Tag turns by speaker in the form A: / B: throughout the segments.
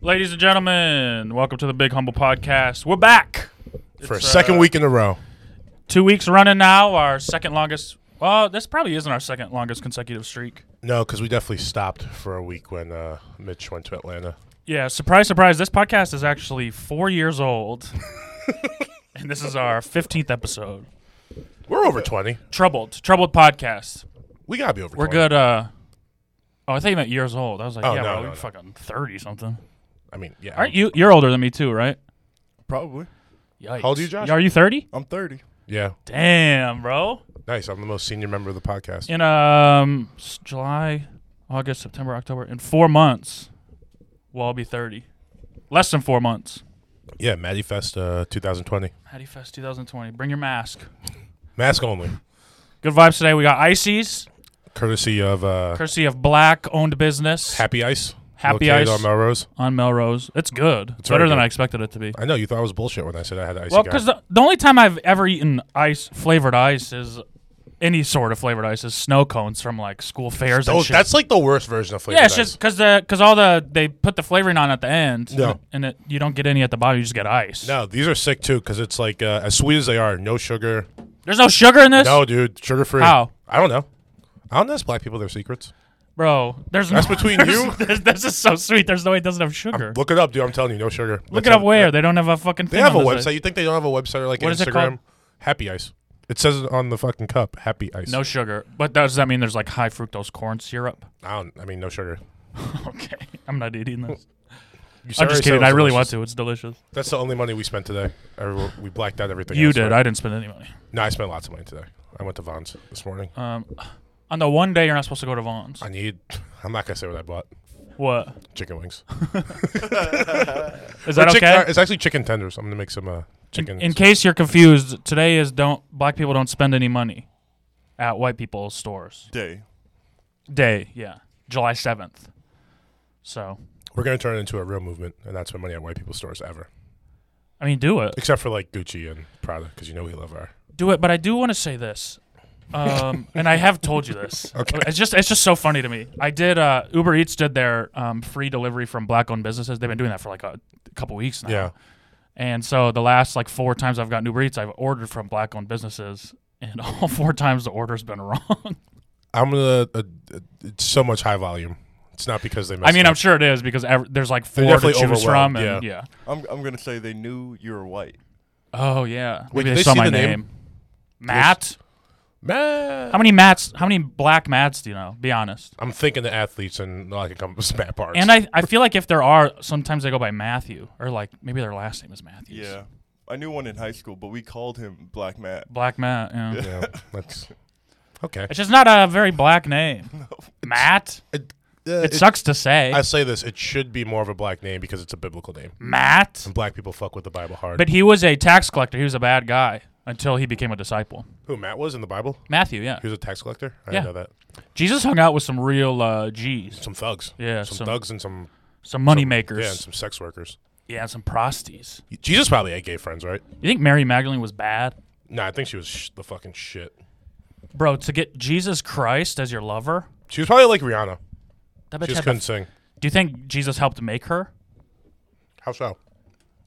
A: Ladies and gentlemen, welcome to the Big Humble Podcast. We're back
B: for a
A: It's,
B: second
A: uh,
B: week in a row.
A: Two weeks running now, our second longest. Well, this probably isn't our second longest consecutive streak.
B: No, because we definitely stopped for a week when uh, Mitch went to Atlanta.
A: Yeah, surprise, surprise. This podcast is actually four years old. and this is our 15th episode.
B: We're over twenty.
A: Troubled, troubled podcast.
B: We gotta be over.
A: We're
B: 20.
A: good. Uh, oh, I thought you meant years old. I was like,
B: Oh,
A: yeah,
B: no,
A: well,
B: no,
A: we're
B: no.
A: fucking 30 something.
B: I mean, yeah.
A: Aren't you? You're older than me, too, right?
C: Probably.
A: Yikes.
B: old are you, Josh?
A: Are you 30?
C: I'm 30.
B: Yeah.
A: Damn, bro.
B: Nice. I'm the most senior member of the podcast.
A: in um s- July, August, September, October. In four months, we'll all be thirty. Less than four months.
B: Yeah. Maddie Fest uh, 2020.
A: Hattie Fest 2020. Bring your mask.
B: Mask only.
A: Good vibes today. We got Ices,
B: Courtesy of uh,
A: courtesy of Black owned business
B: Happy Ice.
A: Happy Ice.
B: located on Melrose.
A: on Melrose. It's good.
B: It's
A: better
B: very
A: than
B: good.
A: I expected it to be.
B: I know you thought I was bullshit when I said I had ice.
A: Well, because the, the only time I've ever eaten ice flavored ice is any sort of flavored ice is snow cones from like school fairs. and
B: oh,
A: shit.
B: that's like the worst version of flavor.
A: Yeah, it's just because the because all the they put the flavoring on at the end.
B: No.
A: and, and it, you don't get any at the bottom. You just get ice.
B: No, these are sick too because it's like uh, as sweet as they are, no sugar.
A: there's no sugar in this.
B: No, dude, sugar free.
A: How?
B: I don't know. I don't know. Black people their secrets.
A: bro. There's
B: That's
A: no,
B: between
A: there's-
B: you.
A: There's, this is so sweet. There's no way it doesn't have sugar.
B: Look it up, dude. I'm telling you, no sugar.
A: Look
B: That's
A: it up
B: how-
A: where they don't have a fucking.
B: They
A: thing
B: have a
A: on
B: website.
A: this.
B: You think they don't have a website or like
A: What
B: an
A: is it
B: Instagram?
A: called?
B: Happy Ice. It says it on the fucking cup, Happy Ice.
A: No sugar, but does that mean there's like high fructose corn syrup?
B: I, don't, I mean, no sugar.
A: okay, I'm not eating this.
B: You
A: I'm just
B: already said it
A: kidding.
B: was
A: I really want
B: delicious.
A: to. It's delicious.
B: That's the only money we spent today. Everyone, we blacked out everything.
A: you
B: else,
A: did.
B: right?
A: I didn't spend any money.
B: No, I spent lots of money today. I went to Vaughn's this morning.
A: Um, on the one day you're not supposed to go to Vaughn's.
B: I need. I'm not gonna say what I bought.
A: What
B: Chicken wings.
A: is that
B: Chick-
A: okay?
B: uh, it's actually chicken tenders. I'm gonna make some uh, chicken.
A: In case you're confused, today is don't black people don't spend any money at white people's stores.
C: Day.
A: Day, yeah, July seventh. So,
B: We're gonna turn it into a real movement and not spend money at white people's stores ever,
A: I mean, do it,
B: except for like Gucci and Prada, because you know we love our.
A: do it. But I do want to say this, um, and I have told you this.
B: Okay.
A: It's just it's just so funny to me. I did uh, Uber Eats did their um, free delivery from black-owned businesses. They've been doing that for like a couple weeks now.
B: Yeah.
A: And so the last like four times I've gotten Uber Eats, I've ordered from black-owned businesses, and all four times the order's been wrong.
B: I'm gonna. Uh, uh, it's so much high volume. It's not because they. Messed
A: I mean,
B: up.
A: I'm sure it is because ev- there's like four
B: They're
A: to
B: definitely
A: choose from. And,
B: overwhelmed,
A: yeah.
C: I'm, I'm going to say they knew you were white.
A: Oh yeah. Maybe
B: Wait, did
A: they
B: they
A: saw
B: see
A: my
B: the name?
A: name. Matt.
B: Man.
A: How many Matts? How many black Matts do you know? Be honest.
B: I'm thinking the athletes and like it comes to Matt Barnes.
A: And I, I feel like if there are, sometimes they go by Matthew or like maybe their last name is Matthews.
C: Yeah. I knew one in high school, but we called him Black Matt.
A: Black Matt. Yeah.
B: yeah, that's okay.
A: It's just not a very black name. Matt.
B: It,
A: It, sucks to say.
B: I say this. It should be more of a black name because it's a biblical name.
A: Matt.
B: And black people fuck with the Bible hard.
A: But he was a tax collector. He was a bad guy until he became a disciple.
B: Who Matt was in the Bible?
A: Matthew. Yeah.
B: He was a tax collector. I
A: Yeah.
B: didn't know that.
A: Jesus hung out with some real uh, G's,
B: Some thugs.
A: Yeah,
B: Some,
A: some-
B: thugs and some
A: some money makers.
B: yeah, and some sex workers.
A: Yeah, some prosties.
B: Jesus probably had gay friends, right?
A: You think Mary Magdalene was bad?
B: No, I think she was sh- the fucking shit.
A: Bro, to get Jesus Christ as your lover?
B: She was probably like Rihanna.
A: That bitch
B: She just
A: had the-
B: couldn't sing.
A: Do you think Jesus helped make her?
B: How so?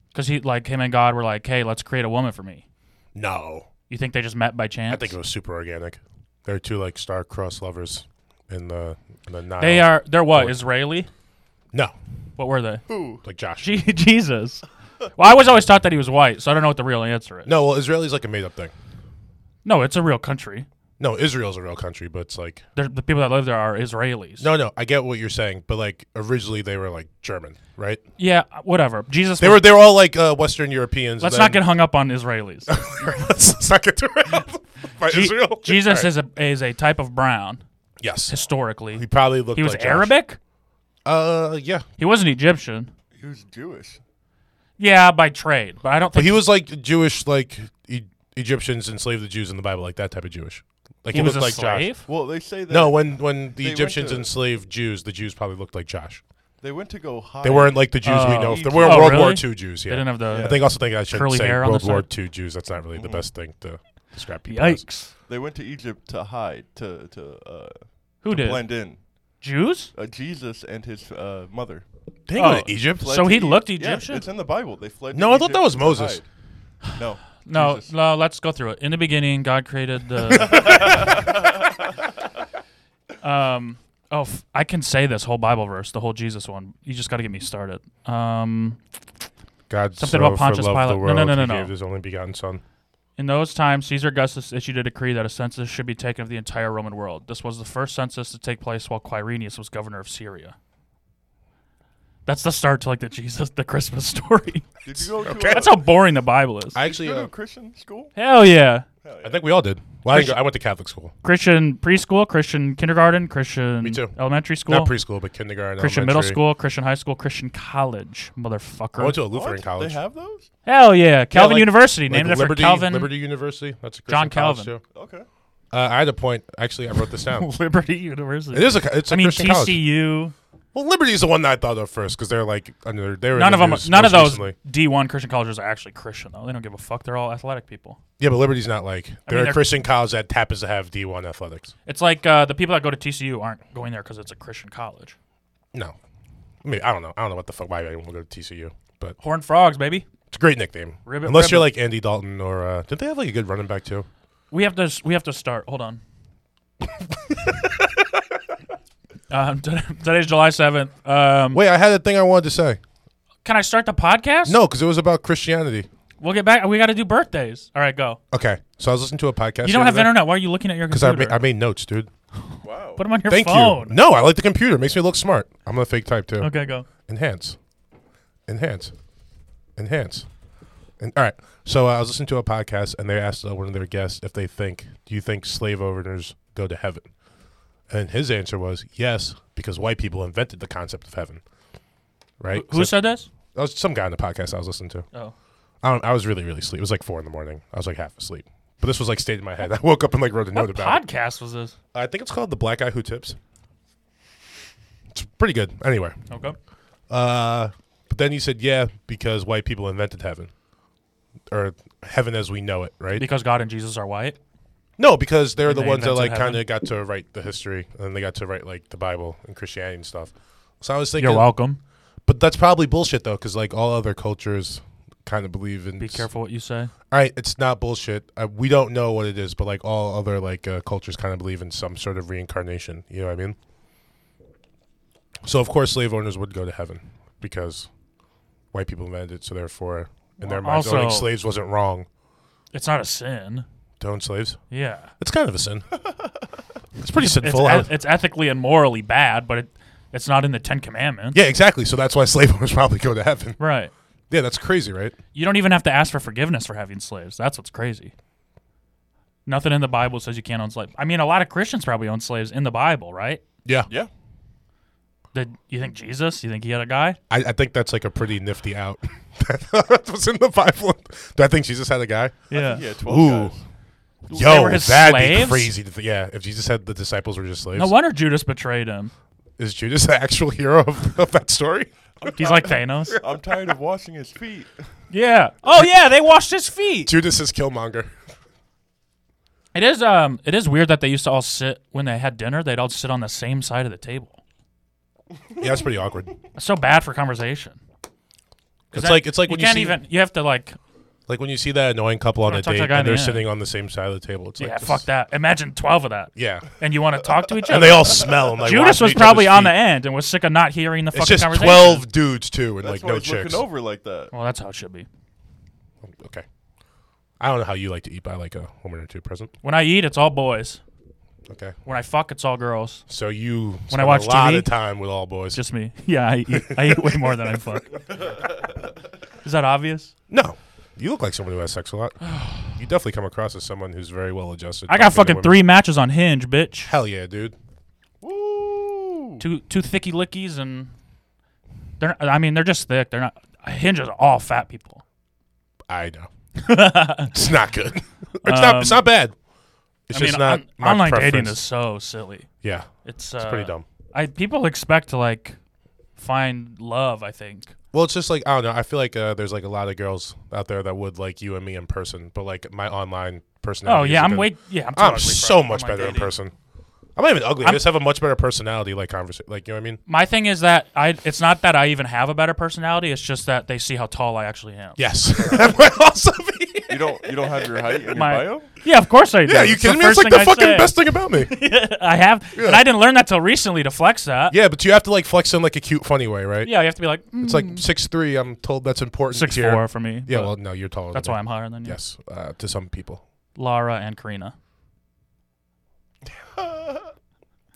A: Because he, like, him and God were like, hey, let's create a woman for me.
B: No,
A: You think they just met by chance?
B: I think it was super organic. They're two like star-crossed lovers in the in the Nile.
A: They are, they're what, Israeli?
B: no
A: What were they?
C: Who?
B: like Josh.
A: Je- Jesus. Well, I was always taught that he was white, so I don't know what the real answer is.
B: No, well, Israel's like a made up thing.
A: No, it's a real country.
B: No, Israel's a real country, but it's like
A: They're, the people that live there are Israelis.
B: no, no. I get what you're saying, but like originally they were like German, right?
A: Yeah, whatever. Jesus.
B: They
A: was-
B: were they were all like uh, Western Europeans.
A: let's
B: and
A: not
B: then-
A: get hung up on Israelis.
B: let's, let's not get derailed by
A: Je-
B: Israel.
A: Jesus
B: All right.
A: is, a, is a type of brown,
B: yes.
A: historically.
B: He probably looked.
A: He was
B: like Josh.
A: Arabic?
B: Uh, yeah.
A: He wasn't Egyptian.
C: He was Jewish.
A: Yeah, by trade, but I don't
B: But
A: think
B: he was like Jewish, like e- Egyptians enslaved the Jews in the Bible, like that type of Jewish. Like
A: he,
B: he,
A: was
B: looked
A: a
B: like Josh.
A: slave.
C: Well, they say that
B: No, when when the
C: went
B: Egyptians
C: to-
B: enslaved Jews, the Jews probably looked like Josh.
C: they went to go hide.
B: They weren't like the Jews we
A: Oh.
B: know. They weren't
A: Oh,
B: World War
A: really?
B: II Jews. Yeah.
A: They didn't have
B: I
A: the
B: think also think I should
A: Curly
B: say
A: hair on the
B: World War
A: side.
B: II Jews. That's not really the best thing to describe people. as.
A: yikes.
C: They went to Egypt to hide, to, to, uh,
A: Who did
C: blend in.
A: Jews?
C: Uh, Jesus and his uh, mother.
B: They didn't
A: Oh,
B: go to Egypt.
A: So
C: to
A: he
C: Egypt.
A: looked
C: Yeah,
A: Egyptian?
C: it's in the Bible. They fled. to
B: No, I thought that
C: Egypt
B: was
C: to
B: Moses.
C: hide. No.
A: No,
C: Jesus.
A: no, let's go through it. In the beginning, God created the. um, oh, f- I can say this whole Bible verse, the whole Jesus one. You just got to get me started. Um,
B: God
A: Something
B: so
A: about Pontius
B: for
A: Pilate.
B: loved
A: No,
B: the world,
A: no, no, no,
B: he
A: no.
B: gave his only begotten son.
A: in those times, Caesar Augustus issued a decree that a census should be taken of the entire Roman world. This was the first census to take place while Quirinius was governor of Syria. That's the start to like the Jesus, the Christmas story.
C: Did you go to?
B: Okay.
C: A,
A: That's how boring the Bible is.
B: I
C: did you
B: actually,
C: go to a
B: uh,
C: Christian school?
A: Hell yeah.
C: Hell yeah.
B: I think we all did. Well, I, didn't go, I went to Catholic school,
A: Christian preschool, Christian kindergarten, Christian
B: Me too.
A: elementary school,
B: not preschool, but kindergarten,
A: Christian middle
B: elementary.
A: school, Christian high school, Christian college, motherfucker.
B: I went to a
C: What?
B: Lutheran college.
C: They have those?
A: Hell yeah, Calvin
B: like-
A: University,
B: Like
A: named after
B: Liberty,
A: Calvin
B: Liberty University. That's a Christian
A: John
B: college,
A: Calvin.
B: too.
C: Okay.
B: Uh, I had a point. Actually, I wrote this down.
A: Liberty
B: it
A: University.
B: is a. co- It's a
A: I mean
B: Christian college.
A: TCU.
B: Well, Liberty is the one that I thought of first because they're like under. They were in
A: None
B: the
A: of them.
B: news
A: None of
B: most
A: those
B: recently.
A: D1 Christian colleges are actually Christian though. They don't give a fuck. They're all athletic people.
B: Yeah, but Liberty's not like they're
A: they're-
B: a Christian college that happens to have D one athletics.
A: It's like uh, the people that go to TCU aren't going there because it's a Christian college.
B: No, I mean I don't know. I don't know what the fuck why anyone would go to TCU, but
A: Horned Frogs, baby.
B: it's a great nickname.
A: Ribbit,
B: Unless you're
A: ribbit.
B: like Andy Dalton or uh, did they have like a good running back too?
A: We have to. s- We have to start. Hold on. um, t- today's July seventh. Um,
B: Wait, I had a thing I wanted to say.
A: can I start the podcast?
B: No, because it was about Christianity.
A: We'll get back. We got to do birthdays. All right, go.
B: Okay, so I was listening to a podcast.
A: You don't have internet. Why are you looking at your
B: because I,
A: computer?
B: ma- I made notes, dude.
C: Wow.
A: Put them on your
B: Thank
A: phone.
B: you. No, I like the computer. It makes me look smart. I'm gonna fake type too.
A: Okay, go.
B: enhance, enhance, enhance. And all right, so uh, I was listening to a podcast, and they asked uh, one of their guests if they think, "Do you think slave owners go to heaven?" And his answer was yes, because white people invented the concept of heaven. Right?
A: Who
B: So-
A: said this?
B: that was some guy on the podcast I was listening to.
A: Oh,
B: I, don't, I was really, really asleep. It was like four in the morning. I was like half asleep, but this was like stayed in my head. I woke up and like wrote a note
A: what
B: about it.
A: podcast was this?
B: I think it's called the Black Guy Who Tips. It's pretty good. Anyway,
A: Okay.
B: uh, but then he said, yeah, because white people invented heaven. Or heaven as we know it, right?
A: Because God and Jesus are white.
B: no, because they're the
A: they
B: ones that
A: invented
B: like
A: heaven.
B: kind of got to write the history, and then they got to write like the Bible and Christianity and stuff. So I was thinking,
A: You're welcome.
B: but that's probably bullshit though, because like all other cultures kind of believe in.
A: Be careful what you say.
B: All right, it's not bullshit. Uh, we don't know what it is, but like all other like uh, cultures kind of believe in some sort of reincarnation. You know what I mean? So of course, slave owners would go to heaven because white people invented it. So therefore, in their
A: Well,
B: minds, owning
A: also-
B: slaves wasn't wrong
A: It's not a sin.
B: to own slaves.
A: Yeah.
B: It's kind of a sin. it's pretty
A: It's,
B: sinful.
A: eth-
B: I-
A: it's ethically and morally bad, but it, it's not in the Ten Commandments.
B: yeah, exactly. So that's why slave owners probably go to heaven.
A: Right.
B: Yeah, that's crazy, right?
A: You don't even have to ask for forgiveness for having slaves. That's what's crazy. Nothing in the Bible says you can't own slaves. I mean, a lot of Christians probably own slaves in the Bible, right?
B: Yeah,
C: Yeah.
A: Did you think Jesus? You think he had a guy?
B: I, I think that's like a pretty nifty out. that was in the Bible. Do I think Jesus had a guy?
A: Yeah.
C: Yeah. Twelve
B: Ooh.
C: guys.
B: Yo,
A: were his
B: that'd
A: slaves?
B: be crazy. To th- yeah, if Jesus had the disciples were just slaves,
A: No wonder Judas betrayed him.
B: is Judas the actual hero of, of that story?
A: He's like Thanos.
C: I'm tired of washing his feet.
A: Yeah. Oh yeah, they washed his feet.
B: Judas is Killmonger.
A: It is um it is weird that they used to all sit when they had dinner, they'd all sit on the same side of the table.
B: Yeah, that's pretty awkward.
A: It's so bad for conversation. 'Cause
B: It's
A: that-
B: like it's like
A: you
B: when you
A: can't
B: see
A: even you have to like
B: like when you see that annoying couple on
A: Wanna
B: a
A: talk to
B: date
A: that guy in
B: and
A: the
B: they're
A: eye.
B: sitting on the same side of the table. It's like
A: yeah,
B: this-
A: fuck that. Imagine 12 of that.
B: Yeah,
A: And you want to talk to each other.
B: and they all smell. And like
A: Judas
B: watching
A: was
B: each other's
A: probably on the
B: feet.
A: end and was sick of not hearing the
B: It's
A: fucking
B: just
A: conversation.
B: twelve dudes too, and like
C: That's why
B: no
C: he's
B: chicks.
C: looking over like that.
A: Well, that's how it should be.
B: Okay, I don't know how you like to eat by like a woman or two present.
A: When I eat, it's all boys.
B: Okay,
A: When I fuck, it's all girls.
B: so you when
A: I watch
B: a lot
A: TV?
B: of time with all boys.
A: It's just me. Yeah, I eat. I eat way more than I fuck. Is that obvious?
B: No. You look like someone who has sex a lot. you definitely come across as someone who's very well adjusted.
A: I got
B: talking to
A: fucking
B: women.
A: three matches on Hinge, bitch.
B: Hell yeah, dude.
C: Woo.
A: Two two thicky lickies and they're. I mean, they're just thick. They're not. Hinge is all fat people.
B: I know. it's not good. it's not. It's not bad. It's
A: Um, I
B: just
A: mean,
B: not.
A: on-
B: my
A: online
B: preference.
A: dating is so silly.
B: Yeah,
A: It's,
B: it's
A: uh,
B: pretty dumb.
A: I people expect to like find love. I think.
B: Well, it's just like I don't know. I feel like uh, there's like a lot of girls out there that would like you and me in person, but like my online personality.
A: Oh yeah,
B: isn't
A: I'm
B: good.
A: way. Yeah, I'm.
B: I'm
A: totally
B: so
A: fried
B: much
A: online
B: better in
A: dating.
B: person. I'm not even ugly. i
A: I'm-
B: just have a much better personality, like conversation. Like you know what I mean?
A: My thing is that I it's not that I even have a better personality, it's just that they see how tall I actually am.
B: Yes. that might also be.
C: You don't you don't have your height in your
A: My-
C: bio?
A: Yeah, of course I do.
B: Yeah, you
A: It's the
B: kidding me? It's
A: first
B: like the
A: thing I
B: fucking
A: say.
B: best thing about me.
A: I have and I didn't learn that till recently to flex that.
B: yeah, but you have to like flex in like a cute, funny way, right?
A: Yeah, you have to be like mm,
B: It's like six three. I'm told that's important.
A: six
B: here.
A: four for me.
B: Yeah,
A: but
B: well, no, you're taller.
A: that's
B: than
A: why
B: me.
A: I'm higher than you.
B: Yes, uh, to some people.
A: Lara and Karina.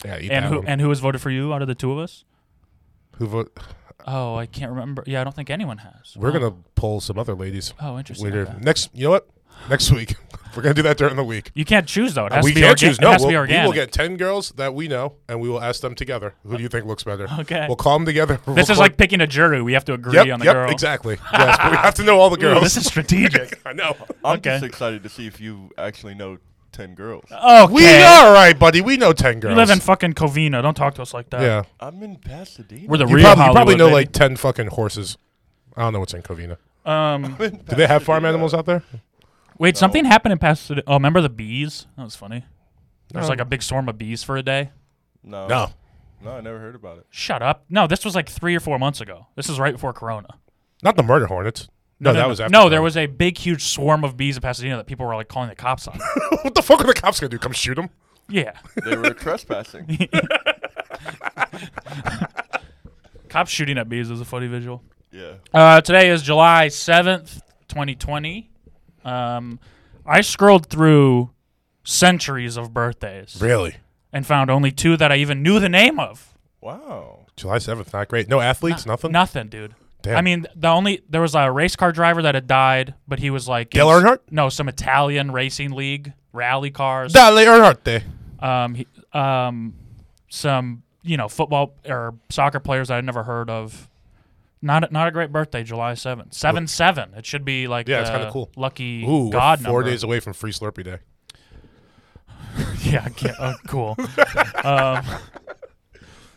B: Yeah, eat
A: And
B: that
A: who
B: one.
A: and who has voted for you out of the two of us?
B: Who vote?
A: Oh, I can't remember. Yeah, I don't think anyone has.
B: We're
A: Wow.
B: gonna pull some other ladies
A: Oh, interesting.
B: later.
A: okay.
B: Next, you know what? Next week, we're gonna do that during the week.
A: You can't choose though. It
B: Uh,
A: has
B: we
A: to be
B: can't
A: orga-
B: choose.
A: It
B: No,
A: has
B: we'll,
A: to be organic.
B: we will get ten girls that we know, and we will ask them together. Who do you think looks better?
A: Okay.
B: We'll call them together.
A: this is like picking a jury. We have to agree
B: yep,
A: on the
B: yep,
A: girl.
B: exactly. Yes, but we have to know all the
A: Ooh,
B: girls.
A: this is strategic.
B: I know.
C: I'm
A: Okay. Uh,
C: just excited to see if you actually know ten girls.
A: Okay.
B: We are all right, buddy. We know ten girls.
A: You live in fucking Covina. Don't talk to us like that.
B: yeah.
C: I'm in Pasadena.
A: We're the
B: You
A: real
B: probably, you
A: Hollywood.
B: probably know
A: baby.
B: like ten fucking horses. I don't know what's in Covina.
A: Um,
C: I'm in
B: Do they have farm
C: Pasadena.
B: animals out there? oh.
A: wait, something happened in Pasadena. Oh, remember the bees? That was funny. There's
B: No.
A: like a big swarm of bees for a day.
C: No.
B: No.
C: No, I never heard about it.
A: Shut up. No, this was like three or four months ago. This is right before Corona.
B: Not the murder hornets. No, Oh, that was after.
A: no.
B: that.
A: There was a big, huge swarm of bees in Pasadena that people were like calling the cops on.
B: what the fuck are the cops gonna do? Come shoot them?
A: yeah,
C: They were trespassing.
A: cops shooting at bees is a funny visual.
C: Yeah.
A: Uh, today is July 7th, 2020. Um, I scrolled through centuries of birthdays
B: Really?
A: and found only two that I even knew the name of.
C: Wow.
B: July seventh, not great. No athletes, nothing.
A: Nothing, dude.
B: Damn.
A: I mean, the only there was a race car driver that had died, but he was like
B: Dale Earnhardt?
A: No, some Italian racing league rally cars.
B: Dale Earnhardt.
A: Um, he, um, some you know football or soccer players that I'd never heard of. Not a, not a great birthday, July seventh, seven seven. It should be like
B: Yeah, it's
A: the
B: kinda cool.
A: Lucky
B: Ooh, we're
A: God
B: four
A: number.
B: days away from Free Slurpee Day.
A: Yeah, I can't- oh, cool.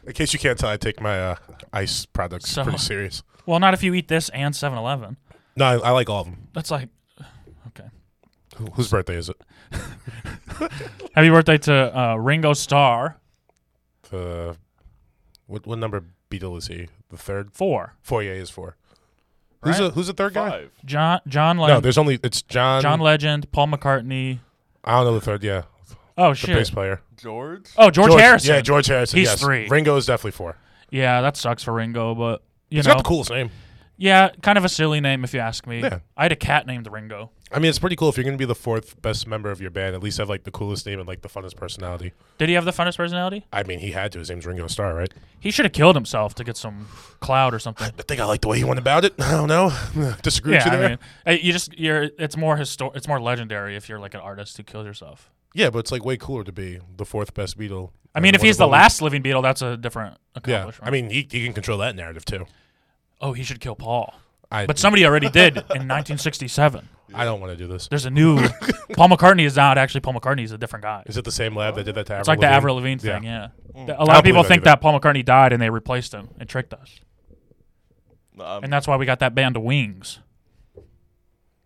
B: In case you can't tell, I take my uh, ice products
A: So-
B: pretty serious.
A: Well, not if you eat this and 7-Eleven.
B: No, I, I like all of them.
A: That's like okay.
B: Who- Whose birthday is it?
A: Happy birthday to uh, Ringo Starr.
B: The what? What number Beatle is he? The third.
A: Four.
B: Foyer is four. Who's
A: Right.
B: the Who's the third guy?
C: Five.
A: John John
B: No,
A: Lennon.
B: there's only it's John.
A: John Legend, Paul McCartney.
B: I don't know the third. Yeah,
A: Oh
B: the
A: shit.
B: bass player.
C: George?
A: Oh, George, Harrison.
B: Yeah, George Harrison.
A: He's
B: yes.
A: three.
B: Ringo is definitely four.
A: Yeah, that sucks for Ringo, but you
B: He's
A: know,
B: got the coolest name.
A: yeah, kind of a silly name if you ask me.
B: Yeah.
A: I had a cat named Ringo.
B: I mean, it's pretty cool if you're gonna be the fourth best member of your band. At least have like the coolest name and like the funnest personality.
A: Did he have the funnest personality?
B: I mean, he had to. His name's Ringo Starr, right?
A: He should have killed himself to get some cloud or something.
B: I think I like the way he went about it. I don't know. Disagree
A: yeah,
B: with you
A: I
B: there.
A: mean, uh, you just you're it's more histor- it's more legendary if you're like an artist who kills yourself.
B: yeah, but it's like way cooler to be the fourth best Beatle.
A: I mean, if he's the last living Beatle, that's a different
B: Yeah,
A: accomplishment.
B: I mean, he, he can control that narrative too.
A: oh, he should kill Paul.
B: I
A: But somebody already did in 1967.
B: I don't want to do this.
A: There's a new Paul McCartney is not actually Paul McCartney. He's a different guy.
B: Is it the same lab that did that to
A: It's like the Avril Lavigne thing, yeah. A lot
B: I
A: of people
B: believe it
A: think
B: either.
A: that Paul McCartney died and they replaced him and tricked us,
C: No, I'm-
A: and that's why we got that band Wings.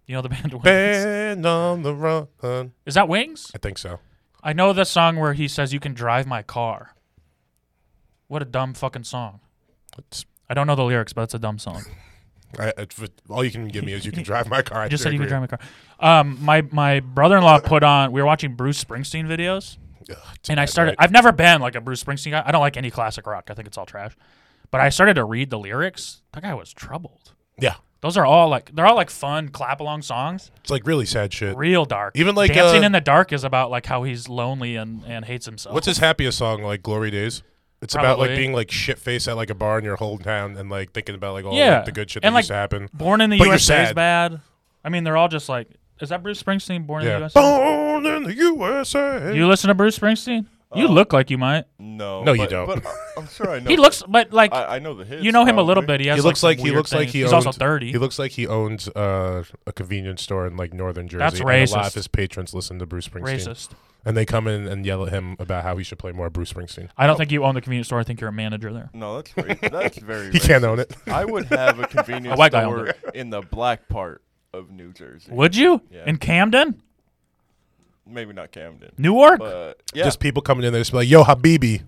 A: You know the band Wings?
B: Band on the run.
A: Is that Wings?
B: I think so.
A: I know the song where he says you can drive my car. What a dumb fucking song.
B: It's,
A: I don't know the lyrics, but it's a dumb song.
B: I, it's, all you can give me is you can drive my car. I
A: I just said you
B: agree.
A: could drive my car. Um, my my brother in law put on. We were watching Bruce Springsteen videos,
B: Ugh, it's
A: and I
B: bad,
A: started.
B: right?
A: I've never been like a Bruce Springsteen guy. I don't like any classic rock. I think it's all trash. But I started to read the lyrics. That guy was troubled.
B: yeah,
A: Those are all like they're all like fun clap along songs.
B: it's like really sad shit.
A: Real dark.
B: Even like,
A: dancing
B: uh,
A: in the dark is about like how he's lonely and and hates himself.
B: What's his happiest song like? Glory Days. It's about
A: Probably.
B: like being like shit faced at like a bar in your whole town and like thinking about like all
A: Yeah.
B: like, the good shit
A: And,
B: that
A: like,
B: used to happen.
A: Born in the
B: But you're
A: USA is
B: sad.
A: bad. I mean, they're all just like. Is that Bruce Springsteen? Born in the
B: Yeah.
A: USA.
B: Born in the USA.
A: Do you listen to Bruce Springsteen? You
B: Uh,
A: look like you might.
C: no.
B: No, you
C: but-
B: don't.
C: But I- I'm sure I know.
A: He looks, but like
C: I, I know the hits.
A: you know him a little
C: probably.
A: bit. He, has,
B: he looks
A: some
B: like, he
A: weird
B: looks like
A: things.
B: he
A: he's
B: owns,
A: also thirty.
B: He looks like he owns uh, a convenience store in like northern Jersey.
A: That's
B: And a lot
A: racist.
B: of his patrons listen to Bruce Springsteen.
A: racist.
B: And they come in and yell at him about how he should play more Bruce Springsteen.
A: I don't think you own the convenience store. I think you're a manager there.
C: No, that's ra- that's very.
B: He can't own it.
C: I would have a convenience
A: white guy owned
C: store in the black part of New Jersey.
A: Would you
C: Yeah.
A: in Camden?
C: maybe not Camden,
A: Newark?
C: but yeah,
B: Just people coming in there, just be like, "Yo, Habibi,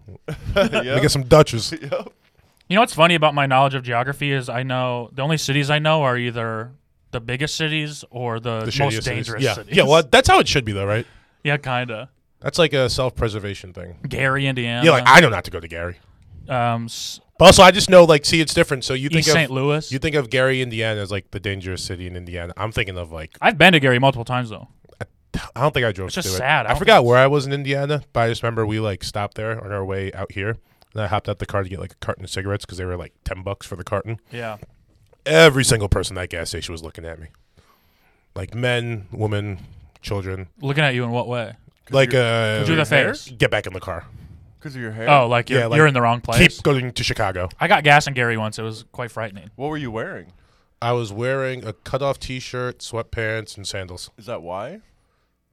B: let me
C: yep,
B: get some Dutchers."
C: yep.
A: You know what's funny about my knowledge of geography is I know the only cities I know are either the biggest cities or the,
B: The shittiest
A: most
B: cities.
A: dangerous
B: yeah.
A: cities.
B: Yeah, well, that's how it should be, though, right?
A: yeah, kinda.
B: That's like a self-preservation thing.
A: Gary, Indiana.
B: yeah, like I know not to go to Gary,
A: um, s-
B: but also I just know like, see, it's different. So you think
A: East
B: of
A: St. Louis.
B: you think of Gary, Indiana, as like the dangerous city in Indiana. I'm thinking of like
A: I've been to Gary multiple times though.
B: I don't think I drove
A: It's just
B: through
A: sad. I
B: it. I,
A: don't
B: forgot
A: think
B: where I was in Indiana, but I just remember we like stopped there on our way out here, and I hopped out the car to get like a carton of cigarettes because they were like ten bucks for the carton.
A: Yeah.
B: Every single person at that gas station was looking at me, like men, women, children,
A: Looking at you in what way?
B: like uh,
A: Do the
C: hair?
A: face.
B: get back in the car,
C: because of your hair.
A: Oh, like
B: Yeah,
A: you're,
B: like,
A: you're in the wrong place.
B: keep going to Chicago.
A: I got gas in Gary once. It was quite frightening.
C: what were you wearing?
B: I was wearing a cutoff T-shirt, sweatpants, and sandals.
C: Is that why?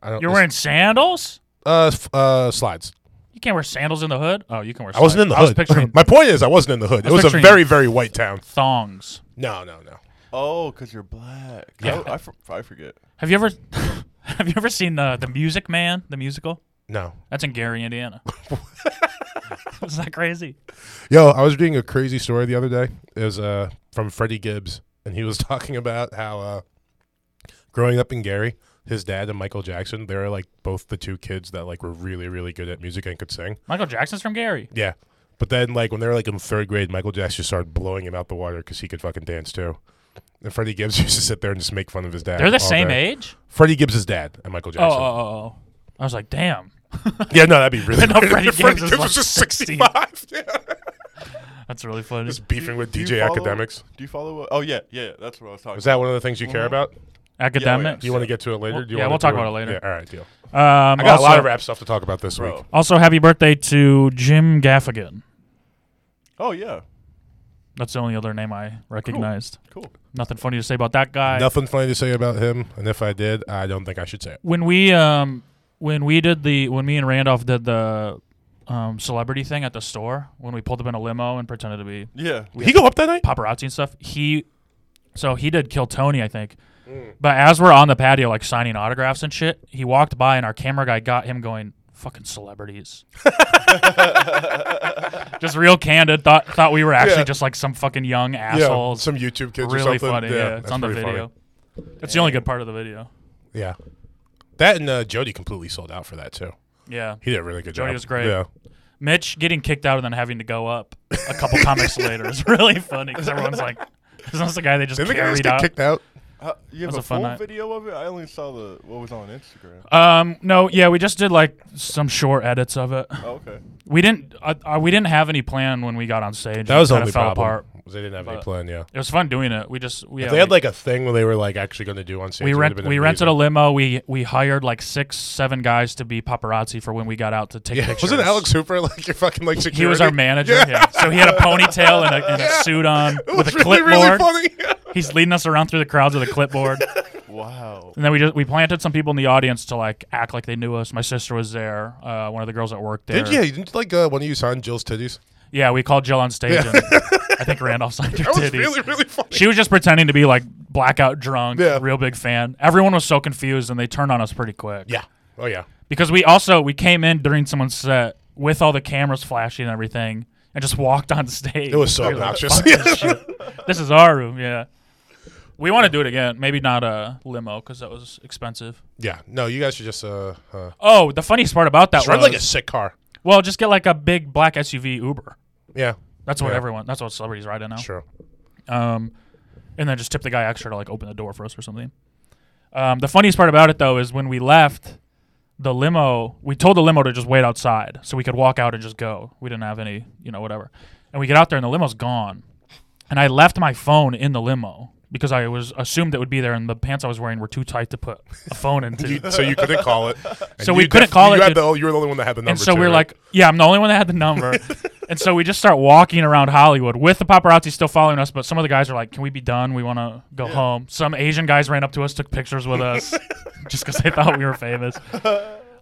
B: I don't.
A: You're wearing sandals?
B: uh f- uh slides.
A: You can't wear sandals in the hood? Oh, you can wear
B: I wasn't in the
A: slides.
B: hood.
A: I was picturing
B: My point is, I wasn't in the hood.
A: I
B: It
A: was
B: was a
A: picturing-
B: very very white town.
A: thongs.
B: No, no, no.
C: Oh, because you're black. Oh,
A: Yeah.
C: I, I, for, I forget.
A: Have you ever have you ever seen the the Music Man, the musical?
B: No,
A: That's in Gary, Indiana. Is that crazy?
B: Yo, I was reading a crazy story the other day. It was uh, from Freddie Gibbs, and he was talking about how uh, growing up in Gary, his dad and Michael Jackson, they were like both the two kids that like were really, really good at music and could sing.
A: Michael Jackson's from Gary.
B: Yeah. But then, like, when they were like in third grade, Michael Jackson started blowing him out the water because he could fucking dance too. And Freddie Gibbs used to sit there and just make fun of his dad.
A: They're the
B: all
A: same
B: day.
A: age?
B: Freddie Gibbs' dad and Michael
A: Oh, oh,
B: Jackson.
A: oh, oh. I was like, damn.
B: Yeah, no, that'd be really.
A: No,
B: weird.
A: Freddie Gibbs is, like,
B: was just
A: 16.
B: 65. Yeah.
A: That's really funny.
B: Just beefing with
C: Do you
B: DJ
C: follow-
B: Academics.
C: Do you follow? Oh yeah, yeah, yeah, that's what I was talking.
B: Is that one of the things you care
C: Mhm.
B: about?
A: Academics.
B: Do you want to get to it later?
A: Well,
B: Do you
A: yeah,
B: wanna
A: we'll talk
B: do
A: about it later.
B: oh, Yeah, all right, deal.
A: Um,
B: I got
A: also,
B: a lot of rap stuff to talk about this
C: Bro.
B: week.
A: Also, happy birthday to Jim Gaffigan.
C: Oh yeah,
A: That's the only other name I recognized.
C: cool.
A: Nothing funny to say about that guy.
B: Nothing funny to say about him, and if I did, I don't think I should say it.
A: When we um when we did the when me and Randolph did the um celebrity thing at the store when we pulled up in a limo and pretended to be
C: Yeah,
B: Did he go up that night?
A: paparazzi and stuff. He, so he did kill Tony, I think.
B: Mm.
A: But as we're on the patio, like signing autographs and shit, he walked by and our camera guy got him going, "Fucking celebrities." just real candid. Thought thought we were actually
B: Yeah.
A: just like some fucking young
B: Yeah,
A: assholes.
B: some YouTube kids or
A: really
B: something.
A: funny. Yeah, it's
B: that's
A: on the
B: pretty funny.
A: video. It's the only good part of the video.
B: Yeah, that and uh, Jody completely sold out for that too.
A: Yeah,
B: He did a really good job.
A: Jody was great.
B: Yeah,
A: Mitch getting kicked out and then having to go up a couple comics later is really funny because everyone's like, "Is this the guy they just
B: didn't the guy
A: carried
B: just get
A: out?"
B: kicked out?
C: How, you have
A: That was
C: a,
A: a fun
C: full
A: night.
C: video of it. I only saw the what was on Instagram.
A: Um, no, yeah, we just did like some short edits of it.
C: Oh, okay.
A: We didn't. Uh, uh, we didn't have any plan when we got on stage.
B: That was the
A: kind
B: only
A: of fell
B: problem.
A: apart.
B: was They didn't have any
A: But-
B: plan. Yeah,
A: It was fun doing it. We just we,
B: if
A: yeah,
B: they had
A: we,
B: like a thing where they were like actually going to do on stage.
A: we
B: it
A: rent
B: would've been
A: we rented a
B: amazing.
A: limo. We we hired like six seven guys to be paparazzi for when we got out to take
B: Yeah,
A: pictures.
B: wasn't Alex Hooper like your fucking like security?
A: He was our manager. Yeah. So he had a ponytail and a, and a suit on
B: It
A: with a
B: was really, really
A: clipboard.
B: funny.
A: He's leading us around through the crowds with a clipboard.
C: Wow.
A: And then we just we planted some people in the audience to like act like they knew us. My sister was there. Uh, one of the girls that worked there.
B: Did you? Didn't like uh, one of you sign Jill's titties?
A: Yeah, we called Jill on stage. and I think Randolph signed her
B: That was
A: titties.
B: really, really funny.
A: She was just pretending to be like blackout drunk,
B: Yeah.
A: real big fan. Everyone was so confused and they turned on us pretty quick.
B: Yeah. Oh yeah.
A: Because we also we came in during someone's set with all the cameras flashing and everything and just walked on stage.
B: It was so
A: We were like,
B: obnoxious.
A: "Fuck this shit. This is our room, yeah. We want to do it again. Maybe not a limo because that was expensive.
B: yeah. No, you guys should just uh, uh
A: Oh, the funniest part about that
B: just run
A: was
B: like a sick car.
A: well, just get like a big black SUV Uber.
B: Yeah.
A: That's what
B: Yeah.
A: everyone. That's what celebrities ride in now.
B: Sure.
A: um, and then just tip the guy extra to like open the door for us or something. Um, the funniest part about it though is when we left the limo, we told the limo to just wait outside so we could walk out and just go. We didn't have any, you know, whatever. And we get out there and the limo's gone. And I left my phone in the limo because I was assumed it would be there, and the pants I was wearing were too tight to put a phone into.
B: You, so you couldn't call it. And
A: So we
B: you
A: couldn't call
B: you
A: it,
B: Had
A: dude.
B: the, you were the only one that had the number.
A: And so
B: too,
A: we we're
B: right?
A: like, yeah, I'm the only one that had the number. and so we just start walking around Hollywood with the paparazzi still following us, but some of the guys are like, can we be done? We want to go home. Some Asian guys ran up to us, took pictures with us just because they thought we were famous.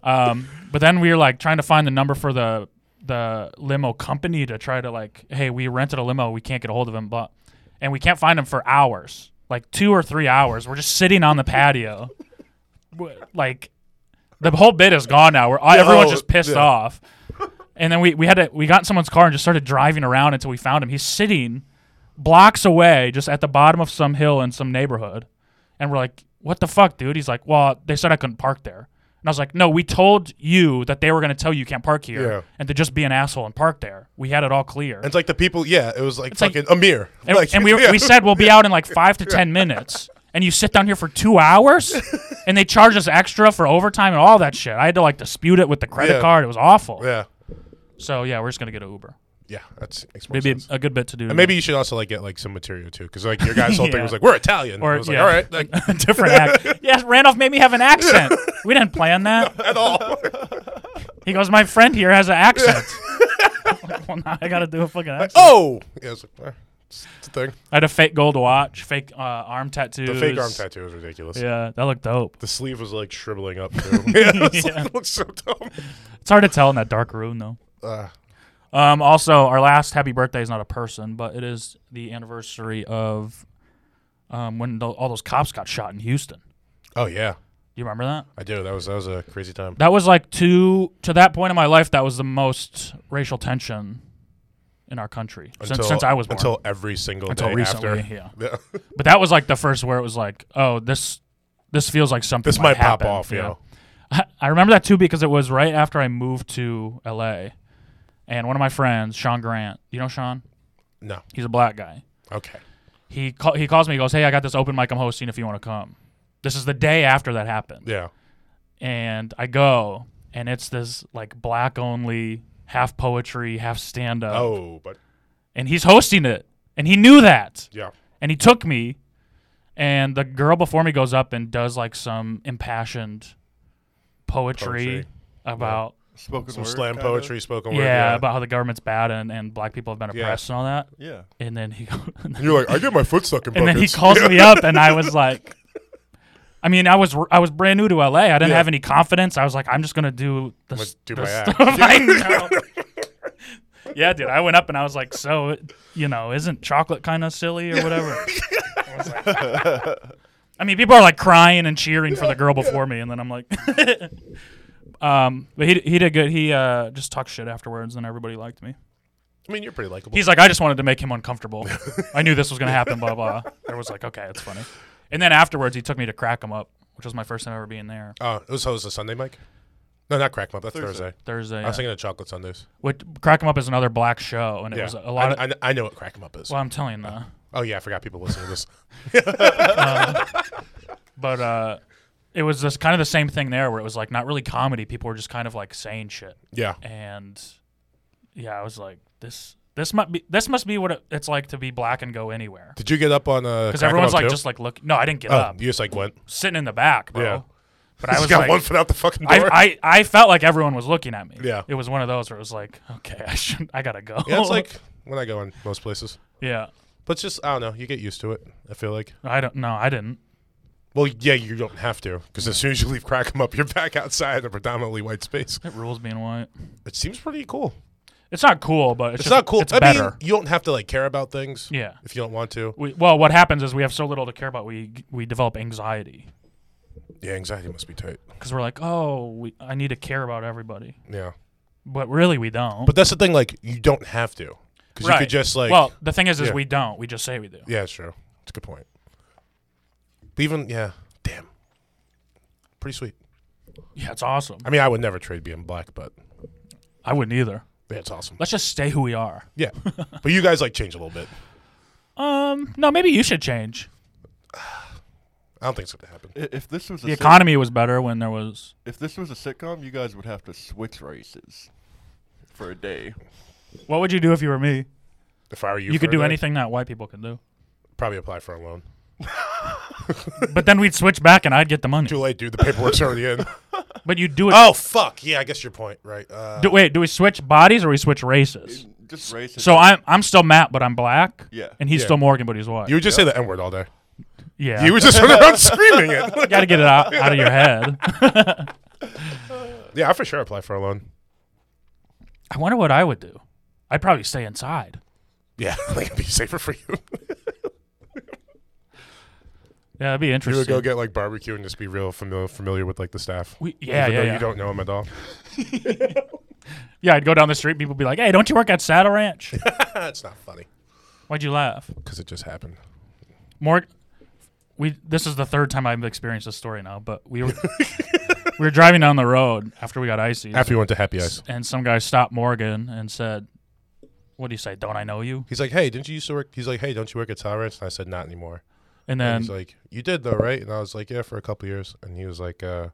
A: Um, but then we were like trying to find the number for the the limo company to try to like, hey, we rented a limo, we can't get a hold of him, but and we can't find him for hours, like two or three hours. We're just sitting on the patio, w- like The whole bit is gone now. Where I,
B: Yeah,
A: everyone's
B: oh,
A: just pissed
B: yeah.
A: off. And then we, we had to, we got in someone's car and just started driving around until we found him. He's sitting blocks away, just at the bottom of some hill in some neighborhood. And we're like, "What the fuck, dude?" He's like, "Well, they said I couldn't park there." And I was like, "No, we told you that they were going to tell you you can't park here,
B: Yeah.
A: and to just be an asshole and park there. We had it all clear."
B: And it's like the people, yeah, it was like
A: like-
B: fucking Amir.
A: And,
B: like,
A: and we,
B: yeah.
A: we said we'll be out in like five to ten minutes, and you sit down here for two hours, and they charge us extra for overtime and all that shit. I had to like dispute it with the credit
B: Yeah.
A: card. It was awful.
B: yeah,
A: So yeah, we're just gonna get an Uber.
B: yeah, that's makes more
A: Maybe
B: sense.
A: a good bit to do.
B: And maybe you should also like get like some material too, because like your guy's whole thing
A: Yeah.
B: was like we're Italian.
A: Or,
B: I was like,
A: yeah.
B: all right, like
A: a different act. Yes, Randolph made me have an accent. We didn't plan that.
B: at all.
A: He goes, my friend here has an accent. well, now I gotta do a fucking accent.
B: oh, yeah, it's, like, eh, it's, it's a thing.
A: I had a fake gold watch, fake uh, arm tattoos.
B: oh! The fake arm tattoo was ridiculous.
A: Yeah, that looked dope.
B: The sleeve was like shriveling up. Too. yeah, it was, like,
A: Yeah.
B: it looked so dumb.
A: It's hard to tell in that dark room though.
B: Uh,
A: Um, also, our last happy birthday is not a person, but it is the anniversary of um, when tho- all those cops got shot in Houston. Do
B: oh yeah,
A: you remember that?
B: I do. That was that was a crazy time.
A: That was like two to that point in my life. That was the most racial tension in our country since, since I was born.
B: until every single
A: Until
B: day
A: recently,
B: after.
A: yeah.
B: Yeah.
A: But that was like the first where it was like, oh, this this feels like something.
B: this might pop
A: happen,
B: off.
A: you
B: You
A: know?
B: know.
A: I remember that too because it was right after I moved to LA, and one of my friends, Sean Grant. You know Sean?
B: No.
A: He's a black guy.
B: Okay.
A: he call, he calls me. He goes, "Hey, I got this open mic I'm hosting. If you want to come." This is the day after that happened,
B: Yeah.
A: and I go, and it's this like black only, half poetry, half stand up,
B: Oh, but
A: and he's hosting it, and he knew that,
B: yeah.
A: and he took me, and the girl before me goes up and does like some impassioned poetry,
B: Poetry.
A: about
C: Spoken
B: Some
C: word,
B: slam
C: kinda?
B: poetry, spoken
A: yeah,
B: word. Yeah,
A: about how the government's bad and, and black people have been
B: Yeah.
A: oppressed and all that,
C: Yeah.
A: and then he goes,
B: And you're like, I get my foot stuck in
A: and
B: buckets.
A: then he calls me up and i was like i mean i was i was brand new to la i didn't
B: Yeah.
A: have any confidence i was like i'm just gonna do the,
B: gonna
A: s-
B: do
A: the
B: my act.
A: stuff i know yeah dude i went up and i was like so you know isn't chocolate kind of silly or whatever I was like- I mean, people are like crying and cheering for the girl before me, and then I'm like, um, but he he did good. He uh, just talked shit afterwards, and everybody liked me.
B: I mean, you're pretty likable.
A: He's like, I just wanted to make him uncomfortable. I knew this was going to happen, blah, blah. I was like, okay, it's funny. And then afterwards, he took me to crack him up, which was my first time ever being there.
B: Uh, it was, so it was a Sunday, Mike? No, not Crack Month. That's Thursday.
C: Thursday.
A: Thursday.
B: I was
A: yeah.
B: thinking of Chocolate Sundays.
A: Which, crack him up is another black show, and it
B: Yeah.
A: was a lot
B: I,
A: of.
B: I, I know what Crack 'em Up is.
A: well, I'm telling you,
B: oh, yeah. I forgot people listen to this.
A: but uh, it was this kind of the same thing there, where it was like not really comedy. People were just kind of like saying shit,
B: Yeah.
A: and yeah, I was like, this, this must be, this must be what it, it's like to be black and go anywhere,
B: Did you get up on uh,
A: because
B: Crack 'em
A: everyone's
B: Up
A: like
B: too?
A: just like look. No, I didn't get
B: Oh,
A: up,
B: you just like went.
A: sitting in the back, bro.
B: Yeah.
A: But I was
B: just got
A: like,
B: one foot out the fucking door.
A: I, I, I felt like everyone was looking at me.
B: Yeah.
A: It was one of those where it was like, okay, I should I gotta go.
B: yeah, it's like when I go in most places.
A: Yeah.
B: But it's just, I don't know. You get used to it, I feel like.
A: I don't no, I didn't.
B: Well, yeah, you don't have to because as soon as you leave Crack 'em Up, you're back outside in a predominantly white space.
A: It rules being white.
B: It seems pretty cool.
A: It's not cool, but it's,
B: It's
A: just-
B: not cool.
A: It's
B: I
A: better.
B: mean, you don't have to like care about things
A: yeah.
B: if you don't want to.
A: We, well, what happens is we have so little to care about. We we develop anxiety
B: Yeah, anxiety must be tight.
A: because we're like, oh, we, I need to care about everybody,
B: Yeah.
A: but really we don't.
B: But that's the thing, like, you don't have to. Because you
A: Right.
B: could just, like,
A: well, the thing is, is
B: yeah.
A: we don't. We just say we do.
B: yeah, it's true. It's a good point. But even, yeah, damn. Pretty sweet.
A: Yeah, it's awesome.
B: I mean, I would never trade being black, but
A: I wouldn't either.
B: yeah, it's awesome.
A: Let's just stay who we are.
B: Yeah. but you guys, like, change a little bit.
A: Um, no, maybe you should change.
B: I don't think it's going to happen.
C: I- If this was a
A: The
C: sit-
A: economy was better when there was
C: if this was a sitcom, you guys would have to switch races for a day.
A: What would you do if you were me?
B: If I were you,
A: You, could do
B: for a day,
A: anything that white people can do.
B: Probably apply for a loan.
A: But then we'd switch back and I'd get the money.
B: Too late, dude. The paperwork's already in.
A: But you do it.
B: Oh, fuck. Yeah, I guess your point, right? Uh,
A: do, wait, do we switch bodies or we switch races?
C: Just races.
A: So I'm I'm still Matt, but I'm black.
C: Yeah.
A: And he's
B: Yeah.
A: still Morgan, but he's white.
B: you would just say the N word all day.
A: yeah.
B: You would just run around screaming it.
A: got to get it out, out of your head.
B: yeah, I for sure apply for a loan.
A: I wonder what I would do. I'd probably stay inside.
B: Yeah, like it'd be safer for you.
A: Yeah, that'd be
B: You would
A: interesting.
B: go get like barbecue and just be real familiar familiar with like the staff.
A: we, yeah,
B: Even
A: yeah,
B: though
A: yeah.
B: You don't know them at all.
A: yeah, I'd go down the street. People would be like, "Hey, don't you work at Saddle Ranch?"
B: That's not funny
A: Why'd you laugh?
B: because it just happened.
A: More. We this is the third time I've experienced this story now, but we were we were driving down the road after we got icy,
B: After you went to Happy Eyes,
A: and some guy stopped Morgan and said, "What do you say? Don't I know you?"
B: he's like, "Hey, didn't you used to work?" He's like, "Hey, don't you work at Tower Ranch?" And I said, "Not anymore."
A: And
B: And,
A: then
B: he's like, "You did though, right?" And I was like, "Yeah, for a couple years." And he was like, uh,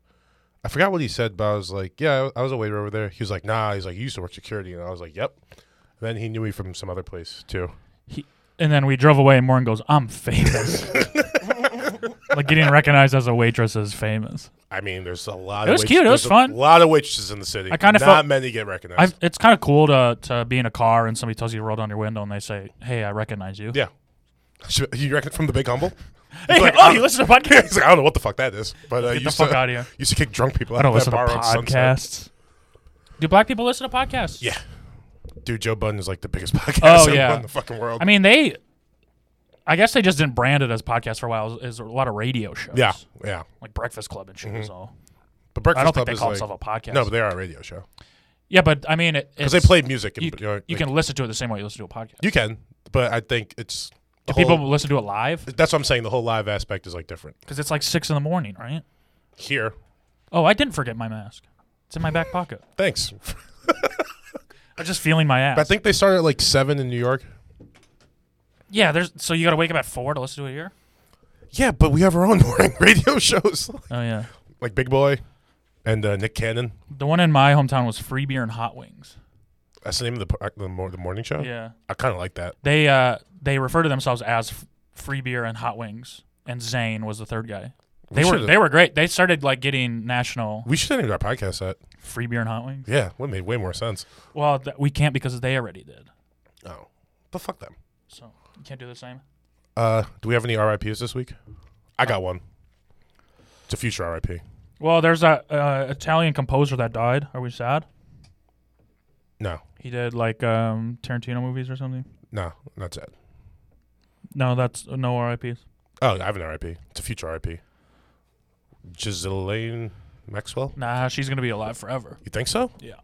B: "I forgot what he said, but I was like, yeah, I was a waiter over there." He was like, "Nah," he's like, "You used to work security," and I was like, "Yep." And then he knew me from some other place too.
A: and then we drove away, and Morgan goes, "I'm famous." like getting recognized as a waitress is famous.
B: I mean, there's a lot.
A: It
B: of
A: was cute, it
B: there's
A: was fun.
B: A lot of waitresses in the city.
A: I kinda
B: not
A: felt-
B: many get recognized.
A: I've, it's kind of cool to to be in a car and somebody tells you to roll down your window and they say, "Hey, I recognize you."
B: yeah, Should- you reckon from the Big Humble?
A: Hey,
B: Like,
A: oh,
B: I'm-
A: you listen to podcasts?
B: He's like, I don't know what the fuck that is, but uh,
A: Get
B: you
A: the
B: used to,
A: fuck out of here!
B: used to kick drunk people.
A: I
B: out
A: don't
B: of
A: listen
B: that
A: to
B: bar on Sunset.
A: podcasts. Do black people listen to podcasts?
B: Yeah. Dude, Joe Budden is like the biggest podcast
A: Oh,
B: ever
A: yeah.
B: in the fucking world.
A: I mean they. I guess they just didn't brand it as podcasts for a while. Is a lot of radio shows.
B: yeah, yeah.
A: like Breakfast Club and shit. So
B: But Breakfast
A: I don't think
B: Club
A: they
B: is
A: call
B: like,
A: themselves a podcast.
B: no, but they are a radio show
A: yeah, but I mean, it,
B: because
A: it's,
B: they play music. And,
A: You,
B: you, know,
A: you
B: like,
A: can listen to it the same way you listen to a podcast.
B: you can, but I think it's the
A: Do people
B: whole-
A: listen to it live?
B: That's what I'm saying. The whole live aspect is like different
A: Because it's like six in the morning, right?
B: here.
A: Oh, I didn't forget my mask. It's in my back pocket.
B: Thanks.
A: I'm just feeling my ass.
B: I think they started at like seven in New York.
A: yeah, there's. So you got to wake up at four to listen to it here.
B: Yeah, but we have our own morning radio shows
A: Oh yeah,
B: like Big Boy and uh, Nick Cannon.
A: the one in my hometown was free beer and hot wings.
B: That's the name of the par- the, mor- the morning show.
A: Yeah,
B: I kind of like that.
A: they uh they refer to themselves as f- free beer and hot wings, and Zane was the third guy. They
B: we
A: were
B: should've-
A: they were great. They started like getting national
B: we should have named our podcast that.
A: free beer and hot wings.
B: Yeah, would made way more sense.
A: Well, th- we can't because they already did.
B: Oh, but fuck them.
A: So you can't do the same.
B: Uh, do we have any RIPs this week? I got one. It's a future RIP.
A: Well, there's that uh, Italian composer that died. Are we sad?
B: No,
A: He did like um, Tarantino movies or something.
B: no, not sad.
A: No, that's uh, no RIPs.
B: Oh, I have an RIP. It's a future RIP. Ghislaine Maxwell.
A: Nah, she's gonna be alive forever.
B: You think so?
A: Yeah,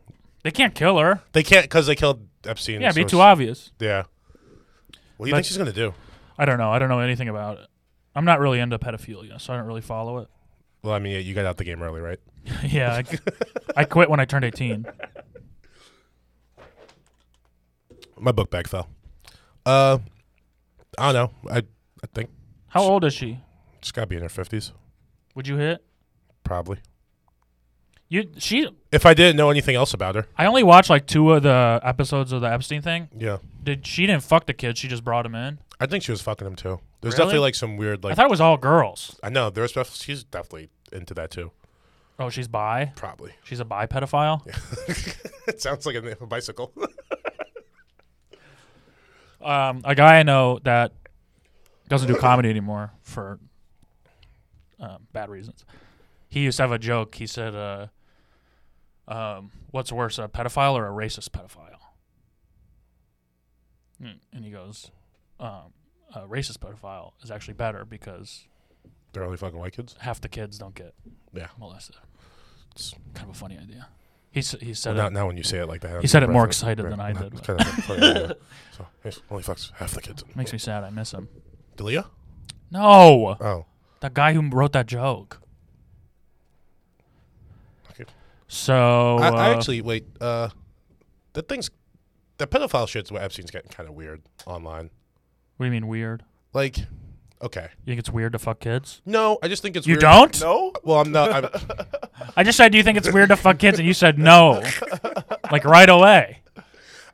A: they can't kill her.
B: They can't because they killed Epstein.
A: Yeah,
B: so
A: it'd be
B: it's-
A: too obvious.
B: Yeah. What do you
A: But-
B: think she's gonna do?
A: I don't know. I don't know anything about it. I'm not really into pedophilia, so I don't really follow it.
B: Well, I mean, yeah, you got out the game early, right?
A: yeah, I, I quit when I turned 18.
B: My book bag fell. Uh, I don't know. I I think
A: How old is she?
B: she's gotta be in her fifties,
A: Would you hit?
B: probably.
A: You she?
B: If I didn't know anything else about her,
A: I only watched like two of the episodes of the Epstein thing.
B: yeah,
A: Did she didn't fuck the kid? She just brought him in.
B: I think she was fucking him too. There's
A: Really?
B: definitely like some weird
A: I
B: like
A: thought it was all girls.
B: I know there's stuff. She's definitely into that too.
A: Oh, she's bi.
B: Probably.
A: She's a bi pedophile.
B: It sounds like a, a bicycle.
A: Um, a guy I know that doesn't do comedy anymore for um, bad reasons. He used to have a joke. He said, uh, um, "What's worse, a pedophile or a racist pedophile?" Mm, And he goes, um, "A racist pedophile is actually better because
B: They're only fucking white kids.
A: half the kids don't get
B: Yeah.
A: molested." It's
B: It's-
A: kind of a funny idea. He s- he said
B: Well,
A: it-
B: not now when you say it like that.
A: He said it more excited than I did.
B: Kind of funny, yeah. So yes, only fucks half the kids.
A: makes me sad. I miss him.
B: Delia.
A: No,
B: Oh,
A: the guy who wrote that joke.
B: okay.
A: So
B: I, I
A: uh,
B: actually wait. Uh, the things, the pedophile shit's what Epstein's getting kind of weird online.
A: What do you mean weird?
B: Like, okay,
A: You think it's weird to fuck kids?
B: no, I just think it's
A: You
B: weird. Uh,
A: don't?
C: No?
B: Well, I'm not. I'm,
A: I just said, do you think it's weird to fuck kids? And you said no, like right away.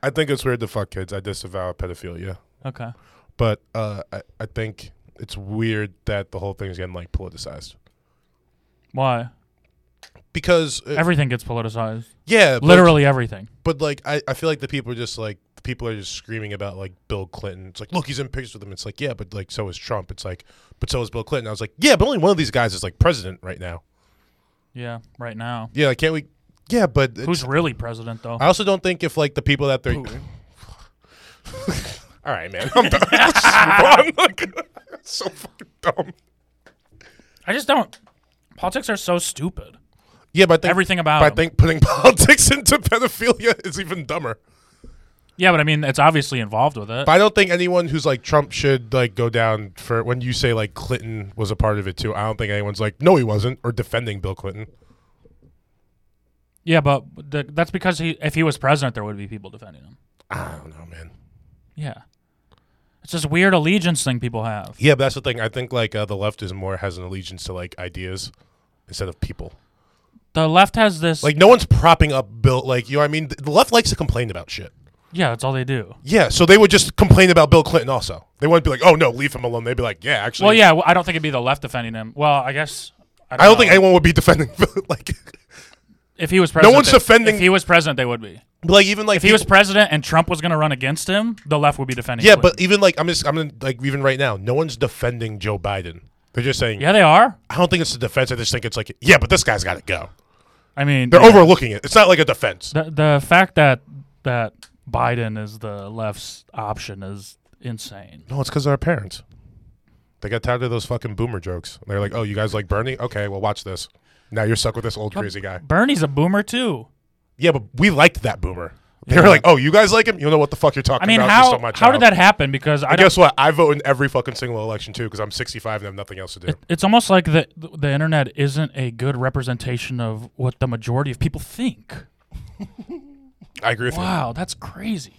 B: I think it's weird to fuck kids. I disavow pedophilia,
A: Okay.
B: but uh, I, I think it's weird that the whole thing's getting like politicized
A: Why?
B: because uh,
A: Everything gets politicized.
B: yeah, but-
A: Literally everything.
B: But like, I, I feel like the people are just like the people are just screaming about like Bill Clinton. It's like, look, he's in pictures with him. It's like, yeah, but like, so is Trump. It's like, but so is Bill Clinton. I was like, yeah, but only one of these guys is like president right now.
A: Yeah, right now.
B: Yeah, like, can't we? Yeah, but it's-
A: Who's really president though?
B: I also don't think if like the people that they're. All right, man. I'm done. Let's move on. Like, so fucking dumb.
A: I just don't. Politics are so stupid.
B: Yeah, but I think,
A: Everything about
B: but I
A: them.
B: think putting politics into pedophilia is even dumber.
A: Yeah, but I mean, it's obviously involved with it.
B: But I don't think anyone who's like Trump should like go down for when you say like Clinton was a part of it too. I don't think anyone's like no he wasn't or defending Bill Clinton.
A: yeah, but the, that's because he, if he was president, there would be people defending him.
B: I don't know, man.
A: Yeah, it's this weird allegiance thing people have.
B: Yeah, but that's the thing. I think like uh, the left is more has an allegiance to like ideas instead of people.
A: The left has this.
B: Like no one's propping up Bill. Like you know, what I mean, the left likes to complain about shit.
A: yeah, that's all they do.
B: Yeah, so they would just complain about Bill Clinton. Also, they wouldn't be like, "Oh no, leave him alone." They'd be like, "Yeah, actually."
A: Well, yeah, well, I don't think it'd be the left defending him. Well, I guess I don't,
B: I don't
A: know.
B: think anyone would be defending Bill. like,
A: if he was president,
B: one's
A: they-
B: defending-
A: If he was president, they would be.
B: like even like
A: If he was president and Trump was going to run against him, the left would be defending.
B: Yeah,
A: Clinton.
B: but even like I'm just I'm gonna, like even right now, no one's defending Joe Biden. They're just saying,
A: yeah, they are.
B: I don't think it's a defense. I just think it's like, yeah, but this guy's got to go.
A: I mean,
B: They're
A: yeah.
B: overlooking it. It's not like a defense.
A: the the fact that that Biden is the left's option is insane.
B: No, it's because of our parents. They got tired of those fucking boomer jokes. They're like, oh, you guys like Bernie? Okay, well, watch this. Now you're stuck with this old crazy guy.
A: Bernie's a boomer too.
B: Yeah, but we liked that boomer. They were like, oh, you guys like him? You don't know what the fuck you're talking
A: I mean,
B: about.
A: how
B: Just on my
A: how
B: child."
A: did that happen? Because I
B: And
A: don't,
B: guess what? I vote in every fucking single election too because I'm 65 and I have nothing else to do.
A: it's almost like the the internet isn't a good representation of what the majority of people think.
B: I agree with
A: Wow, that's crazy.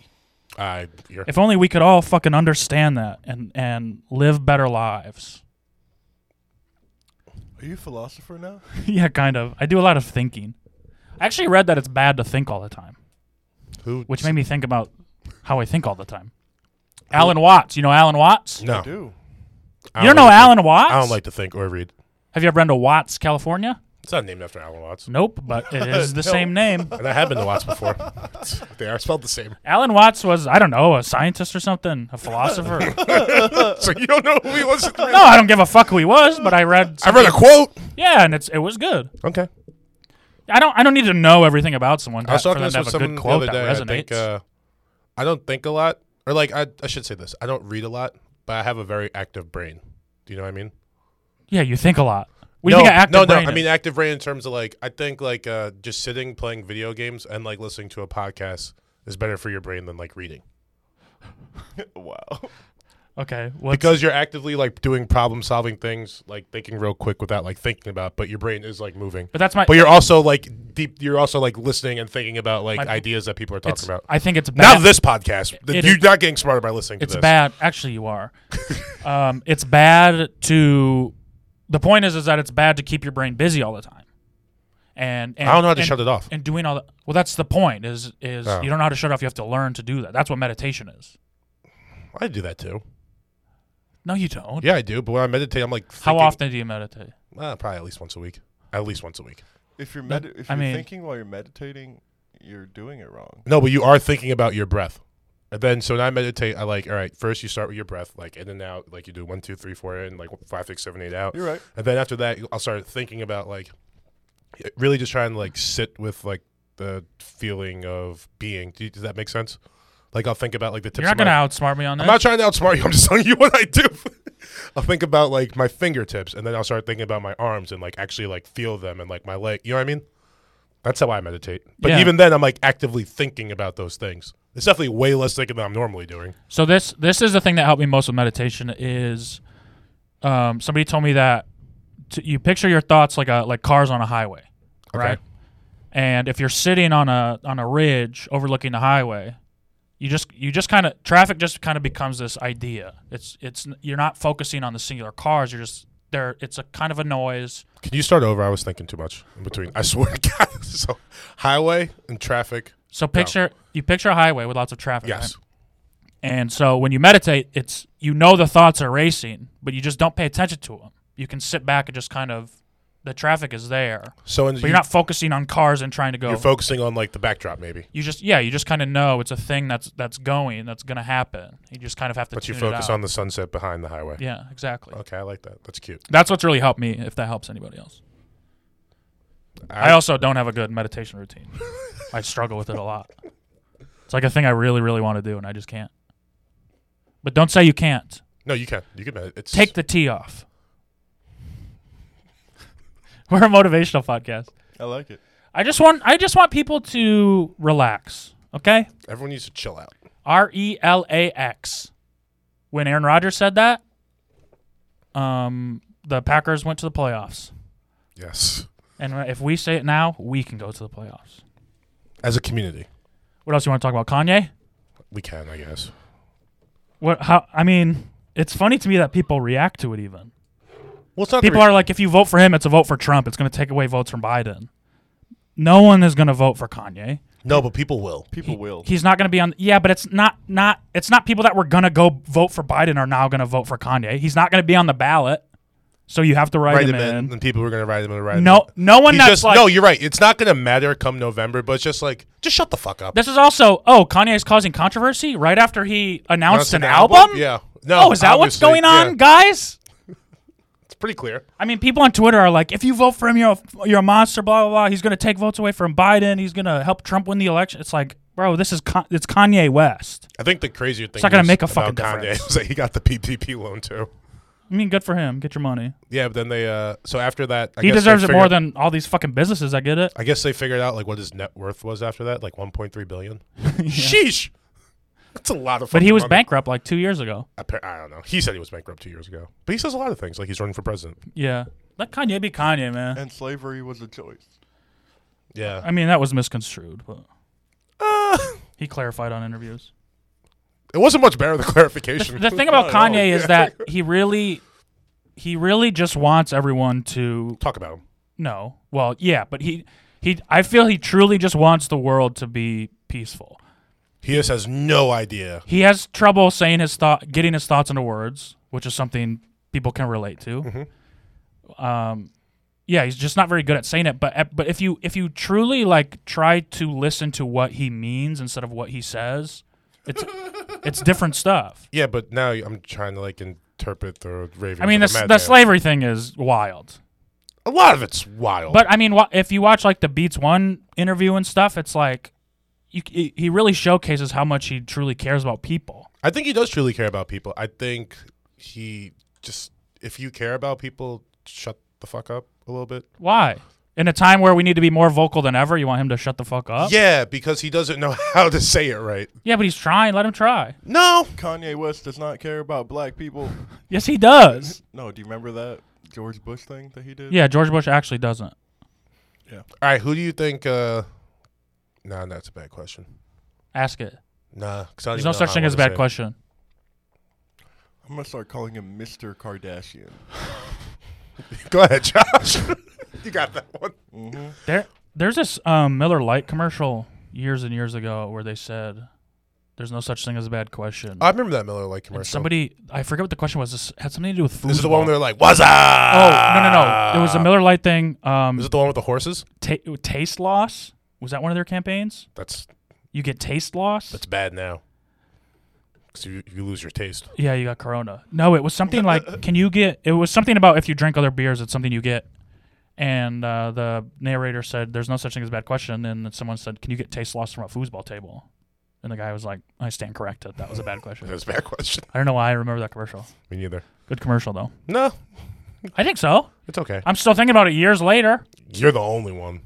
B: you. I, you're,
A: If only we could all fucking understand that and and live better lives.
C: Are you a philosopher now?
A: yeah, kind of. I do a lot of thinking. I actually read that it's bad to think all the time,
B: who?
A: which made me think about how I think all the time. Alan Watts, you know Alan Watts?
B: no,
C: I do.
B: I
A: You don't know
B: like to
A: Alan
B: think-
A: Watts?
B: I don't like to think or read.
A: Have you ever been to Watts, California?
B: It's not named after Alan Watts.
A: Nope, but it is the
C: No.
A: same name.
B: And I have been to Watts before. they are spelled the same.
A: Alan Watts was, I don't know, a scientist or something, a philosopher. no,
B: So you don't know who he was.
A: I don't give a fuck who he was, but I read.
B: I read a quote.
A: yeah, and it's it was good.
B: Okay.
A: I don't I don't need to know everything about someone
B: I was
A: to, for
B: talking
A: them
B: this
A: to
B: with
A: have a
B: someone
A: good
B: the
A: quote
B: other
A: that
B: day. I
A: resonates.
B: think uh, I don't think a lot, or like I, I should say this: I don't read a lot, but I have a very active brain. Do you know what I mean?
A: yeah, you think a lot. We
B: no,
A: think of active
B: no, no.
A: brain
B: I
A: is-
B: mean active brain in terms of like I think like uh, just sitting playing video games and like listening to a podcast is better for your brain than like reading
C: wow.
A: okay, what's,
B: uh, because you're actively like doing problem solving things like thinking real quick without like thinking about, but your brain is like moving.
A: but that's my.
B: But you're also like deep. You're also like listening and thinking about like
A: My-
B: ideas that people are
A: it's,
B: talking about.
A: I think it's
B: Not
A: bad.
B: this podcast. Th-
A: it
B: you're
A: is-
B: not getting smarter by listening
A: it's
B: to this.
A: bad. Actually, you are. um, it's bad to. The point is, is that it's bad to keep your brain busy all the time. And, and
B: I don't know how to
A: and-
B: shut it off.
A: and doing all that. Well, that's the point. Is is
B: Oh.
A: you don't know how to shut off. You have to learn to do that. That's what meditation is.
B: I do that too.
A: No, you don't.
B: Yeah, I do. But when I meditate, I'm like,
A: How
B: thinking-
A: often do you meditate?
B: Uh, probably at least once a week. At least once a week.
C: If you're med- if
A: I
C: you're
A: mean-
C: thinking while you're meditating, you're doing it wrong.
B: No, but you are thinking about your breath. And then, so when I meditate, I like, all right, first you start with your breath, like in and out, like you do one, two, three, four in, like five, six, seven, eight out.
C: You're right.
B: And then after that, I'll start thinking about like, really just trying to like sit with like the feeling of being. Do you- does that make sense? Like I'll think about like the tips.
A: You're not
B: of my-
A: gonna outsmart me on that.
B: I'm not trying to outsmart you. I'm just telling you what I do. I'll think about like my fingertips, and then I'll start thinking about my arms and like actually like feel them and like my leg. You know what I mean? That's how I meditate. But
A: Yeah.
B: even then, I'm like actively thinking about those things. It's definitely way less thinking than I'm normally doing.
A: So this this is the thing that helped me most with meditation is, um, somebody told me that t- you picture your thoughts like a like cars on a highway,
B: Okay.
A: right? And if you're sitting on a on a ridge overlooking the highway, you just you just kind of traffic just kind of becomes this idea. It's it's n- you're not focusing on the singular cars. You're just there. It's a kind of a noise.
B: Can you start over? I was thinking too much in between. I swear to God. So highway and traffic.
A: So picture you picture a highway with lots of traffic. right?
B: Yes.
A: And so when you meditate, it's you know the thoughts are racing, but you just don't pay attention to them. You can sit back and just kind of the traffic is there,
B: So and
A: but you're not focusing on cars and trying to go.
B: you're focusing on like the backdrop maybe,
A: you just yeah, you just kind of know it's a thing that's that's going, that's gonna happen. You just kind of have to.
B: but you
A: tune it
B: focus
A: out.
B: on the sunset behind the highway.
A: Yeah, exactly.
B: Okay, I like that. That's cute.
A: That's what's really helped me. If that helps anybody else, I, also don't have a good meditation routine. I struggle with it a lot. It's like a thing I really really want to do, and I just can't. But don't say you can't.
B: uh, no, you can. You can. med- It's
A: Take the tea off. We're a motivational podcast.
C: I like it.
A: I just want I just want people to relax. Okay?
B: Everyone needs to chill out.
A: R E L A X. When Aaron Rodgers said that, um, the Packers went to the playoffs.
B: Yes.
A: And if we say it now, we can go to the playoffs.
B: As a community,
A: What else you want to talk about? Kanye?
B: we can, I guess.
A: What? How? I mean, it's funny to me that people react to it. Even
B: Well, it's not the
A: people
B: re-
A: are like, if you vote for him, it's a vote for Trump. It's going to take away votes from Biden. No one is going to vote for Kanye.
B: no, but people will.
C: People will.
A: He's not going to be on. Yeah, but it's not not it's not people that were going to go vote for Biden are now going to vote for Kanye. He's not going to be on the ballot, so you have to write,
B: Write
A: him
B: them
A: in.
B: in, and people who are going to write them in. Write
A: No-
B: them in.
A: no one
B: He's
A: that's
B: just,
A: like-
B: no. You're right. It's not going to matter come November, but it's just like just shut the fuck up.
A: This is also oh Kanye is causing controversy right after he announced
B: Honestly,
A: an
B: the
A: album.
B: Yeah. No.
A: Oh, is that what's
B: obviously,
A: going on,
B: yeah.
A: guys?
B: It's pretty clear.
A: I mean, people on Twitter are like, if you vote for him, you're a, you're a monster, blah, blah, blah. He's going to take votes away from Biden. He's going to help Trump win the election. It's like, bro, this is Con- it's Kanye West.
B: I think the crazier thing.
A: not gonna
B: was
A: make a
B: about
A: fucking
B: Kanye
A: difference.
B: was that he got the PPP loan too.
A: I mean, good for him. Get your money.
B: Yeah, but then they. Uh, so after that, I
A: he
B: guess they
A: deserves it more than
B: figured-
A: all these fucking businesses. I get it.
B: I guess they figured out like what his net worth was after that, like 1.3 billion. Sheesh, that's a lot of.
A: But he
B: fucking
A: was
B: money.
A: bankrupt like two years ago.
B: Appa- I don't know. He said he was bankrupt two years ago, but he says a lot of things like he's running for president.
A: Yeah. Let Kanye be Kanye, man.
C: And slavery was a choice.
B: Yeah,
A: I mean, that was misconstrued, but he clarified on interviews.
B: it wasn't much better. The clarification.
A: The thing about
C: Not at all.
A: Kanye is that he really, he really just wants everyone to
B: Talk about him.
A: No. Well, yeah, but he he I feel he truly just wants the world to be peaceful.
B: He just has no idea.
A: He has trouble saying his thought getting his thoughts into words, which is something people can relate to. Um yeah, he's just not very good at saying it, but but if you if you truly like try to listen to what he means instead of what he says, it's it's different stuff.
B: Yeah, but now I'm trying to like interpret the raving.
A: I mean, the, the slavery thing is wild.
B: A lot of it's wild.
A: But I mean, wha- if you watch like the Beats One interview and stuff, it's like you, he he really showcases how much he truly cares about people.
B: I think he does truly care about people. I think he just if you care about people, shut the fuck up a little bit.
A: Why? In a time where we need to be more vocal than ever, you want him to shut the fuck up?
B: Yeah, because he doesn't know how to say it right.
A: Yeah, but he's trying. Let him try.
B: No.
C: Kanye West does not care about black people.
A: Yes, he does.
C: No, do you remember that George Bush thing that he did?
A: Yeah, George Bush actually doesn't.
B: All right, who do you think uh Nah, that's a bad question.
A: Ask it.
B: Nah, 'cause I don't
A: There's
B: even
A: no
B: know
A: such
B: how I
A: thing as a
B: wanna
A: bad
B: say it.
A: question.
C: I'm gonna start calling him Mr. Kardashian.
B: Go ahead, Josh. you got that one.
C: hmm
A: There, there's this um, Miller Lite commercial years and years ago where they said, "There's no such thing as a bad question."
B: I remember that Miller Lite Uh, commercial.
A: and somebody, I forget what the question was. This had something to do with food.
B: this is the one where Ah. they're like, "What's up?" Oh,
A: Oh no no no! It was a Miller Lite thing. Um,
B: Is it the one with the horses?
A: ta- taste loss was that one of their campaigns
B: That's
A: you get taste loss
B: that's bad now. Cuz you, you lose your taste.
A: yeah you got corona no it was something like can you get it was something about if you drink other beers it's something you get and uh, the narrator said there's no such thing as a bad question and then someone said can you get taste loss from a foosball table and the guy was like i stand corrected that was a bad question
B: That's a bad question.
A: i don't know why i remember that commercial
B: Me neither.
A: good commercial though
B: No,
A: i think so
B: it's okay.
A: i'm still thinking about it years later
B: You're the only one.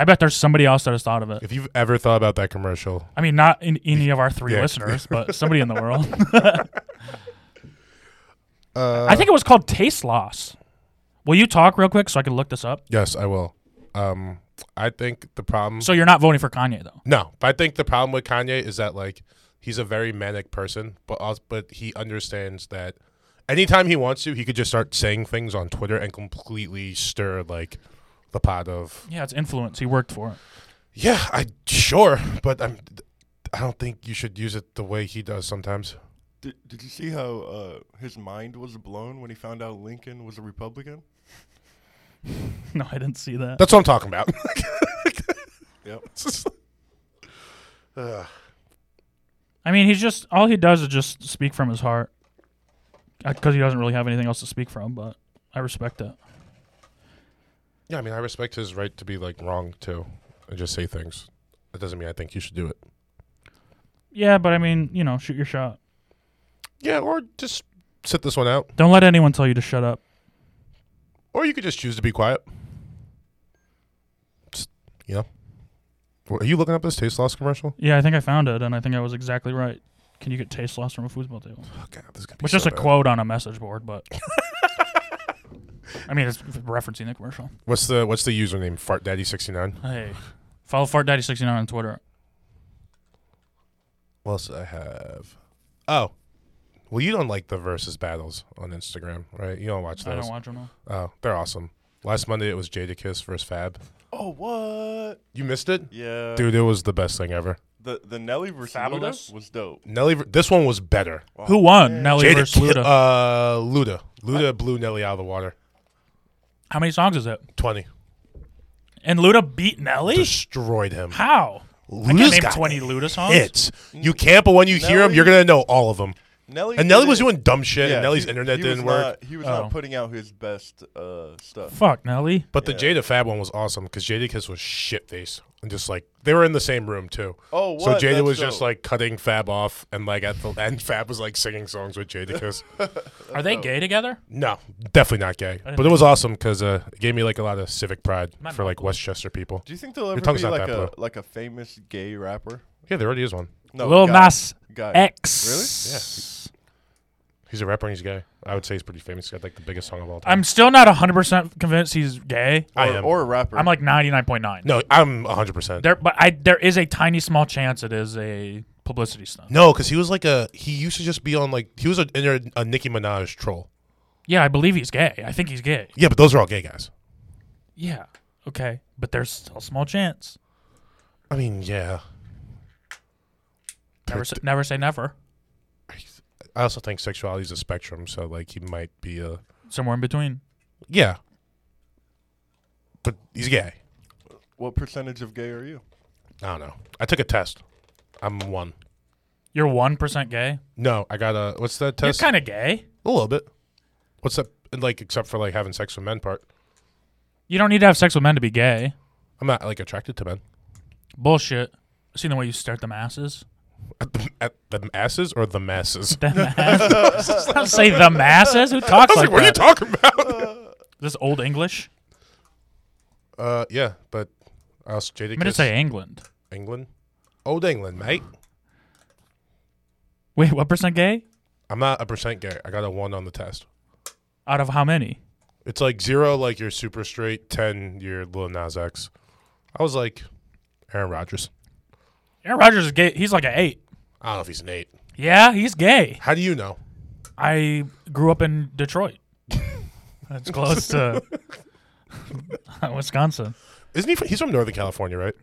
A: i bet there's somebody else that has thought of it
B: If you've ever thought about that commercial,
A: i mean not in any of our three
B: Yeah.
A: listeners but somebody in the world
B: uh,
A: I think it was called Taste Loss. Will you talk real quick so I can look this up?
B: yes, I will. Um, I think the problem.
A: So you're not voting for Kanye though.
B: no, but I think the problem with Kanye is that like he's a very manic person, but also, but he understands that anytime he wants to, he could just start saying things on Twitter and completely stir like the pot of
A: Yeah, it's influence. He worked for it.
B: yeah, I sure, but I'm. I don't think you should use it the way he does sometimes.
C: Did, did you see how uh, his mind was blown when he found out Lincoln was a Republican?
A: no, I didn't see that.
B: That's what I'm talking about.
C: Yep.
B: Ugh.
A: I mean, he's just all he does is just speak from his heart because he doesn't really have anything else to speak from. But I respect it.
B: Yeah, I mean, I respect his right to be like wrong too, and just say things. That doesn't mean I think you should do it.
A: Yeah, but I mean, you know, shoot your shot.
B: Yeah, or just sit this one out,
A: Don't let anyone tell you to shut up.
B: or you could just choose to be quiet. You know, Are you looking up this taste loss commercial?
A: Yeah, I think I found it, and I think I was exactly right. Can you get taste loss from a foosball table?
B: Oh God, this is gonna be
A: Which
B: so
A: is a
B: bad.
A: quote on a message board, but I mean, it's referencing the commercial.
B: What's the What's the username? Fart Daddy sixty nine.
A: Hey, follow Fart Daddy sixty nine on Twitter.
B: What else do I have? Oh, well, you don't like the versus battles on Instagram, right? You don't watch
A: I
B: those.
A: don't watch them. all.
B: oh, they're awesome. Last Monday it was Jadakiss versus Fab.
C: Oh what?
B: You missed it,
C: Yeah.
B: dude. It was the best thing ever.
C: The the Nelly versus Luda
A: Fabulous?
C: was dope.
B: Nelly, ver- this one was better.
A: Who won? Nelly
B: Jada,
A: versus Luda.
B: Uh, Luda. Luda blew Nelly out of the water.
A: How many songs is it?
B: Twenty
A: And Luda beat Nelly.
B: destroyed him.
A: How? I
B: Luda's
A: can't name
B: got
A: twenty Luda songs.
B: Hits. You can't, but when you hear him,
C: Nelly-
B: you're gonna know all of them.
C: Nelly
B: And Nelly was
C: didn't-
B: doing dumb shit,
C: yeah,
B: and Nelly's
C: he-
B: internet
C: he was
B: didn't work.
C: not- he was
A: Oh.
C: not putting out his best uh, stuff.
A: Fuck Nelly.
B: But the
C: Yeah.
B: Jada Fab one was awesome because Jada Kiss was shit face and just like they were in the same room too.
C: Oh,
B: So
C: what?
B: Jada
C: That's
B: was just
C: dope.
B: like cutting Fab off, and like at the end, Fab was like singing songs with Jada Kiss.
A: Are they gay together?
B: no, definitely not gay, but it was awesome because uh, it gave me like a lot of civic pride
A: My
B: for like
A: knuckles.
B: Westchester people.
C: Do you think there'll ever
B: tongue's
C: be
B: not
C: like
B: that
C: a
B: blue.
C: like a famous gay rapper?
B: Yeah, there already is one.
C: No,
A: Lil
C: guy.
A: Nas
C: Guy.
A: X. Really? Yeah.
B: He's a rapper and he's gay. I would say he's pretty famous. He's got like the biggest song of all time.
A: I'm still not 100% convinced he's gay.
C: Or,
B: I am.
C: or a rapper.
A: I'm like 99.9.
B: no, I'm 100. percent
A: There, but I there is a tiny small chance it is a publicity stunt.
B: No, because he was like a he used to just be on like he was a, a Nicki Minaj troll.
A: Yeah, I believe he's gay. I think he's gay.
B: Yeah, but those are all gay guys.
A: Yeah. Okay. But there's still a small chance.
B: I mean, yeah.
A: Never say, never say never.
B: I also think sexuality is a spectrum, so like he might be a
A: Somewhere in between.
B: yeah, but he's gay.
C: what percentage of gay are you?
B: I don't know. I took a test. I'm one.
A: You're 1% gay.
B: No, I got a what's that test?
A: You're kind of gay.
B: a little bit. What's that? and, Like except for like having sex with men part.
A: You don't need to have sex with men to be gay.
B: I'm not like attracted to men.
A: Bullshit. See the way you stare at the masses?
B: At the, at the asses or the masses.
A: The masses. don't say the masses. Who talks like,
B: I was like, what are you
A: that?
B: talking about?
A: this old English?
B: uh, yeah, but I was jaded.
A: I'm going to
B: kiss.
A: say England.
B: England, old England, mate.
A: Wait, what percent gay?
B: I'm not a percent gay. I got a one on the test.
A: Out of how many?
B: It's like zero, like you're super straight. Ten, you're Lil Nas X. I was like Aaron Rodgers.
A: Aaron Rodgers is gay. He's like an eight.
B: I don't know if he's an eight.
A: Yeah, he's gay.
B: How do you know?
A: I grew up in Detroit. That's close to Wisconsin.
B: Isn't he? From, he's from Northern California, right?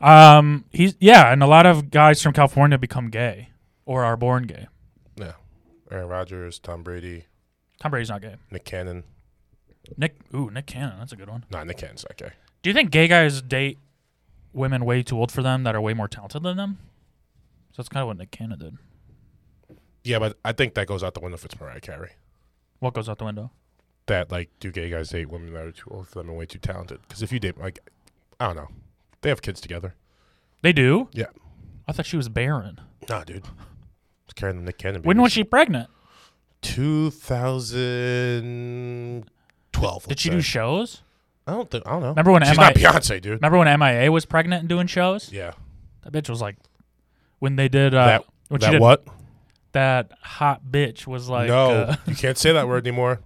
A: Um, he's yeah, and a lot of guys from California become gay or are born gay.
B: Yeah. Aaron Rodgers, Tom Brady,
A: Tom Brady's not gay.
B: Nick Cannon.
A: Nick, ooh, Nick Cannon, that's a good one.
B: Nah, Nick Cannon's not gay.
A: Do you think gay guys date women way too old for them that are way more talented than them? So that's kind of what Nick Cannon did.
B: Yeah, but I think that goes out the window if it's Mariah Carey.
A: What goes out the window?
B: That like, do gay guys date women that are too old for them and way too talented? Because if you date like, I don't know, they have kids together.
A: They do.
B: Yeah.
A: I thought she was barren.
B: Nah, dude. It's carrying the Nick Cannon.
A: When was she pregnant?
B: 2012.
A: Did
B: let's
A: she
B: say.
A: do shows?
B: I don't think I don't know.
A: Remember when
B: she's
A: MI
B: not Beyonce, dude?
A: Remember when MIA was pregnant and doing shows?
B: Yeah,
A: That bitch was like, when they did uh,
B: that
A: when she
B: that
A: did
B: what?
A: that hot bitch was like
B: no,
A: uh,
B: you can't say that word anymore.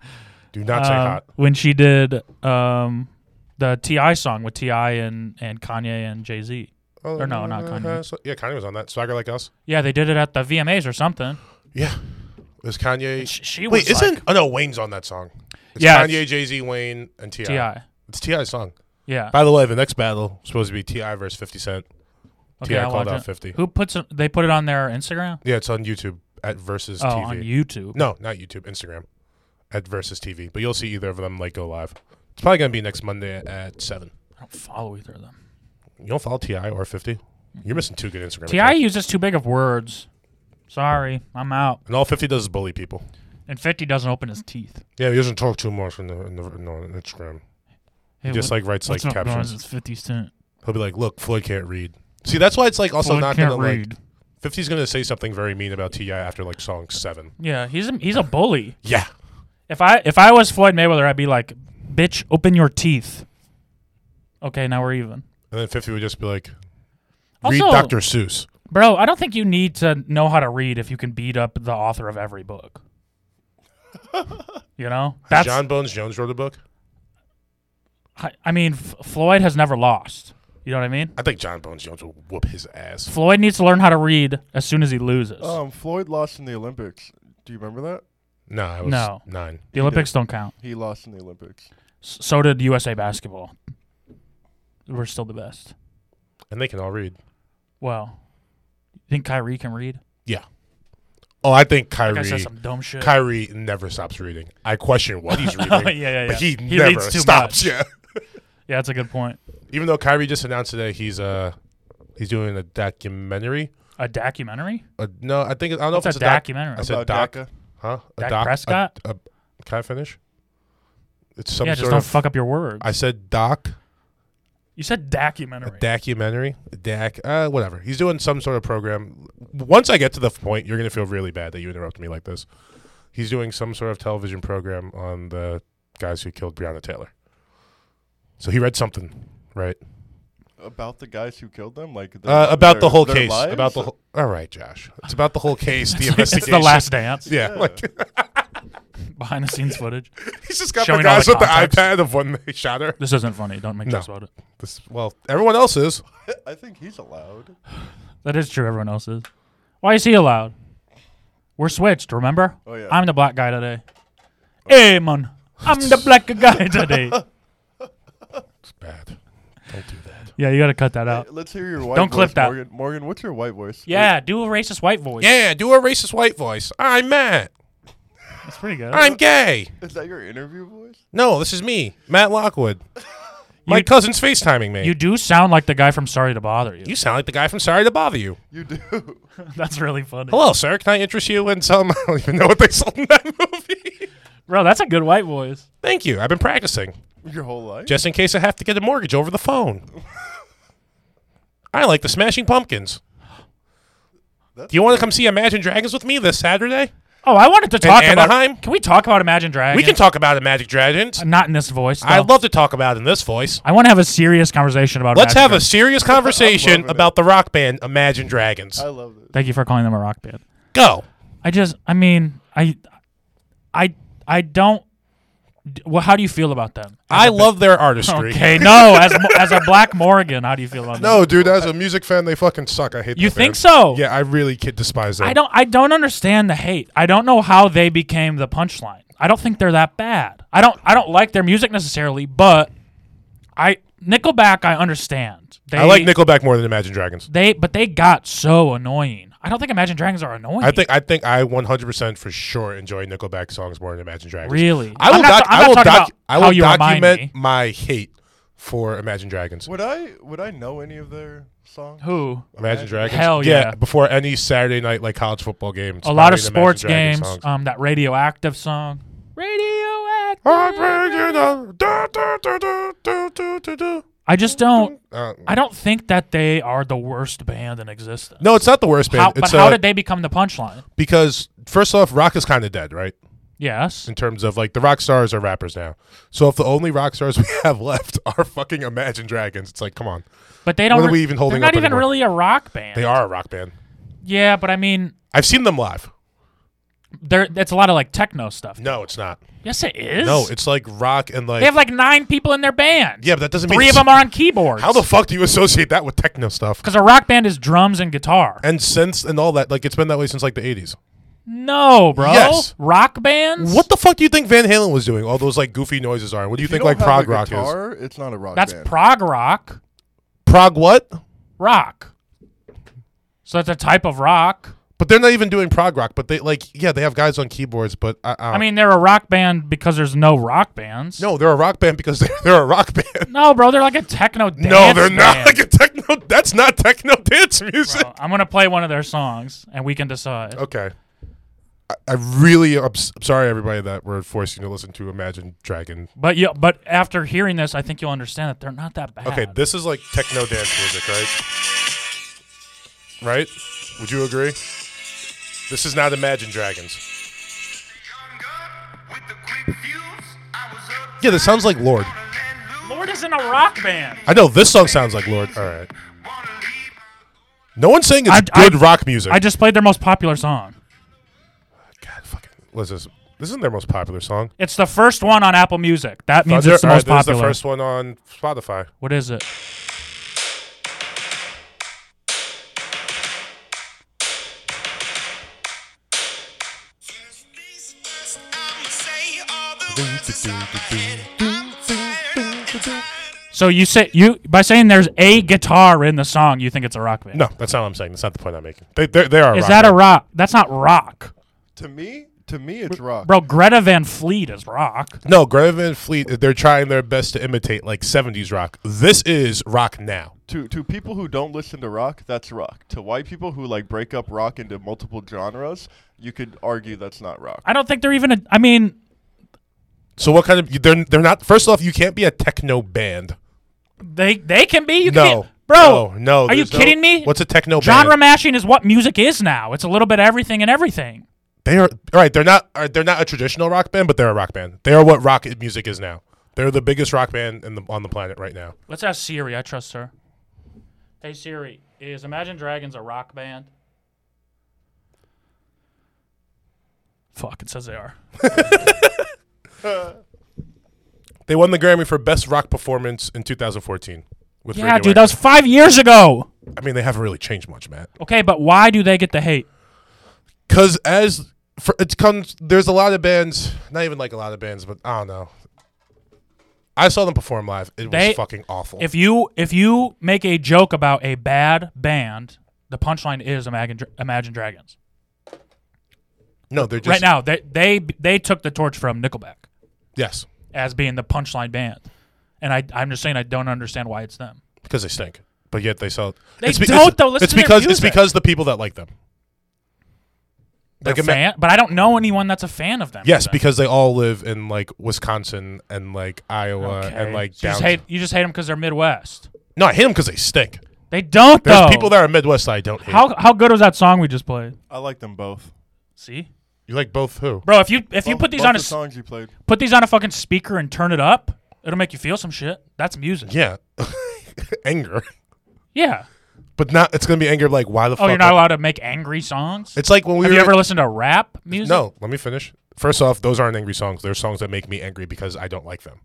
B: Do not say
A: um,
B: hot.
A: when she did um the Ti song with Ti and and Kanye and Jay Z.
B: Oh,
A: or no, not Kanye.
B: so- yeah, Kanye was on that. Swagger like us.
A: Yeah, they did it at the VMAs or something.
B: Yeah, it was Kanye.
A: Sh- she
B: Wait,
A: was
B: isn't? oh no, Wayne's on that song. It's
A: Yeah,
B: Kanye, Jay Z, Wayne, and Ti.
A: like, Ti.
B: It's Ti's song.
A: Yeah,
B: By the way, the next battle is supposed to be Ti versus Fifty Cent.
A: okay,
B: Ti
A: I'll
B: called
A: watch
B: out
A: it.
B: Fifty.
A: Who puts it, they put it on their Instagram?
B: Yeah, it's on YouTube at versus
A: Oh,
B: TV.
A: on YouTube.
B: No, not YouTube, Instagram at versus TV. But you'll see either of them like go live. It's probably gonna be next Monday at seven.
A: I don't follow either of them.
B: You don't follow Ti or Fifty. You're missing two good Instagram.
A: Ti
B: accounts.
A: uses too big of words. Sorry, I'm out.
B: and all Fifty does is bully people.
A: And Fifty doesn't open his teeth.
B: Yeah, he doesn't talk too much on the, on the, on Instagram. He
A: Hey,
B: just
A: what-
B: like writes like
A: what's up, guys?
B: captions.
A: It's Fifty Cent.
B: He'll be like, "Look, Floyd can't read." See, that's why it's like also
A: Floyd
B: not
A: can't
B: gonna like
A: read.
B: Fifty's gonna say something very mean about Ti after like song seven.
A: Yeah, he's a, he's a bully.
B: Yeah,
A: If I if I was Floyd Mayweather, I'd be like, "Bitch, open your teeth." Okay, now we're even.
B: And then 50 would just be like, read
A: Also-
B: Dr. Seuss.
A: Bro, I don't think you need to know how to read if you can beat up the author of every book. you know? That's
B: John Bones Jones wrote a book.
A: I, I mean, F- Floyd has never lost. You know what I mean?
B: I think John Bones Jones will whoop his ass.
A: Floyd needs to learn how to read as soon as he loses.
B: Oh,
C: Um, Floyd lost in the Olympics. Do you remember that?
B: No, I was
A: No.
B: nine.
A: the Olympics don't count.
C: He lost in the Olympics.
A: S- so did USA basketball. We're still the best.
B: And they can all read.
A: Well, you think Kyrie can read?
B: Oh, I think
A: Like I
B: Kyrie.
A: said some dumb shit.
B: Kyrie never stops reading. I question what he's reading,
A: Oh, yeah, yeah, yeah.
B: but he,
A: He
B: never
A: reads too
B: stops.
A: much.
B: Yeah.
A: Yeah, that's a good point.
B: Even though Kyrie just announced today he's uh he's doing a documentary.
A: A documentary?
B: Uh, no, I think I don't know
A: What's
B: if
A: a
B: it's a doc.
A: documentary?
B: I said
C: About
B: doc-
C: DACA.
B: huh? A
A: Dak
B: doc. a-
A: Prescott?
B: a- can I finish? It's some
A: yeah, just
B: sort
A: don't
B: of.
A: fuck up your words.
B: I said doc.
A: you said
B: A
A: documentary.
B: documentary. A dac. Uh, whatever. He's doing some sort of program. Once I get to the point, you're gonna feel really bad that you interrupt me like this. He's doing some sort of television program on the guys who killed Breonna Taylor. So he read something, right?
C: About the guys who killed them, like their-
B: Uh, about
C: their-
B: the whole
C: their
B: case.
C: lives?
B: About the whole. All right, Josh. It's about the whole case. The investigation.
A: it's the last dance.
B: Yeah,
C: Yeah.
B: like
A: Behind the scenes footage.
B: he's just got
A: Showing
B: the
A: all
B: guys
A: the
B: with the
A: context.
B: iPad of when they shot her.
A: This isn't funny. Don't make
B: No.
A: jokes about it.
B: This, well, everyone else is.
C: I think he's allowed.
A: That is true. Everyone else is. Why is he allowed? We're switched. Remember?
C: Oh, yeah.
A: I'm the black guy today.
B: Oh.
A: Hey man, I'm the black guy today.
B: It's bad. Don't do that.
A: yeah, you gotta cut that
C: Hey,
A: out.
C: Let's hear your white
A: Uh, Don't
C: voice,
A: clip that.
C: Morgan. Morgan, what's your white voice?
A: Yeah, do a racist white voice.
B: Yeah, do a racist white voice. I'm Matt.
A: that's pretty good.
B: I'm gay.
C: Is that your interview voice?
B: No, this is me, Matt Lockwood. My
A: You-
B: cousin's FaceTiming me.
A: you
B: You,
A: do sound like the guy from Sorry to Bother You.
B: sound like the guy from Sorry to Bother You.
C: You do.
A: that's really funny,
B: Hello, sir. Can I interest you in some? I don't even know what they sold in that movie.
A: bro. That's a good white voice.
B: Thank you. I've been practicing.
C: your whole life?
B: just in case I have to get a mortgage over the phone. I like the Smashing Pumpkins.
C: That's
B: Do you want to come see Imagine Dragons with me this Saturday?
A: Oh, I wanted to talk
B: Anaheim?
A: about. Can we talk about Imagine Dragons?
B: We can talk about the Magic Dragons.
A: Uh, Not in this voice.
B: I'd
A: though.
B: love to talk about it in this voice.
A: I want to have a serious conversation about.
B: Let's
A: Imagine
B: have a
A: Dragons.
B: serious
C: loving
B: conversation
C: it.
B: about the rock band Imagine Dragons.
A: Uh,
C: I love this.
A: Thank you for calling them a rock band.
B: Go.
A: I just, I mean, I, I, I don't. d- Well, how do you feel about them?
B: I love their artistry.
A: Okay, no, as mo- as a black Morgan, how do you feel about them?
B: No, dude, as a music fan, they fucking suck. I hate
A: You
B: that
A: think
B: band.
A: so?
B: Yeah, I really kid despise them.
A: I don't. I don't understand the hate. I don't know how they became the punchline. I don't think they're that bad. I don't. I don't like their music necessarily, but I Nickelback. I understand. They,
B: I like Nickelback more than Imagine Dragons.
A: They, but they got so annoying. I don't think Imagine Dragons are annoying.
B: I think I think I 100% for sure enjoy Nickelback songs more than Imagine Dragons.
A: really.
B: I will,
A: I'm not,
B: doc-
A: ta- I'm
B: I
A: not
B: will,
A: talking
B: doc-
A: about
B: I
A: how
B: will
A: you remind
B: document
A: me.
B: my hate for Imagine Dragons.
C: Would I would I know any of their songs?
A: Who?
B: Imagine Dragons.
A: Hell yeah.
B: Before any Saturday night like college football game. it's
A: a lot of
B: probably an Imagine
A: sports
B: Dragons
A: games.
B: songs.
A: Um, that radioactive song. Radioactive.
B: I bring you the- do, do, do, do, do, do, do, do.
A: I just don't.
B: Uh,
A: I don't think that they are the worst band in existence.
B: no, it's not the worst band.
A: How,
B: it's
A: but how
B: uh,
A: did they become the punchline?
B: because first off, rock is kind of dead, right?
A: Yes.
B: In terms of like the rock stars are rappers now. So if the only rock stars we have left are fucking Imagine Dragons, it's like, come on,
A: But they don't.
B: What are
A: re-
B: we even holding
A: They're not
B: up
A: even
B: anymore?
A: really a rock band.
B: they are a rock band.
A: Yeah, but I mean,
B: I've seen them live.
A: they're it's a lot of like techno stuff.
B: No, it's not.
A: Yes, it is.
B: No, it's like rock and like
A: they have like nine people in their band.
B: Yeah, but that doesn't mean
A: three of
B: it's-
A: them are on keyboards.
B: How the fuck do you associate that with techno stuff
A: Because a rock band is drums and guitar.
B: and synths and all that? Like it's been that way since like the eighties.
A: No, bro.
B: Yes.
A: Rock bands.
B: What the fuck do you think Van Halen was doing? All those like goofy noises are. What do you
C: If
B: think
C: don't
B: like
C: have
B: prog
C: a
B: rock is?
C: guitar, It's not a rock
A: That's
C: band.
A: prog rock.
B: Prog what?
A: Rock. So that's a type of rock.
B: But they're not even doing prog rock. But they like yeah, they have guys on keyboards. But uh, I, I,
A: I mean, they're a rock band because there's no rock bands.
B: no, they're a rock band because they're, they're a rock band.
A: No, bro, they're like a techno dance
B: no, they're not
A: band.
B: like a techno. That's not techno dance music.
A: Bro, I'm gonna play one of their songs, and we can decide.
B: Okay. I, I really am s- I'm sorry everybody that we're forcing you to listen to Imagine Dragon.
A: But yeah, but after hearing this, I think you'll understand that they're not that bad.
B: Okay, this is like techno dance music, right? Right? Would you agree? This is not Imagine Dragons.
D: Young gun with the quick fuse. I was up
B: Yeah, this sounds like Lord.
D: on a land loop.
A: We're just in a rock band.
B: I know this song sounds like Lord. All right. No one's saying it's
A: I- I-
B: good rock music.
A: I just played their most popular song.
B: God, fucking. What's this? This isn't their most popular song.
A: It's the first one on Apple Music. That means
B: Thunder-
A: it's the
B: all right,
A: most
B: this is
A: popular.
B: the first one on Spotify.
A: What is it? So you say you by saying there's a guitar in the song, you think it's a rock band?
B: No, that's not what I'm saying. That's not the point I'm making. They, they're, they are.
A: Is
B: rock
A: that a
B: band.
A: rock? That's not rock,
C: To me, to me, it's rock.
A: bro. Greta Van Fleet is rock.
B: No, Greta Van Fleet. They're trying their best to imitate like '70s rock. This is rock now.
C: To to people who don't listen to rock, that's rock. To white people who like break up rock into multiple genres, you could argue that's not rock.
A: I don't think they're even. A, I mean,
B: So what kind of? They're they're not. First off, you can't be a techno band.
A: they they can be. You
B: No,
A: can't, bro.
B: No, no,
A: are you
B: there's no-
A: kidding me?
B: What's a techno
A: Genre
B: band?
A: mashing is what music is now. It's a little bit of everything and everything.
B: They are all right. They're not. All right, they're not a traditional rock band, but they're a rock band. They are what rock music is now. They're the biggest rock band in the, on the planet right now.
A: Let's ask Siri. I trust her. Hey Siri, is Imagine Dragons a rock band? Fuck, it says they are.
B: They won the Grammy for best rock performance in 2014. With
A: Yeah,
B: Radioactive.
A: dude, that was five years ago.
B: I mean, they haven't really changed much, Matt.
A: Okay, but why do they get the hate?
B: Because as for, it comes, there's a lot of bands. Not even like a lot of bands, but I don't know. I saw them perform live. It was
A: They-
B: fucking awful.
A: If you if you make a joke about a bad band, the punchline is Imagine, Dra- Imagine Dragons.
B: no, they're
A: right
B: just
A: now, they they they took the torch from Nickelback
B: Yes,
A: as being the punchline band, and I I'm just saying I don't understand why it's them.
B: because they stink. But yet they sell.
A: They
B: it's be-
A: don't,
B: it's,
A: though. Listen
B: it's
A: to their
B: because it's
A: music.
B: because the people that like them.
A: They're
B: Like, ima-
A: fan, but I don't know anyone that's a fan of them.
B: Yes,
A: really.
B: because they all live in like Wisconsin and like Iowa
A: Okay.
B: uh, and like
A: So you just
B: down-
A: hate you just hate them because they're Midwest.
B: No, I hate them because they stink.
A: They don't
B: There's
A: though.
B: people that are Midwest I don't hate.
A: how how good was that song we just played?
C: I like them both.
A: See,
B: you like both who?
A: bro, if you if you
C: Both-
A: put these
C: both
A: on a
C: the
A: s-
C: songs you played.
A: put these on a fucking speaker and turn it up, it'll make you feel some shit. That's music.
B: Yeah, anger,
A: Yeah.
B: but not. It's gonna be anger. Like why the
A: Oh,
B: fuck?
A: you're not
B: am-
A: allowed to make angry songs.
B: It's like when we
A: Have
B: were
A: you ever listened to rap music?
B: no. Let me finish. First off, those aren't angry songs. They're songs that make me angry because I don't like them,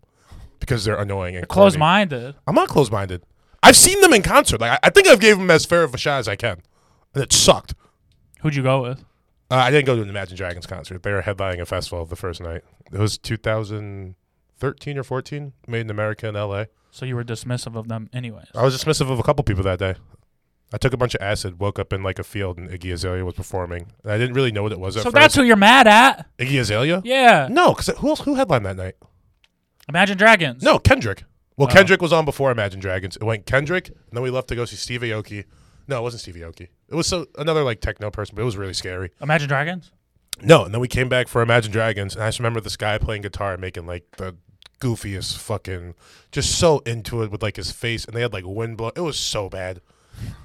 B: because they're annoying and
A: Close
B: corny.
A: minded.
B: I'm not closed minded. I've seen them in concert. Like I, I think I've gave them as fair of a shot as I can, and it sucked.
A: Who'd you go with?
B: Uh, I didn't go to an Imagine Dragons concert. They were headlining a festival the first night. It was 2013 or 14, made in America in LA.
A: So you were dismissive of them, anyways.
B: I was dismissive of a couple people that day. I took a bunch of acid, woke up in like a field, and Iggy Azalea was performing. And I didn't really know what it was at
A: So
B: first.
A: that's who you're mad at.
B: Iggy Azalea?
A: Yeah.
B: No, because who else? Who headlined that night?
A: Imagine Dragons.
B: No, Kendrick. Well,
A: Oh.
B: Kendrick was on before Imagine Dragons. It went Kendrick, and then we left to go see Steve Aoki. No, it wasn't Steve Aoki. It was so, another like techno person, but it was really scary.
A: Imagine Dragons.
B: No, and then we came back for Imagine Dragons, and I just remember this guy playing guitar and making like the goofiest fucking, just so into it with like his face, and they had like wind blow. It was so bad.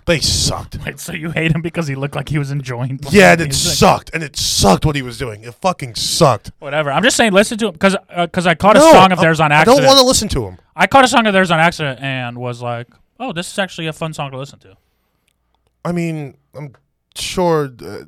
B: They sucked.
A: Wait, so you hate him because he looked like he was enjoying? playing
B: Yeah, and it
A: music?
B: sucked, and it sucked what he was doing. It fucking sucked.
A: Whatever. I'm just saying, listen to him because because I caught a
B: No,
A: song of
B: I-
A: theirs on
B: I don't
A: accident. I,
B: want to listen to him.
A: caught a song of theirs on accident and was like, oh, this is actually a fun song to listen to.
B: I mean, I'm sure. Uh,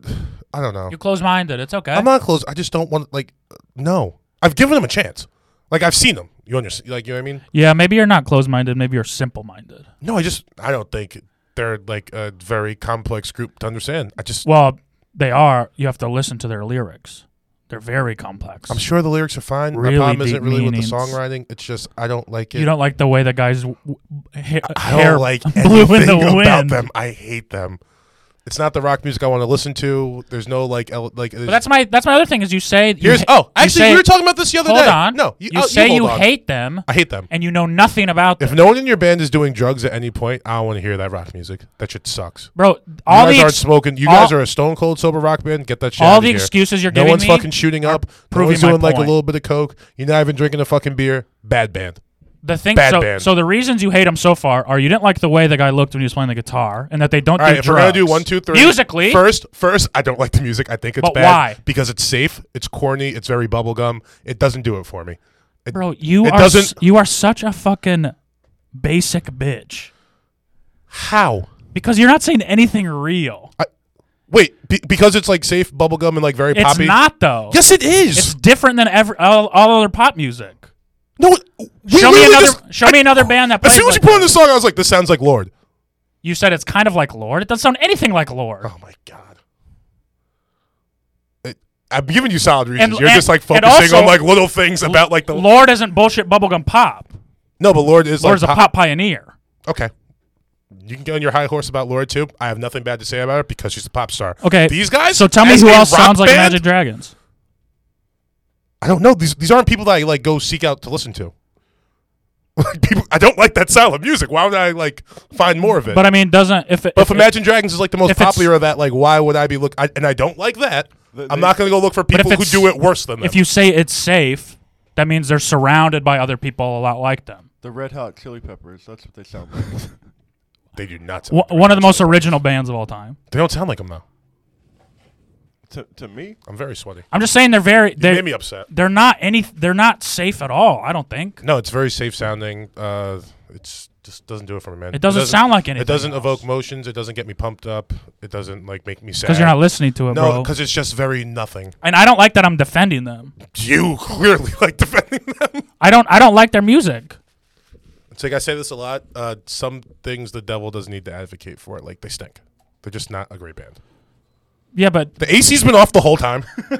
B: I don't know.
A: You close minded. It's okay.
B: I'm not close. I just don't want like. uh, No, I've given him a chance. Like I've seen him. You understand? Like you know what I mean?
A: yeah, maybe you're not close minded. Maybe you're simple minded.
B: No, I just I don't think they're like a very complex group to understand. I just
A: Well, they are. You have to listen to their lyrics. They're very complex.
B: I'm sure the lyrics are fine.
A: Really
B: My problem isn't
A: deep
B: really with
A: meanings.
B: the songwriting. It's just I don't like it.
A: You don't like the way the guys w- w- ha-
B: I don't
A: hair
B: like
A: blew in the
B: anything about
A: wind.
B: them. I hate them. It's not the rock music I want to listen to. There's no like ele- like.
A: But that's my that's my other thing is you say you
B: here's
A: ha-
B: oh
A: you
B: actually
A: say-
B: we were talking about this the other
A: hold
B: day.
A: on
B: No,
A: you,
B: oh,
A: say you,
B: hold on.
A: hate them
B: I hate them.
A: and you know nothing about them
B: If no one in your band is doing drugs at any point, I don't want to hear that rock music. That shit sucks.
A: bro all
B: you guys
A: the
B: aren't
A: ex-
B: smoking. You
A: all-
B: guys are a stone cold sober rock band. Get that shit.
A: all
B: outta
A: the
B: here.
A: excuses you're
B: No
A: giving
B: one's
A: me
B: fucking shooting up. No
A: proving
B: one's
A: my
B: doing like a
A: point.
B: little bit of coke. You're not even drinking a fucking beer. Bad band.
A: the thing
B: Bad
A: so,
B: band.
A: so the reasons you hate them so far are you didn't like the way the guy looked when he was playing the guitar and that they don't
B: All
A: do
B: right, if we're gonna do
A: drugs.
B: one, two, three.
A: musically
B: First, first, I don't like the music. I think it's
A: But
B: bad
A: why?
B: because it's safe. It's corny. It's very bubblegum. It doesn't do it for me. It-
A: Bro, you
B: It
A: are
B: doesn't-
A: s- you are such a fucking basic bitch
B: How?
A: because you're not saying anything real.
B: Uh, Wait, be- because it's like safe bubblegum and like very
A: It's
B: poppy.
A: not though.
B: Yes, it is.
A: It's different than every all, all other pop music.
B: no, we
A: Show me
B: literally
A: another.
B: just-
A: show me another band that
B: As
A: plays.
B: soon as
A: like
B: you put on
A: that.
B: this song, I was like, this sounds like Lord.
A: you said it's kind of like Lord. It doesn't sound anything like Lord.
B: Oh my god. It, I'm giving you solid reasons.
A: And-
B: You're
A: and-
B: just like
A: and
B: focusing on
A: also-
B: like little things about like the
A: Lord isn't bullshit bubblegum pop.
B: no, but Lord is
A: Lord's
B: like
A: a pop pioneer.
B: Okay. You can get on your high horse about Lord too. I have nothing bad to say about her because she's a pop star.
A: Okay,
B: These guys.
A: So tell me
B: as
A: who
B: a
A: else
B: rock
A: sounds like
B: band?
A: Imagine Dragons.
B: I don't know. These these aren't people that I like go seek out to listen to. Like people, I don't like that style of music. Why would I like find more of it?
A: But I mean, doesn't if it,
B: But
A: if
B: if Imagine Dragons is like the most
A: if it's-
B: popular of that, like why would I be look? I, and I don't like that.
C: Th-
B: I'm
C: they-
B: not going to go look for
A: if
B: people who
A: it's-
B: do it worse than them.
A: if you say it's safe, that means they're surrounded by other people a lot like them.
C: The Red Hot Chili Peppers. That's what they sound like.
B: they do not. Sound
A: W-
B: like
A: one of
B: them.
A: the most original bands of all time.
B: They don't sound like them though.
C: to, to me,
B: I'm very sweaty.
A: I'm just saying they're very
B: They
A: they
B: made me upset.
A: they're not any they're not safe at all. I don't think
B: No, it's very safe sounding. Uh, it's just doesn't do it for me, man.
A: it doesn't, sound like anything.
B: It doesn't
A: else.
B: evoke emotions. It doesn't get me pumped up. It doesn't like make me sad.
A: because you're not listening to it,
B: No,
A: bro.
B: because it's just very nothing.
A: And I don't like that I'm defending them.
B: You clearly like defending them.
A: I don't I don't like their music.
B: It's like I say this a lot. Uh, some things the devil doesn't need to advocate for. Like they stink. They're just not a great band.
A: Yeah, but
B: The AC's been off the whole time.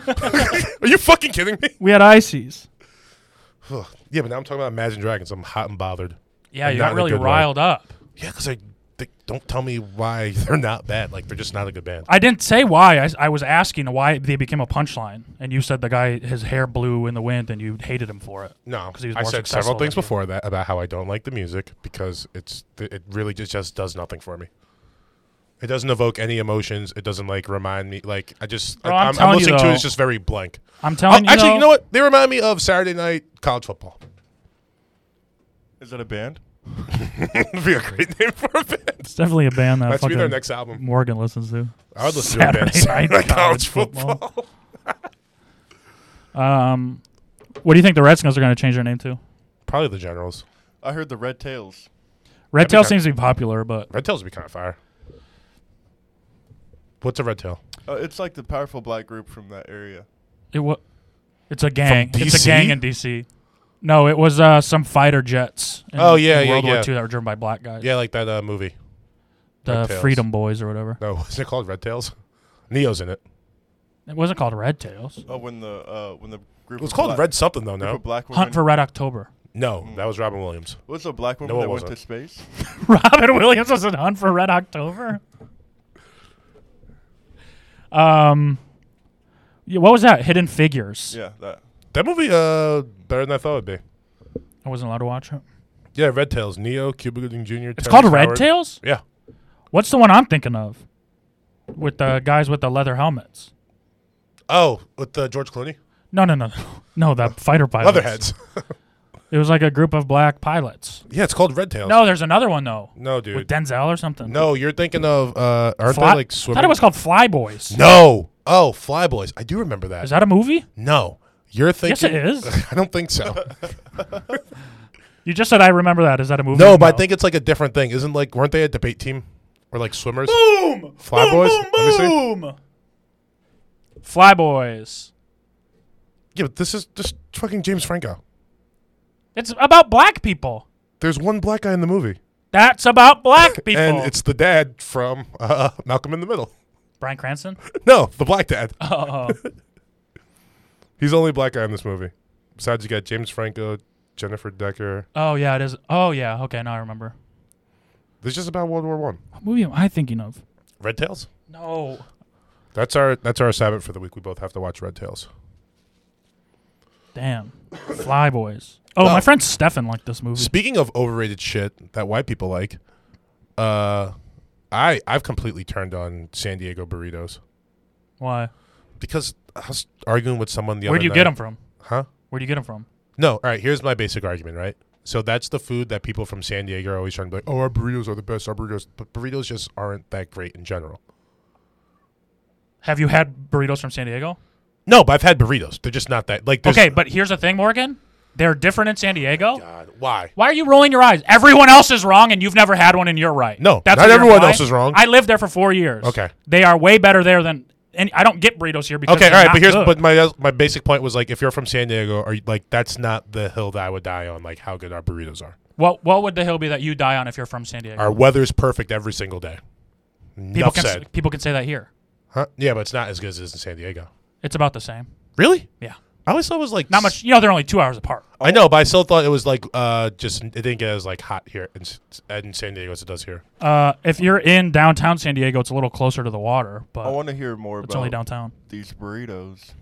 B: Are you fucking kidding me?
A: we had ICs.
B: Ugh. yeah, but now I'm talking about Imagine Dragons. I'm hot and bothered.
A: Yeah,
B: And
A: you got
B: not in a
A: really
B: good way.
A: riled up.
B: Yeah, because I they, don't tell me why they're not bad. Like they're just not a good band.
A: I didn't say why. I, I was asking why they became a punchline, and you said the guy his hair blew in the wind, and you hated him for it.
B: No,
A: 'Cause he was
B: I
A: more
B: said
A: successful
B: several things
A: than you.
B: before that about how I don't like the music because it's th- it really just, just does nothing for me. It doesn't evoke any emotions. It doesn't like remind me. Like I just
A: Bro, I'm
B: I, am
A: telling you,
B: listening to it. It's
A: though.
B: just very blank.
A: I'm telling
B: Oh,
A: you.
B: actually,
A: though,
B: you know what? They remind me of Saturday night college football.
C: is that a band?
B: It'd be a great name for a band.
A: It's definitely a band that
B: That's be their
A: fucking
B: next album.
A: Morgan listens to.
B: I would listen to a band
A: Saturday
B: Saturday
A: night
B: night college
A: college football.
B: football.
A: Um, what do you think the Redskins are going to change their name to?
B: Probably the Generals.
C: I heard the Red Tails.
A: Red
B: That'd be
A: Tail
B: kind-
A: seems to be popular, but
B: Red Tails would be kind of fire. What's a red tail?
C: Uh, it's like the powerful black group from that area.
A: it wa- It's a gang. It's a
B: DC?
A: gang in DC. No, it was uh, some fighter jets. In,
B: Oh, yeah,
A: in
B: yeah,
A: World
B: yeah.
A: War II that were driven by black guys.
B: Yeah, like that uh, movie. Red
A: the
B: Tails.
A: Freedom Boys or whatever.
B: No, isn't it called Red Tails? Neo's in it.
A: It wasn't called Red Tails.
C: Oh, when the uh, when the group
B: It was
C: of
B: called
C: black,
B: Red something though.
C: group
B: No,
C: of black women,
A: Hunt for Red October.
B: no, that was Robin Williams.
C: was a black woman
B: No, it
C: that went
B: wasn't.
C: to space.
A: Robin Williams was in Hunt for Red October. Um, yeah, what was that? Hidden Figures.
C: yeah, that.
B: That movie, uh, better than I thought it'd be.
A: I wasn't allowed to watch it.
B: Yeah, Red Tails, Neo, Cuba Gooding Jr.
A: It's
B: Terrence
A: called Red
B: Howard.
A: Tails.
B: Yeah,
A: What's the one I'm thinking of? With the guys with the leather helmets.
B: Oh, with uh, George Clooney,
A: No, no, no, no, no. The fighter pilots.
B: Leatherheads.
A: It was like a group of black pilots.
B: yeah, it's called Red Tails.
A: No, there's another one though.
B: no,
A: With
B: dude.
A: Denzel or something.
B: no, you're thinking of uh, aren't
A: Fly-
B: they like
A: I
B: swimming?
A: thought it was called Fly Boys.
B: no. Oh, Fly Boys. I do remember that.
A: Is that a movie?
B: no, you're thinking.
A: Yes, it is.
B: I don't think so.
A: You just said I remember that. Is that a movie?
B: no, but I think it's like a different thing. Isn't like weren't they a debate team or like swimmers?
A: Boom!
B: Fly Boys? Let me see.
A: Boom! Boom! Fly Boys.
B: Yeah, but this is just fucking James Franco.
A: It's about black people.
B: There's one black guy in the movie,
A: That's about black people.
B: and it's the dad from uh, Malcolm in the Middle.
A: Brian Cranston.
B: No, the black dad.
A: Oh,
B: He's the only black guy in this movie. Besides, you got James Franco, Jennifer Decker.
A: oh yeah, it is. Oh yeah. Okay, now I remember.
B: This is just about World War One.
A: What movie am I thinking of?
B: Red Tails.
A: No.
B: That's our that's our assignment for the week. We both have to watch Red Tails.
A: Damn. Fly Boys. Oh,
B: Oh.
A: my friend Stefan liked this movie.
B: Speaking of overrated shit that white people like, uh, I I've completely turned on San Diego burritos
A: Why?
B: because I was arguing with someone the
A: Where
B: other
A: do you
B: night.
A: get them from?
B: Huh?
A: Where do you get them from?
B: No, all right. Here's my basic argument, right? So that's the food that people from San Diego are always trying to be like, oh, our burritos are the best. Our burritos, but burritos just aren't that great in general.
A: Have you had burritos from San Diego?
B: No, but I've had burritos. They're just not that like. There's,
A: Okay, but here's the thing, Morgan. They're different in San Diego.
B: God, why?
A: Why are you rolling your eyes? Everyone else is wrong, and you've never had one, and you're right.
B: No,
A: that's
B: not
A: what you're
B: everyone
A: implying.
B: else is wrong.
A: I lived there for four years.
B: Okay.
A: they are way better there than. And I don't get burritos here because
B: Okay, all
A: they're
B: right,
A: not
B: but here's
A: good.
B: but my uh, my basic point was like if you're from San Diego, are you, like that's not the hill that I would die on. Like how good our burritos are.
A: what what would the hill be that you die on if you're from San Diego?
B: Our weather's perfect every single day.
A: people
B: Enough
A: can
B: said.
A: people can say that here.
B: Huh? Yeah, but it's not as good as it is in San Diego.
A: It's about the same.
B: Really?
A: Yeah,
B: I always thought it was like
A: not much. You know, they're only two hours apart.
B: I know, but I still thought it was like uh just it didn't get as like hot here in, S- in San Diego as it does here.
A: Uh, if you're in downtown San Diego, it's a little closer to the water, but
C: I want to hear more
A: Uh, it's only
C: about
A: downtown.
C: these burritos.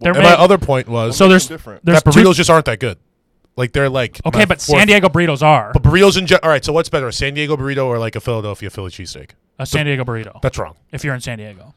A: They're
B: And
A: made-
B: my other point was
A: so there's
C: different.
A: there's
B: that
A: two-
B: burritos just aren't that good. Like they're like
A: okay,
B: my
A: but
B: fourth-
A: San Diego burritos are
B: But burritos in general. All right, so what's better, a San Diego burrito or like a Philadelphia Philly cheesesteak?
A: a San Diego burrito.
B: That's wrong.
A: If you're in San Diego,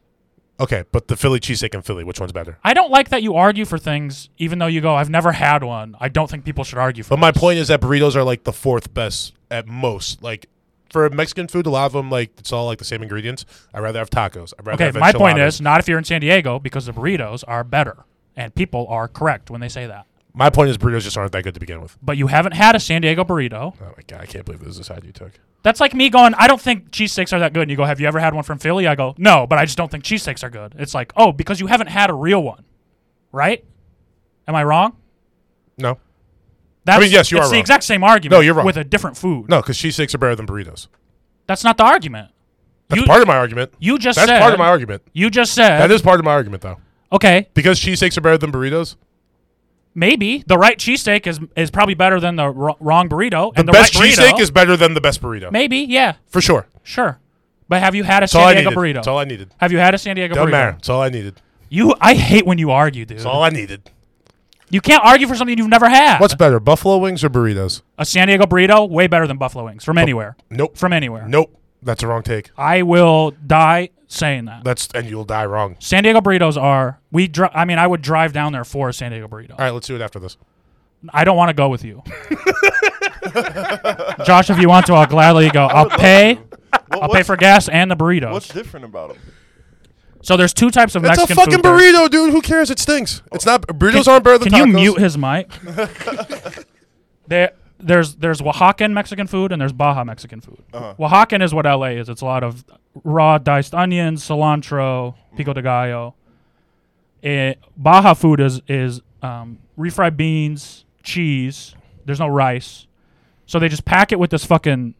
B: Okay, but the Philly cheesesteak in Philly, which one's better?
A: I don't like that you argue for things, even though you go, "I've never had one." I don't think people should argue for.
B: But my
A: this.
B: point is that burritos are like the fourth best at most. Like for Mexican food, a lot of them like it's all like the same ingredients. I'd rather have tacos. I'd rather
A: Okay,
B: have
A: my point
B: enchiladas.
A: is not if you're in San Diego because the burritos are better, and people are correct when they say that.
B: my point is burritos just aren't that good to begin with.
A: But you haven't had a San Diego burrito.
B: Oh my god, I can't believe this is the side you took.
A: That's like me going, I don't think cheesesteaks are that good. And you go, Have you ever had one from Philly? I go, No, but I just don't think cheesesteaks are good. It's like, Oh, because you haven't had a real one, right? Am I wrong?
B: No,
A: That's,
B: yes, you
A: it's
B: are
A: the
B: wrong.
A: exact same argument.
B: No, you're wrong.
A: With a different food.
B: no, because cheesesteaks are better than burritos.
A: That's not the argument.
B: That's
A: you,
B: part of my argument.
A: you just
B: That's
A: said.
B: part of my argument.
A: You just said.
B: That is part of my argument though,
A: okay,
B: because cheesesteaks are better than burritos.
A: maybe the right cheesesteak is is probably better than the wr- wrong burrito.
B: The,
A: and the
B: best
A: right burrito,
B: cheesesteak is better than the best burrito
A: Maybe, yeah,
B: for sure.
A: sure. But have you had a
B: That's all I
A: San Diego
B: needed.
A: burrito?
B: That's all I needed.
A: have you had a San Diego
B: Doesn't
A: burrito?
B: matter. That's all I needed.
A: You, I hate when you argue, dude.
B: That's all I needed.
A: You can't argue for something you've never had.
B: What's better, buffalo wings or burritos?
A: A San Diego burrito, way better than buffalo wings
B: Oh.
A: from anywhere.
B: Nope.
A: From anywhere.
B: Nope. That's a wrong take.
A: I will die saying that.
B: That's and you'll die wrong.
A: San Diego burritos are we dri- I mean I would drive down there for a San Diego burrito.
B: All right, let's do it after this.
A: I don't want to go with you. Josh, if you want to, I'll gladly go. I'll pay.
C: What-
A: I'll pay
C: what's,
A: for gas and the
C: what's
A: burritos.
C: different about them?
A: So there's two types of
B: That's
A: Mexican
B: a fucking
A: food. there.
B: burrito, dude. Who cares? It stinks. It's not burritos aren't better than
A: Can you
B: tacos.
A: mute his mic? there, there's there's Oaxacan Mexican food and there's Baja Mexican food.
B: Uh-huh.
A: Oaxacan is what LA is. It's a lot of raw diced onions, cilantro, pico de gallo. Eh, Baja food is is um, refried beans, cheese. There's no rice, so they just pack it with this fucking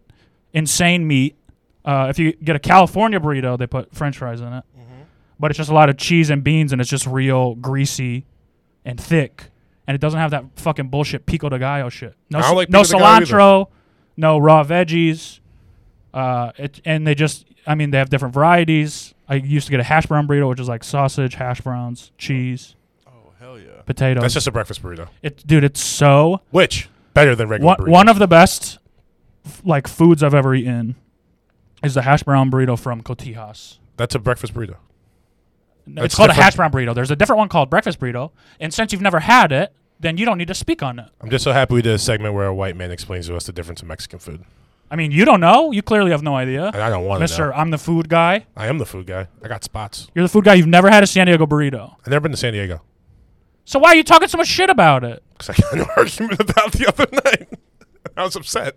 A: insane meat. Uh, if you get a California burrito, they put French fries in it, but it's just a lot of cheese and beans, and it's just real greasy and thick, and it doesn't have that fucking bullshit pico de gallo shit. No,
B: I don't
A: c-
B: like
A: no
B: pico de gallo
A: cilantro, no raw veggies. Uh, it, and they just, I mean, they have different varieties. I used to get a hash brown burrito, which is like sausage, hash browns, cheese,
C: Oh hell yeah!
A: potatoes.
B: That's just a breakfast burrito.
A: it, dude, it's so
B: Which better than regular
A: one,
B: burrito?
A: one of the best f- like foods I've ever eaten is the hash brown burrito from Cotijas.
B: That's a breakfast burrito.
A: No,
B: That's
A: It's called
B: different.
A: a hash brown burrito. There's a different one called breakfast burrito, and since you've never had it, then you don't need to speak on it.
B: I'm just so happy we did a segment where a white man explains to us the difference in Mexican food.
A: I mean, you don't know. You clearly have no idea,
B: And I don't want to
A: Mister.
B: know.
A: I'm the food guy.
B: I am the food guy. I got spots.
A: You're the food guy. You've never had a San Diego burrito,
B: I've never been to San Diego
A: so why are you talking so much shit about it?
B: because I got in an argument about the other night. I was upset.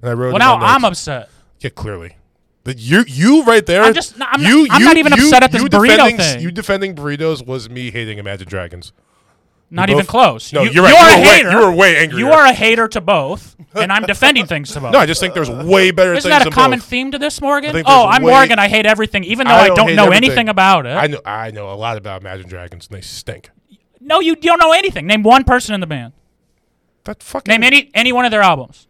B: And I wrote.
A: Well,
B: it in
A: now
B: my
A: I'm
B: notes.
A: upset.
B: Yeah, clearly. That you you right there.
A: I'm just- no, I'm not-
B: you,
A: I'm
B: you-
A: not even
B: you-
A: upset at this
B: you
A: burrito
B: defending-
A: thing.
B: You defending burritos was me hating Imagine Dragons.
A: Not
B: both-
A: even close.
B: No,
A: you,
B: you're right.
A: You're
B: You
A: a
B: were way-
A: hater.
B: you were way angrier.
A: You are a hater to both, and I'm defending things to both.
B: No, I just think there's way better
A: Isn't
B: things.
A: that a
B: than
A: common
B: both.
A: theme to this, Morgan?
B: think
A: Oh,
B: there's
A: I'm
B: way-
A: Morgan. I hate everything, even though
B: I
A: I
B: don't
A: don't,
B: hate
A: know
B: everything.
A: anything about it.
B: I know I know a lot about Imagine Dragons and they stink.
A: no, you don't know anything. Name one person in the band.
B: That fucking
A: Name any any one of their albums.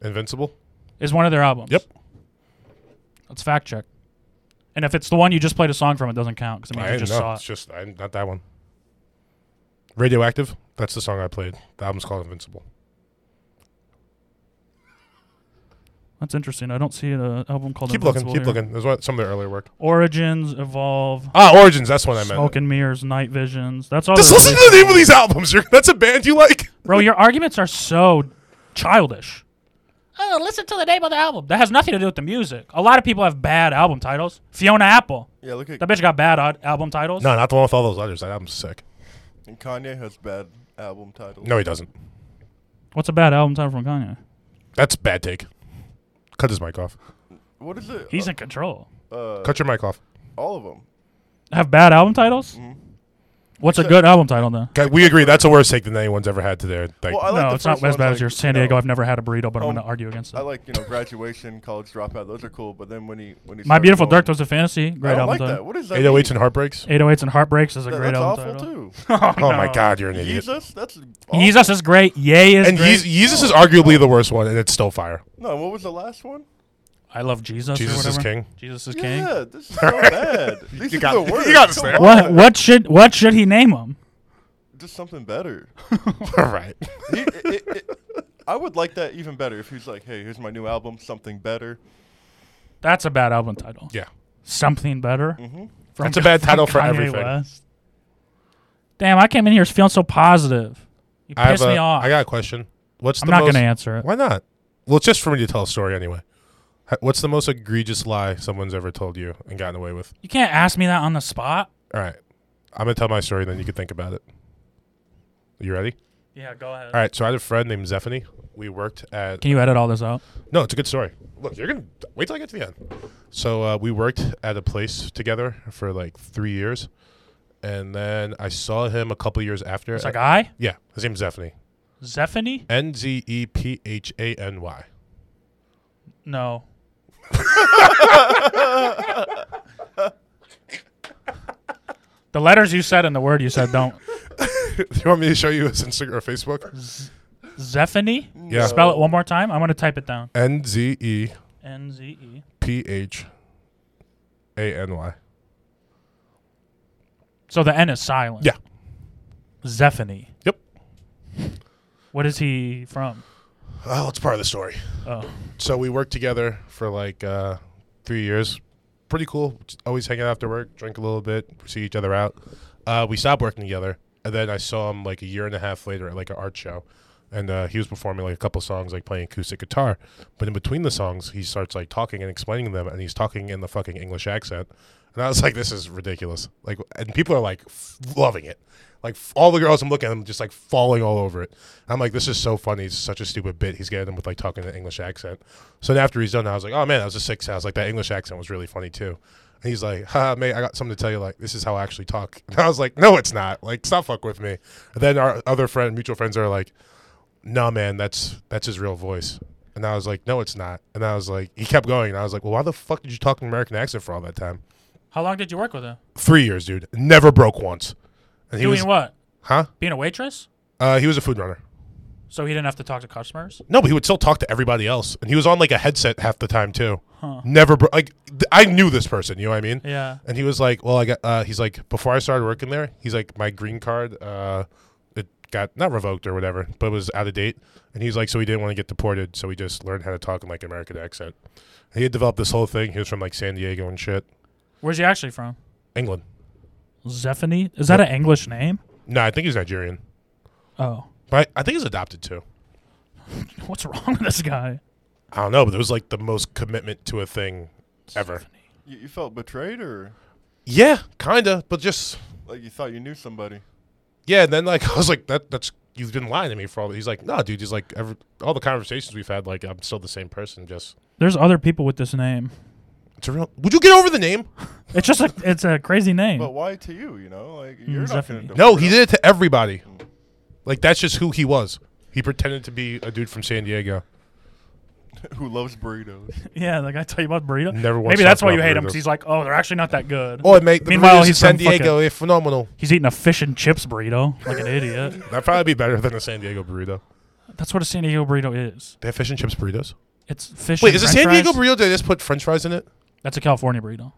B: Invincible.
A: Is one of their albums.
B: Yep.
A: Let's fact check. And if it's the one you just played a song from, it doesn't count because I mean
B: I
A: you just
B: know.
A: saw
B: It's
A: it.
B: just I, not that one. Radioactive. That's the song I played. The album's called Invincible.
A: That's interesting. I don't see an uh, album called.
B: Keep looking.
A: Invincible
B: Keep
A: here.
B: looking. There's one, some of their earlier work.
A: Origins, Evolve,
B: Ah, Origins. That's what I meant.
A: Smoke and Mirrors, Night Visions. That's all.
B: Just
A: there
B: listen
A: is.
B: to the name of these albums. You're, that's a band you like.
A: Bro, your arguments are so childish. Oh, listen to the name of the album. That has nothing to do with the music. A lot of people have bad album titles. Fiona Apple.
C: Yeah, look at
A: That bitch got bad od- album titles.
B: No, not the one with all those letters. That album's sick.
C: Kanye has bad album titles.
B: No, he doesn't.
A: What's a bad album title from Kanye?
B: That's a bad take. Cut his mic off.
C: What is it?
A: He's in control.
C: uh,
B: Cut your mic off.
C: all of them.
A: Have bad album titles?
C: Mhm.
A: What's a
C: Except-
A: good album title then?
B: Okay, we agree. That's a worse take than anyone's ever had today. Like,
C: Well, I like
A: no,
C: the
A: it's not
C: first
A: as
C: one,
A: bad
C: like,
A: as yours. San
C: you know,
A: Diego. I've never had a burrito, but I'm
C: Um,
A: going to argue against it.
C: I like you know graduation, college dropout. Those are cool. But then when he when he
A: My
C: started
A: Beautiful
C: going,
A: Dark was a fantasy. Great
C: I don't
A: album
C: like that.
A: title.
C: What is that?
B: 808s
C: mean?
B: and heartbreaks.
A: 808s and Heartbreaks is a
C: That-
A: great
C: that's
A: album
C: awful
A: title.
C: too.
B: Oh my God, you're an idiot.
C: Jesus, that's awful.
A: Jesus is great. Yay is
B: And
A: great.
B: Yeez- Yeezus is arguably the worst one, and it's still fire.
C: No, what was the last one?
A: I love Jesus. or
B: Jesus is
A: whatever.
B: king.
A: Jesus is king.
C: Yeah, this is so bad. These
B: You
C: are
B: got-
C: the
B: you
C: worst.
B: got us
C: Come
B: there.
C: on.
A: What what should what should he name him?
C: Just something better.
B: All right.
C: He- it- it- it- I would like that even better if he's like, "Hey, here's my new album, something better."
A: That's a bad album title.
B: Yeah. Mm-hmm.
A: Something better.
C: hmm
A: From
B: That's a bad
A: from
B: title for
A: Kanye
B: everything.
A: West. Damn, I came in here feeling so positive. You
B: I have
A: pissed
B: a-
A: me off.
B: I got a question. What's
A: I'm
B: the
A: not
B: most,
A: gonna answer it.
B: Why not? Well, it's just for me to tell a story anyway. H- What's the most egregious lie someone's ever told you and gotten away with?
A: You can't ask me that on the spot.
B: All right. I'm going to tell my story, then you can think about it. You ready?
A: Yeah, go ahead.
B: All right. So I had a friend named Zephany. We worked at
A: Can you edit all this out?
B: No, it's a good story. Look, you're gonna wait till I get to the end. So uh, we worked at a place together for like three years, and then I saw him a couple years after.
A: It's like I,
B: yeah, his name's Zephany.
A: Zephany.
B: N Z E P H A N Y.
A: No, the letters you said and the word you said don't.
B: Do you want me to show you his Instagram or Facebook?
A: Zephany.
B: Yeah.
A: Spell it one more time. I want to type it down.
B: N Z E
A: N Z E.
B: P H A N Y.
A: So the N is silent.
B: Yeah.
A: Zephany.
B: Yep.
A: What is he from?
B: Oh, it's part of the story.
A: Oh,
B: so we worked together for like uh, three years. Pretty cool. Just Always hang out after work, drink a little bit, see each other out. Uh, we stopped working together, and then I saw him like a year and a half later at like an art show, and uh, he was performing like a couple songs, like playing acoustic guitar. But in between the songs, he starts like talking and explaining them, and he's talking in the fucking English accent. And I was like, "This is ridiculous!" Like, and people are like f- loving it. Like f- all the girls I'm looking at them just like falling all over it. I'm like, this is so funny. It's such a stupid bit. He's getting them with like talking in an English accent. So then after he's done, I was like, oh man, that was a six house. Like that English accent was really funny too. And he's like, ha, mate, I got something to tell you. Like this is how I actually talk. And I was like, no, it's not. Like stop fuck with me. And then our other friend, mutual friends, are like, no, man, that's that's his real voice. And I was like, no, it's not. And I was like, he kept going. And I was like, well, why the fuck did you talk in American accent for all that time?
A: how long did you work with him?
B: Three years, dude. Never broke once. And he
A: Doing
B: was,
A: what?
B: huh?
A: Being a waitress.
B: Uh, he was a food runner.
A: So he didn't have to talk to customers.
B: No, but he would still talk to everybody else, and he was on like a headset half the time too. Never bro- like th- I knew this person. You know what I mean?
A: Yeah.
B: And he was like, "Well, I got." Uh, he's like, "Before I started working there, he's like, my green card, uh, it got not revoked or whatever, but it was out of date." And he's like, "So he didn't want to get deported, so he just learned how to talk in like an American accent." And he had developed this whole thing. He was from like San Diego and shit,
A: Where's he actually from?
B: England.
A: Zephany. Is that an English name?
B: No, I think he's Nigerian,
A: Oh,
B: but I, I think he's adopted too.
A: what's wrong with this guy?
B: I don't know, but it was like the most commitment to a thing ever.
C: You, you felt betrayed, or
B: Yeah, kinda, but just
C: like you thought you knew somebody?
B: Yeah, and then like I was like, that that's you've been lying to me for all. He's like, no, dude. He's like, every, all the conversations we've had, like I'm still the same person. Just
A: There's other people with this name.
B: it's a real. Would you get over the name?
A: It's just a, it's a crazy name.
C: But why to you? You know, like
A: Mm,
C: you're not
A: Zephany.
C: going to.
B: No, he did it to everybody. Like that's just who he was. He pretended to be a dude from San Diego.
C: Who loves burritos?
A: yeah, like I tell you about burrito.
B: Never once
A: Maybe that's
B: talked
A: why you
B: about
A: hate him
B: burritos.
A: because he's like, oh, they're actually not that good.
B: Oh, it made the
A: Meanwhile,
B: burritos in
A: he's
B: San
A: from fucking-
B: Diego. They're phenomenal.
A: He's eating a fish and chips burrito like an idiot.
B: That'd probably be better than a San Diego burrito.
A: That's what a San Diego burrito is.
B: They have fish and chips burritos.
A: It's fish.
B: Wait,
A: and
B: is a
A: french
B: San
A: fries.
B: Diego burrito? Did they just put French fries in it?
A: That's a California burrito.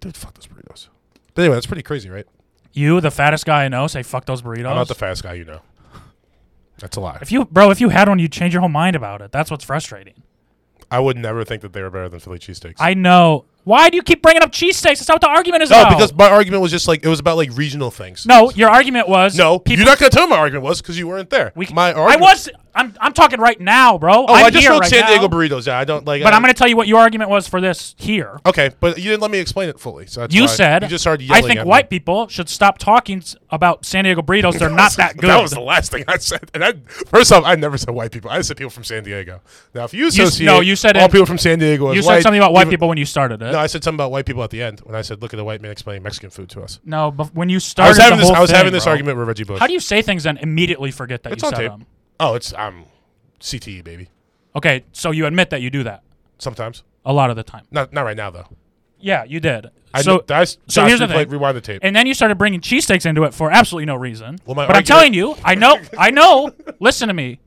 B: Dude, fuck those burritos. But anyway, that's pretty crazy, right?
A: You, the fattest guy I know, say fuck those burritos.
B: I'm not the fast guy, you know. That's a lie.
A: if you, bro, if you had one, you'd change your whole mind about it. That's what's frustrating.
B: I would never think that they were better than Philly cheesesteaks.
A: I know Why do you keep bringing up cheesesteaks? That's not what the argument is
B: No,
A: about.
B: because my argument was just like it was about like regional things.
A: no, your argument was
B: no,
A: people-
B: you're not gonna tell me my argument was because you weren't there.
A: we c-
B: my
A: I
B: argument,
A: was. I'm. I'm talking right now, bro.
B: Oh,
A: I'm
B: I just
A: here
B: wrote
A: right
B: San
A: now.
B: Diego burritos. Yeah, I don't like.
A: But
B: I,
A: I'm going to tell you what your argument was for this here.
B: Okay, but you didn't let me explain it fully. So that's
A: You
B: why
A: said
B: Oh, you just started
A: I
B: yelling.
A: think
B: at me.
A: white people should stop talking s- about San Diego burritos. They're not that good.
B: That was the last thing I said. And I, first off, I never said white people. I said people from San Diego. Now, if you
A: no,
B: associate
A: you said
B: all
A: it-
B: people from San Diego, as
A: you
B: white,
A: said something about white
B: you-
A: people when you started it.
B: No, I said something about white people at the end when I said, "Look at the white man explaining Mexican food to us."
A: No, but when you started
B: I was having
A: the
B: this.
A: whole
B: I was
A: thing,
B: having this
A: bro.
B: argument with Reggie Bush.
A: How do you say things and immediately forget that
B: It's
A: you
B: on
A: said
B: tape.
A: them?
B: Oh, it's um, CTE baby.
A: Okay, so you admit that you do that
B: Sometimes,
A: a lot of the time.
B: not not right now though.
A: Yeah, you did.
B: I
A: so
B: kn- I, so
A: here's the thing.
B: Rewind the tape.
A: and then you started bringing cheesesteaks into it for absolutely no reason.
B: Well,
A: but
B: my
A: I'm
B: argument-
A: telling you, I know, I know. Listen to me.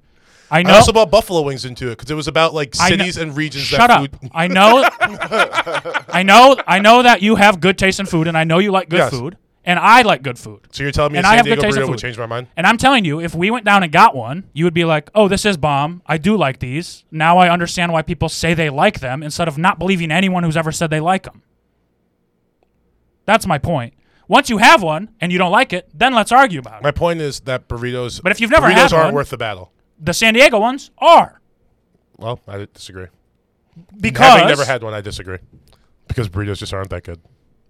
A: I know.
B: I also bought buffalo wings into it because it was about like
A: I kn-
B: cities and regions.
A: Shut
B: that
A: up.
B: Food,
A: I know. I know. I know that you have good taste in food, and I know you like good
B: Yes.
A: food, and I like good food.
B: so you're telling me
A: And
B: a
A: I
B: San
A: have good
B: Diego
A: taste in
B: burrito would
A: food.
B: change my mind?
A: And I'm telling you, if we went down and got one, you would be like, "Oh, this is bomb. I do like these. Now I understand why people say they like them instead of not believing anyone who's ever said they like them." That's my point. Once you have one and you don't like it, then let's argue about it.
B: My point is that burritos.
A: But if you've never
B: burritos
A: had
B: aren't
A: one-
B: worth the battle.
A: The San Diego ones are
B: Well, I disagree.
A: because
B: Having never had one, I disagree. Because burritos just aren't that good.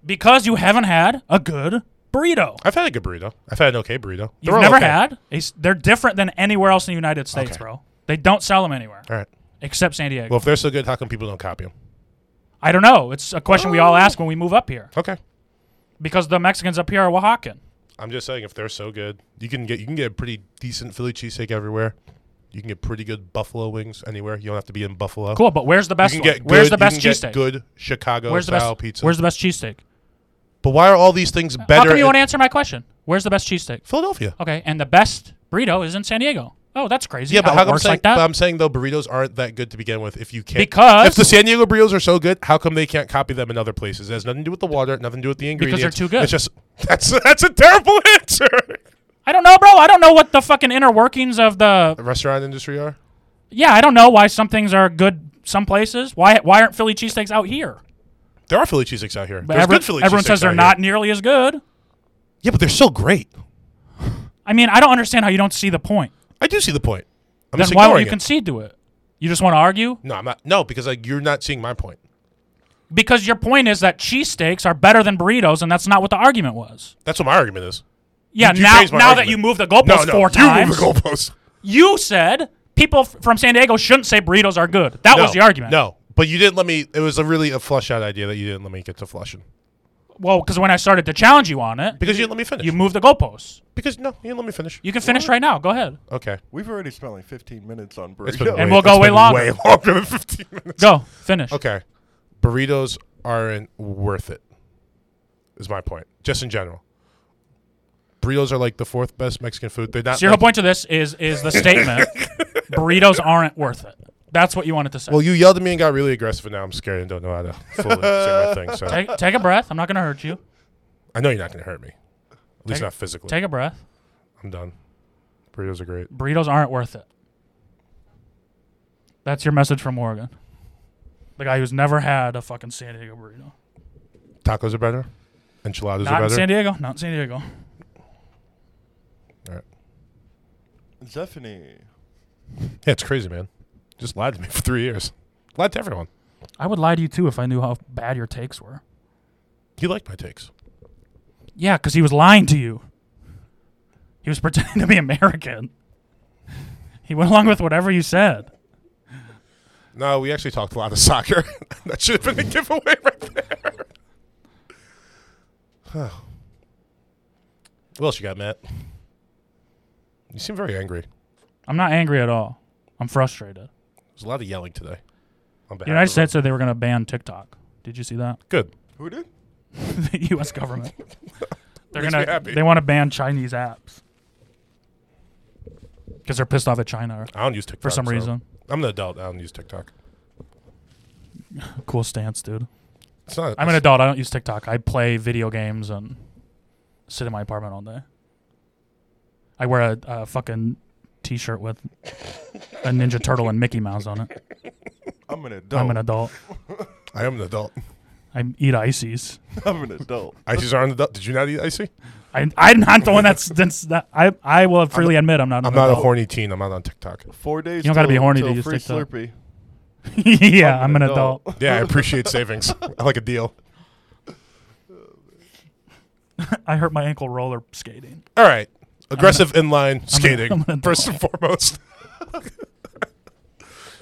A: because you haven't had a good burrito.
B: I've had a good burrito. I've had an okay burrito. They're
A: You've
B: all
A: never
B: okay.
A: had. A s- They're different than anywhere else in the United States,
B: Okay.
A: bro. They don't sell them anywhere
B: All right.
A: except San Diego.
B: Well, if they're so good, how come people don't copy them?
A: I don't know. It's a question we all ask when we move up here
B: Okay.
A: because the Mexicans up here are Oaxacan.
B: I'm just saying, if they're so good, you can get you can get a pretty decent Philly cheesesteak everywhere. You can get pretty good buffalo wings anywhere. You don't have to be in Buffalo.
A: Cool, but where's the best
B: You can
A: one?
B: get good,
A: where's the
B: you
A: best
B: can get
A: cheesesteak?
B: Good Chicago
A: Where's the
B: style
A: best
B: pizza.
A: Where's the best cheesesteak?
B: but why are all these things
A: How
B: better?
A: come you Oh,
B: in
A: won't answer my question? Where's the best cheesesteak?
B: Philadelphia?
A: Okay, and the best burrito is in San Diego. Oh, that's crazy.
B: Yeah, but
A: how
B: how
A: it
B: come um,
A: works
B: saying,
A: like that?
B: But I'm saying though burritos aren't that good to begin with. If you can't,
A: Because-
B: if the San Diego burritos are so good, how come they can't copy them in other places? It has nothing to do with the water, nothing to do with the
A: Because
B: ingredients.
A: they're too good.
B: It's just that's that's a terrible answer.
A: I don't know, bro. I don't know what the fucking inner workings of the
B: The restaurant industry are.
A: Yeah, I don't know why some things are good some places. Why why aren't Philly cheesesteaks out here?
B: There are Philly cheesesteaks out here.
A: But
B: There's
A: every-
B: good Philly
A: everyone
B: cheesesteaks
A: says they're
B: out
A: not
B: here.
A: nearly as good.
B: Yeah, but they're still great.
A: I mean, I don't understand how you don't see the point.
B: I do see the point. I'm
A: Then
B: just
A: why
B: ignoring
A: would you
B: it.
A: concede to it? You just want to argue?
B: no, I'm not. No, because like you're not seeing my point.
A: Because your point is that cheesesteaks are better than burritos, and that's not what the argument was.
B: That's what my argument is.
A: Yeah,
B: You- you
A: now
B: changed my
A: now that
B: argument.
A: you moved the goalpost
B: No, no,
A: four
B: you
A: times,
B: move the goalpost.
A: you said people f- from San Diego shouldn't say burritos are good. That was
B: No,
A: the argument.
B: No, but you didn't let me. It was a really a flush out idea that you didn't let me get to flushing
A: Well, because when I started to challenge you on it,
B: because you didn't let me finish.
A: you moved the goalposts.
B: because no, you didn't let me finish.
A: You can finish right now. Go ahead.
B: Okay.
C: We've already spent like 15 minutes on
B: It's been
C: burrito.
B: way-
A: we'll
B: it's
A: go way
B: been
A: longer.
B: Way longer than 15 minutes.
A: Go finish.
B: Okay. Burritos aren't worth it. Is my point. Just in general. Burritos are like the fourth best Mexican food. They're not
A: So your whole
B: like-
A: point to this is is the statement: burritos aren't worth it. That's what you wanted to say.
B: Well, you yelled at me and got really aggressive, and now I'm scared and don't know how to fully say my thing. So
A: take, take a breath. I'm not going to hurt you.
B: I know you're not going to hurt me. At least
A: Take-
B: not physically.
A: Take a breath.
B: I'm done. Burritos are great.
A: Burritos aren't worth it. That's your message from Morgan, the guy who's never had a fucking San Diego burrito.
B: Tacos are better. Enchiladas
A: not
B: are
A: in
B: better.
A: San Diego. Not in San Diego.
B: All right.
C: Zephany.
B: Yeah, it's crazy, man. Just lied to me for three years. Lied to everyone.
A: I would lie to you too if I knew how bad your takes were.
B: You like my takes.
A: Yeah, because he was lying to you. He was pretending to be American. He went along with whatever you said.
B: No, we actually talked a lot of soccer. that should have been a giveaway right there. Huh. what else you got, Matt? You seem very angry.
A: I'm not angry at all. I'm frustrated.
B: There's a lot of yelling today. On behalf
A: The United
B: of
A: States said they were going to ban TikTok. Did you see that?
B: Good.
C: Who did?
A: the U.S. government. They're
B: Makes me
A: gonna.
B: happy.
A: They want to ban Chinese apps because they're pissed off at China
B: I don't use TikTok
A: for some
B: so-
A: reason.
B: I'm an adult. I don't use TikTok.
A: Cool stance, dude.
B: It's not.
A: I'm an adult. I don't use TikTok. I play video games and sit in my apartment all day. I wear a, a fucking t-shirt with a Ninja Turtle and Mickey Mouse on it.
C: I'm an adult.
A: I'm an adult.
B: I am an adult.
A: I eat ices.
C: I'm an adult.
B: Ices are on the. du- Did you not eat icy?
A: I, I'm not the one that's. that's that, I I will freely admit I'm not.
B: I'm not a
A: horn.
B: horny teen. I'm not on TikTok.
C: Four days.
A: You don't gotta be
C: till-
A: horny to
C: till
A: just
C: free
A: take the-
C: Slurpee.
A: yeah, I'm an adult.
B: Yeah, I appreciate savings. I like a deal.
A: I hurt my ankle roller skating.
B: All right. Aggressive inline skating,
A: I'm an
B: first and foremost.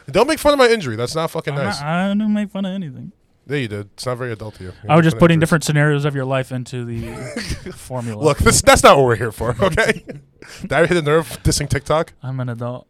B: Don't make fun of my injury. That's not fucking
A: I'm
B: nice.
A: not- I didn't make fun of anything.
B: yeah, you did. It's not very adult to you. You
A: I was
B: make
A: just
B: fun of
A: putting
B: injuries.
A: different scenarios of your life into the formula.
B: Look, this, that's not what we're here for, okay? Did I hit a nerve dissing TikTok?
A: I'm an adult.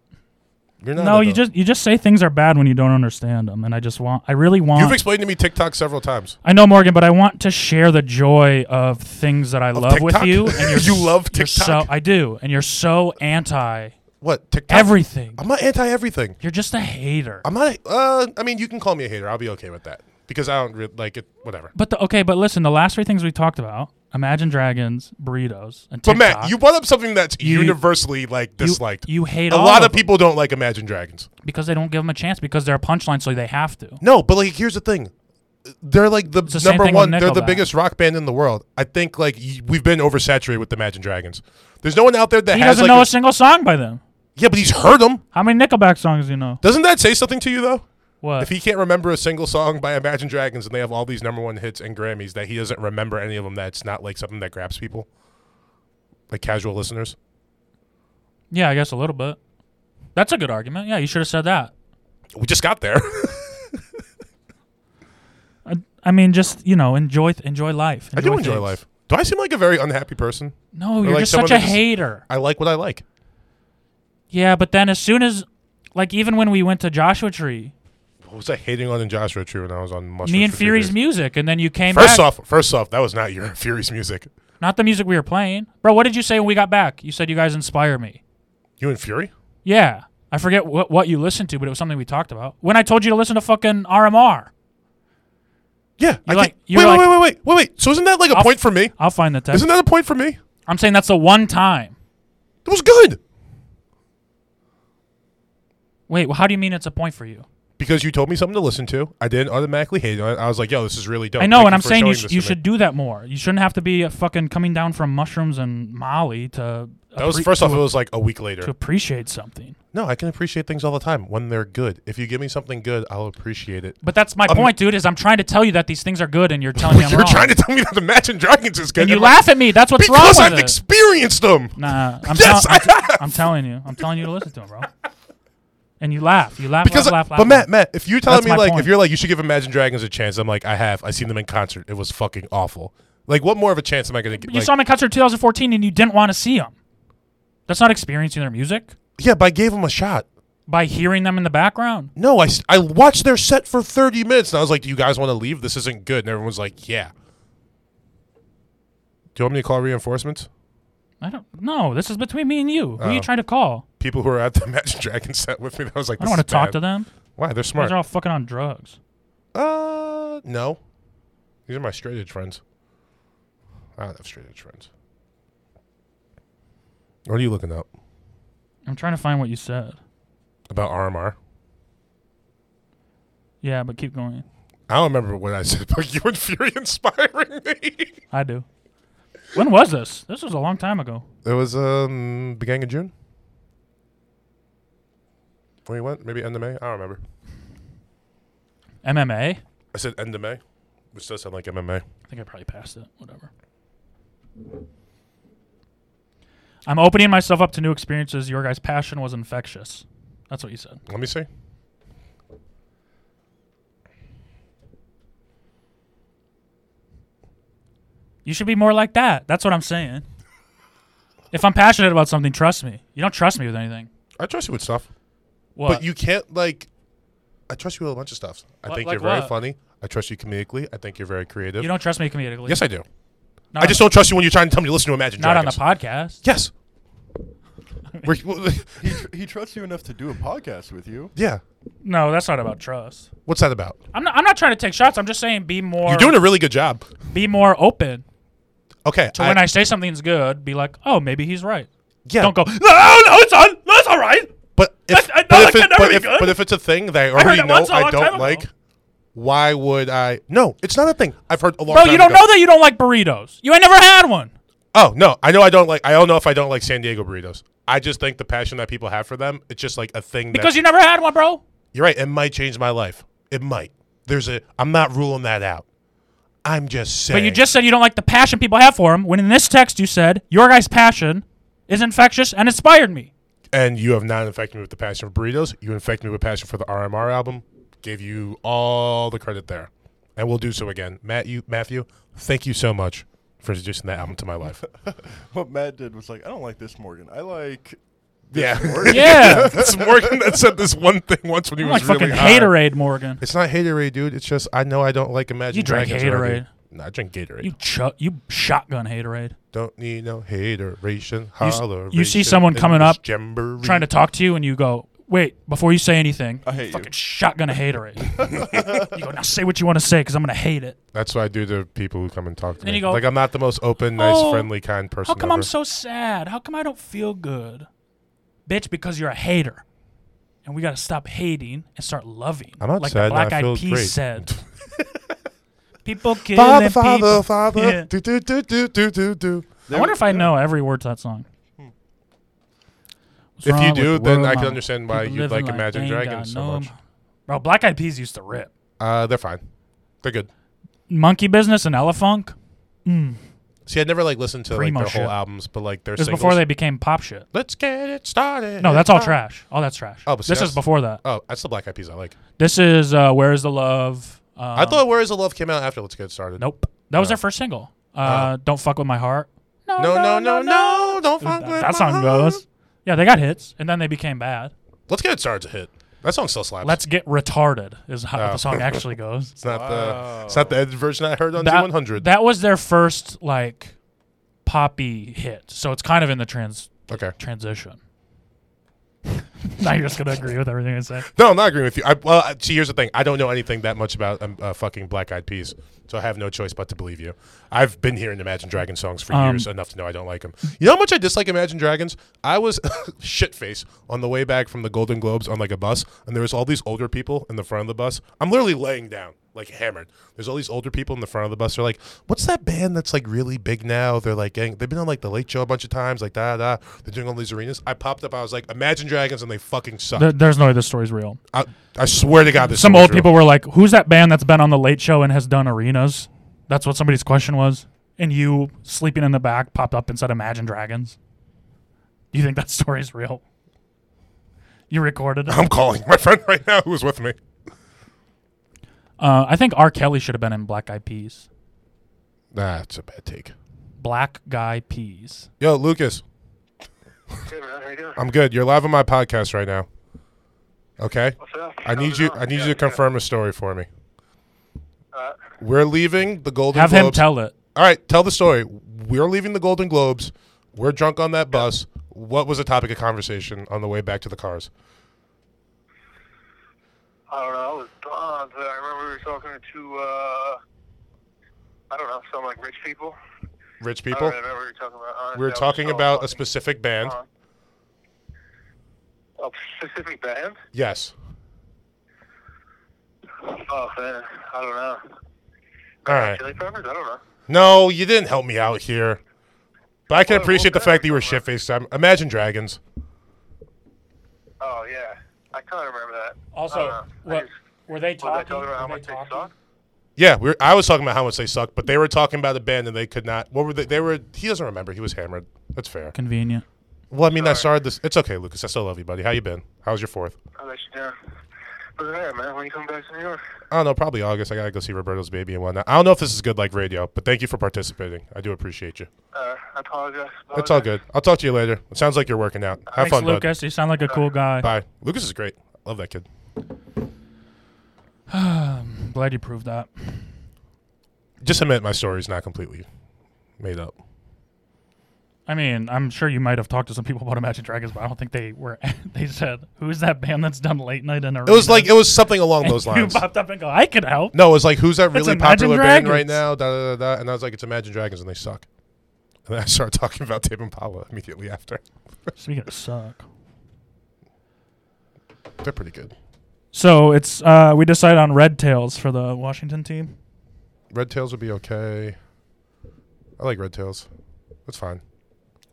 B: You're not. an
A: No, you
B: adult.
A: just you just say things are bad when you don't understand them, and I just want I really want.
B: You've explained to me TikTok several times.
A: I know Morgan, but I want to share the joy of things that I love with
B: TikTok?
A: you. And you're
B: You
A: s-
B: love
A: you're
B: TikTok?
A: so I do, and you're so anti
B: What TikTok?
A: everything.
B: I'm not anti everything.
A: You're just a hater.
B: I'm not. Uh, I mean, you can call me a hater. I'll be okay with that because I don't re- like it. Whatever.
A: But the, okay, but listen, the last three things we talked about: Imagine Dragons, burritos, and
B: But
A: TikTok.
B: Matt, you brought up something that's
A: You-
B: universally like
A: You-
B: disliked.
A: You, hate
B: a
A: all
B: lot
A: of
B: of people don't like Imagine Dragons.
A: them because they don't give them a chance because they're a punchline, so they have to.
B: No, but like here's the thing. They're like the,
A: the same
B: number
A: thing
B: one.
A: with
B: They're the
A: Nickelback.
B: biggest rock band in the world. I think like y- we've been oversaturated with Imagine Dragons. There's no one out there that
A: He
B: has
A: doesn't
B: like
A: know
B: a-
A: a single song by them.
B: yeah, but he's heard them.
A: How many Nickelback songs do you know?
B: Doesn't that say something to you though?
A: What?
B: If he can't remember a single song by Imagine Dragons and they have all these number one hits and Grammys that he doesn't remember any of them, that's not like something that grabs people, like casual listeners.
A: yeah, I guess a little bit. That's a good argument. Yeah, you should have said that.
B: We just got there.
A: I, I mean, just you know, enjoy enjoy life.
B: I do enjoy
A: things.
B: life. Do I seem like a very unhappy person?
A: No, you're
B: like
A: just such
B: someone
A: a
B: that just-
A: hater.
B: I like what I like.
A: Yeah, but then as soon as, like, even when we went to Joshua Tree,
B: What was I hating on in Joshua Tree when I was on Mushrooms?
A: me and
B: for three
A: Fury's
B: days?
A: music, and then you came
B: First
A: back.
B: off, first off, that was not your Fury's music.
A: Not the music we were playing, bro. What did you say when we got back? You said you guys inspire me.
B: You and Fury?
A: Yeah, I forget what what you listened to, but it was something we talked about. When I told you to listen to fucking RMR,
B: Yeah. I
A: like-
B: can't-
A: you're
B: wait,
A: like-
B: wait, wait, wait, wait, wait, wait. So isn't that like a
A: I'll-
B: point for me?
A: I'll find the text.
B: Isn't that a point for me?
A: I'm saying that's the one time.
B: It was good
A: Wait, well, how do you mean it's a point for you?
B: because you told me something to listen to. I didn't automatically hate it. I was like, yo, this is really dope.
A: I know,
B: Thank
A: and
B: you
A: I'm
B: for
A: saying you,
B: showing
A: sh-
B: this
A: you
B: to me.
A: should do that more. You shouldn't have to be a fucking coming down from mushrooms and Molly to.
B: That was
A: appre-
B: first
A: to
B: off. It
A: a-
B: was like a week
A: to
B: later.
A: appreciate something.
B: No, I can appreciate things all the time when they're good. If you give me something good, I'll appreciate it.
A: But that's my
B: Um,
A: point, dude. Is I'm trying to tell you that these things are good, and you're telling me I'm
B: You're
A: wrong.
B: trying to tell me that Imagine Dragons is good.
A: and you
B: I'm like,
A: laugh at me. That's what's wrong
B: because
A: with
B: I've
A: it.
B: experienced them.
A: nah, I'm, tell-
B: Yes, I
A: I'm, t-
B: have.
A: I'm telling you. I'm telling you to listen to him, bro. And you laugh. You laugh.
B: Because,
A: laugh, laugh, laugh,
B: but Matt,
A: laugh.
B: Matt, if you're telling
A: That's
B: me
A: my
B: like, if
A: point.
B: you're like, you should give Imagine Dragons a chance, I'm like, I have. I seen them in concert. It was fucking awful. Like, what more of a chance am I gonna get?
A: you
B: like-
A: saw him in concert in 2014, and you didn't want to see him. That's not experiencing their music
B: yeah, but I gave them a shot.
A: by hearing them in the background.
B: No, I, s- I watched their set for 30 minutes and I was like, do you guys want to leave? This isn't good. And everyone's like, yeah. Do you want me to call reinforcements?
A: I don't. No, this is between me and you. Who are
B: Oh.
A: you trying to call?
B: People who are at the Imagine Dragons set with me. That was like,
A: I don't want to talk to them.
B: Why? They're
A: These
B: smart.
A: are all fucking on drugs.
B: Uh, no. These are my straight edge friends. I don't have straight edge friends. What are you looking up
A: I'm trying to find what you said.
B: about RMR?
A: Yeah, but keep going.
B: I don't remember what I said, but you and Fury inspiring me.
A: I do. When was this? This was a long time ago.
B: It was um beginning of June. When you went, maybe end of May. I don't remember.
A: MMA.
B: I said end of May, which does sound like MMA.
A: I think I probably passed it. Whatever. I'm opening myself up to new experiences. Your guys' passion was infectious. That's what you said.
B: Let me see.
A: You should be more like that. That's what I'm saying. If I'm passionate about something, trust me. You don't trust me with anything.
B: I trust you with stuff,
A: What?
B: but you can't like. I trust you with a bunch of stuff. I
A: What-
B: think
A: like
B: you're very
A: what?
B: funny. I trust you comedically. I think you're very creative.
A: You don't trust me comedically.
B: yes, I do.
A: Not
B: I just
A: on,
B: don't trust you when you're trying to tell me to listen to Imagine
A: not on the podcast.
B: Dragons. yes. We're, well,
C: He, tr- he trusts you enough to do a podcast with you.
B: yeah.
A: No, that's not about trust.
B: What's that about?
A: I'm not. I'm not trying to take shots. I'm just saying be more.
B: You're doing a really good job.
A: be more open.
B: Okay.
A: So when I say something's good, be like, oh, maybe he's right.
B: yeah,
A: Don't go. No, no, it's on. No, it's all right.
B: But if,
A: I- I know
B: but,
A: that
B: if it-
A: can never
B: but
A: be
B: if-
A: good.
B: but if it's a thing that I already
A: that
B: know
A: once a
B: I
A: long time
B: don't
A: ago.
B: like, why would I? No, it's not a thing. I've heard a long
A: Bro,
B: time
A: you don't
B: ago.
A: know that you don't like burritos. You ain't never had one.
B: Oh no, I know I don't like. I don't know if I don't like San Diego burritos. I just think the passion that people have for them, it's just like a thing.
A: Because
B: that,
A: you never had one, bro.
B: you're right. It might change my life. It might. There's a. I'm not ruling that out. I'm just saying.
A: But you just said you don't like the passion people have for them. When in this text you said your guy's passion is infectious and inspired me.
B: and you have not infected me with the passion for burritos. You infect me with passion for the RMR album. Gave you all the credit there, and we'll do so again. Matt, you, Matthew, thank you so much for introducing that album to my life.
C: What Matt did was like, I don't like this Morgan. I like
B: yeah,
A: Yeah.
B: it's Morgan that said this one thing once when he
A: I'm like
B: was
A: fucking
B: really high.
A: Haterade, Morgan.
B: It's not haterade, dude. It's just I know I don't like Imagine
A: You drink
B: Dragons already.
A: Haterade.
B: No, I drink Gatorade.
A: You chuck, you shotgun Haterade.
B: don't need no hateration.
A: s-
B: Holleration.
A: you see someone
B: in
A: coming
B: this
A: up,
B: jamboree.
A: Trying to talk to you and you go, wait, before you say anything,
C: I hate you.
A: fucking shotgun a Haterade. you go, now say what you want to say because I'm gonna hate it.
B: That's what I do to people who come and talk to
A: Then
B: me.
A: you go,
B: like I'm not the most open, nice,
A: "Oh,
B: friendly, kind person.
A: How come
B: ever."
A: I'm so sad? How come I don't feel good? Bitch, because you're a hater. And we gotta stop hating and start loving.
B: I'm not
A: like
B: sad,
A: the Black
B: I
A: Eyed
B: feel
A: Peas
B: great.
A: said. people killing
B: Father,
A: people.
B: father, father.
A: Yeah.
B: Do, do, do, do, do, do, do.
A: I wonder if I know every word to that song. What's
B: If you
A: wrong
B: do,
A: with the
B: then
A: world,
B: I can
A: mom?
B: understand why
A: People
B: you'd
A: living
B: like
A: they
B: Imagine
A: ain't got
B: Dragons so
A: no-
B: much.
A: Bro, Black Eyed Peas used to rip.
B: Uh, they're fine. They're good.
A: Monkey Business and Elefunk.
B: See, I never like listened to like
A: Primo
B: their
A: shit.
B: whole albums, but like their
A: This is
B: singles.
A: before they became pop shit.
B: Let's get it started.
A: No, that's all
B: Ah.
A: trash. All that's trash.
B: Oh, but see,
A: this is
B: that's-
A: before that.
B: Oh, that's the Black Eyed Peas I like.
A: This is uh, Where Is the Love? Um,
B: I thought Where Is the Love came out after Let's Get It Started.
A: Nope. That was their first single.
B: Uh-huh.
A: Uh, Don't fuck with my heart.
B: No, no, no, no. Don't fuck with
A: That, that
B: my
A: song
B: heart.
A: goes. Yeah, they got hits, and then they became bad.
B: Let's Get It Started's a hit. That song still slaps.
A: Let's get retarded is how
B: Oh.
A: the song actually goes.
B: it's not the it's not the edited version I heard on
A: that,
B: D100.
A: That was their first like poppy hit, so it's kind of in the trans
B: okay.
A: transition. now you're just gonna agree with everything I say.
B: No, I'm not agreeing with you. I, well, I- see, here's the thing. I don't know anything that much about um, uh, fucking Black Eyed Peas, so I have no choice but to believe you. I've been hearing Imagine Dragons songs for
A: Um,
B: years enough to know I don't like them. You know how much I dislike Imagine Dragons? I was shit face on the way back from the Golden Globes on like a bus, and there was all these older people in the front of the bus. I'm literally laying down. Like hammered. There's all these older people in the front of the bus. They're like, "What's that band that's like really big now?" They're like, gang- "They've been on like the Late Show a bunch of times, like da da." They're doing all these arenas. I popped up. I was like, "Imagine Dragons," and they fucking suck.
A: There, there's no way this story's real.
B: I, I swear to God, this
A: Some
B: is
A: old
B: true.
A: people were like, "Who's that band that's been on the Late Show and has done arenas?" That's what somebody's question was. And you sleeping in the back popped up and said, "Imagine Dragons." You think that story's real? You recorded. it?
B: I'm calling my friend right now who was with me.
A: Uh, I think R. Kelly should have been in Black Eyed Peas.
B: That's a bad take.
A: Black Guy Peas.
B: Yo, Lucas,
D: Hey man, how you doing?
B: I'm good. You're live on my podcast right now. Okay,
D: What's up?
B: I need
D: How's it
B: you.
D: going?
B: I need
D: Yeah,
B: you to
D: yeah.
B: confirm a story for me.
D: Uh,
B: We're leaving the Golden.
A: Have him
B: Globes.
A: tell it.
B: All right, tell the story. We're leaving the Golden Globes. We're drunk on that bus. What was the topic of conversation on the way back to the cars?
D: I don't know. I was blonde, but I remember we were talking to uh, I don't know, some like rich people.
B: Rich
D: I
B: people.
D: don't really remember what we were talking about. Honestly,
B: We were
D: I was
B: talking
D: so
B: about a
D: fucking
B: specific band.
D: blonde. A specific band?
B: Yes.
D: Oh man, I don't know.
B: All right.
D: Chili Peppers? I don't know.
B: No, you didn't help me out here. But I can
D: Well,
B: appreciate the
D: well,
B: fact that you were shit faced. Imagine Dragons.
D: Oh yeah, I kind of remember that. I
A: Also,
D: don't know. I
A: what,
D: just-
A: were they
D: was I
A: talking?
D: talking about how
A: Were
D: much
A: they
D: they
A: talking?
D: suck?
B: Yeah, we were, I was talking about how much they suck, but they were talking about a band and they could not. What were they? They were. He doesn't remember. He was hammered. That's fair.
A: Convenient.
B: Well, I mean, I started this. It's okay, Lucas. I still love you, buddy. How you been? How's your fourth?
D: I'll let you know. But there, man, when you come back to New York.
B: I don't know. Probably August. I gotta go see Roberto's baby and whatnot. I don't know if this is good like radio, but thank you for participating. I do appreciate you.
D: Uh, I apologize.
B: It's all good. I'll talk to you later. It sounds like you're working out. Have
A: Thanks,
B: fun, bud.
A: Lucas. You sound like a cool guy.
B: Bye. Lucas is great. Love that kid.
A: I'm glad you proved that.
B: Just admit my story's not completely made up.
A: I mean, I'm sure you might have talked to some people about Imagine Dragons, but I don't think they were. they said, "Who's that band that's done late night in a?"
B: It was like it was something along those
A: you
B: lines.
A: popped up and go, "I could help."
B: No, it was like who's that really
A: Imagine
B: popular band
A: Dragons.
B: right now? Da, da, da, da. And I was like, it's Imagine Dragons, and they suck. And then I started talking about Dave Impala immediately after.
A: Speaking of suck,
B: They're pretty good.
A: So it's uh, we decided on Red Tails for the Washington team.
B: Red Tails would be okay. I like Red Tails. That's fine.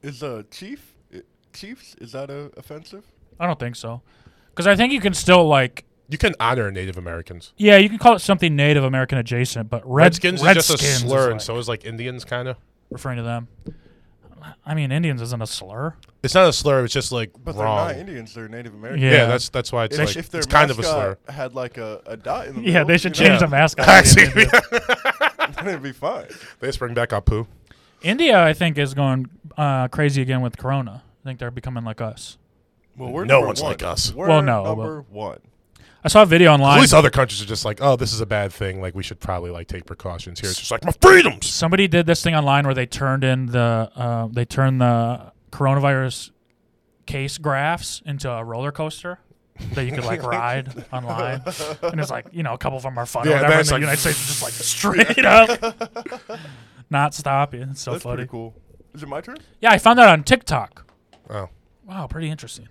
C: Is uh, chief i- chiefs? Is that uh, offensive?
A: I don't think so, because I think you can still like
B: You can honor Native Americans.
A: yeah, you can call it something Native American adjacent, but Red,
B: Redskins, is just a
A: Redskins
B: slur,
A: is,
B: and
A: like,
B: so is like Indians, kind of.
A: referring to them. I mean, Indians isn't a slur.
B: It's not a slur. It's just like
C: But
B: wrong.
C: they're not Indians. They're Native Americans.
B: yeah.
A: Yeah.
B: that's that's why it's
C: If,
B: like
C: if their
B: it's kind of a slur.
C: mascot Had like a, a dot in the
A: Yeah,
C: middle,
A: they should
C: you know,
A: change the mascot.
B: Actually,
C: then it'd be fine.
B: they just bring back Apu.
A: India, I think, is going uh, crazy again with Corona. I think they're becoming like us.
C: Well, we're
B: No
C: number
B: one's
C: one.
B: like us.
C: We're
A: Well, no,
C: number one.
A: I saw a video
B: At
A: online.
B: least other countries are just like, oh, this is a bad thing. Like we should probably like take precautions here. It's just like my freedoms.
A: Somebody did this thing online where they turned in the uh, they turned the coronavirus case graphs into a roller coaster that you could like ride online, and it's like you know a couple of them are fun.
B: Yeah,
A: or whatever, and
B: that's
A: the
B: like-
A: United States is just like straight up, not stopping. It's so
C: That's
A: funny.
C: pretty cool. Is it my turn?
A: Yeah, I found that on TikTok.
B: Oh,
A: Wow, pretty interesting.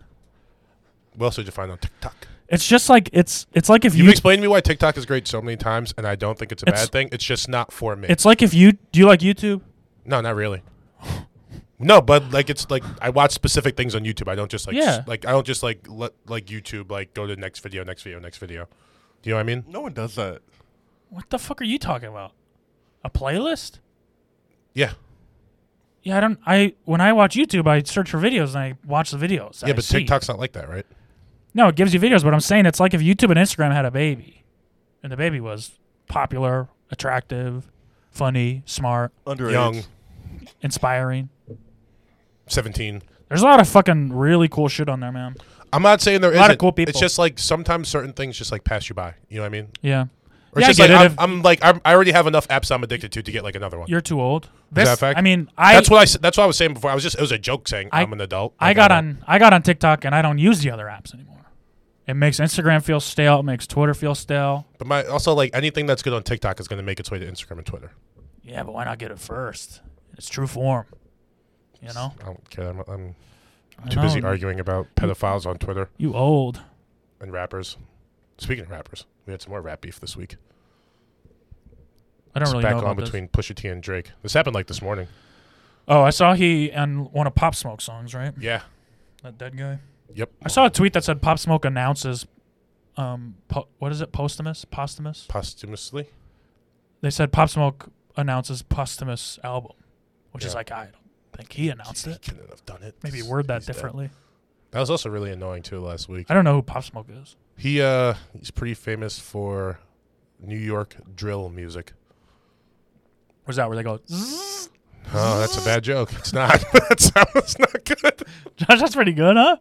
B: what else did you find on TikTok?
A: It's just like it's it's like if you,
B: You've explained to me why TikTok is great so many times, and I don't think it's a
A: It's-
B: bad thing. It's just not for me.
A: it's like if you do you like YouTube?
B: No, not really. No, but like it's like I watch specific things on YouTube. I don't just like s-
A: Yeah.
B: like I don't just like let like YouTube like go to next video, next video, next video. Do you know what I mean?
C: No one does that.
A: What the fuck are you talking about? A playlist?
B: Yeah,
A: Yeah, I don't. I when I watch YouTube, I search for videos and I watch the videos. that
B: yeah,
A: I
B: but
A: see.
B: TikTok's not like that, right?
A: No, it gives you videos, but I'm saying it's like if YouTube and Instagram had a baby, and the baby was popular, attractive, funny, smart,
C: Underage.
B: Young,
A: inspiring.
B: seventeen.
A: There's a lot of fucking really cool shit on there, man.
B: I'm not saying there
A: lot of
B: isn't.
A: cool people.
B: It's just like sometimes certain things just like pass you by. You know what I mean?
A: Yeah.
B: Or
A: yeah,
B: it's just
A: I get
B: like
A: it.
B: I'm,
A: if
B: I'm like I'm, I already have enough apps I'm addicted to to get like another one.
A: you're too old.
B: that
A: This,
B: a fact?
A: I mean, I
B: that's what I. s- That's what I was saying before. I was just it was a joke saying I,
A: I-
B: am an adult.
A: I
B: Like,
A: got
B: I'm
A: on I got on TikTok and I don't use the other apps anymore. It makes Instagram feel stale. It makes Twitter feel stale.
B: But my also like anything that's good on TikTok is going to make its way to Instagram and Twitter.
A: Yeah, but why not get it first? It's true form. You know?
B: I don't care. I'm, I'm
A: I
B: Too busy
A: know.
B: arguing about pedophiles on Twitter
A: You old.
B: and rappers. Speaking of rappers, we had some more rap beef this week.
A: I don't
B: It's
A: really
B: back
A: know about
B: on
A: this.
B: between Pusha T and Drake. This happened like this morning.
A: Oh, I saw he on one of Pop Smoke's songs, right?
B: Yeah.
A: That dead guy.
B: Yep.
A: I saw a tweet that said Pop Smoke announces, um, po- what is it? Posthumous? Posthumous?
B: Posthumously.
A: They said Pop Smoke announces posthumous album, which is
B: Yeah.
A: like I don't think he announced
B: He
A: it.
B: couldn't have done it.
A: Maybe
B: He's-
A: word that
B: he's dead.
A: differently.
B: That was also really annoying too last week.
A: I don't know who Pop Smoke is.
B: He uh he's pretty famous for New York drill music.
A: Was that where they go? "Zzz."
B: Oh, that's a bad joke. It's not. that sounds not good.
A: Josh, that's pretty good, huh?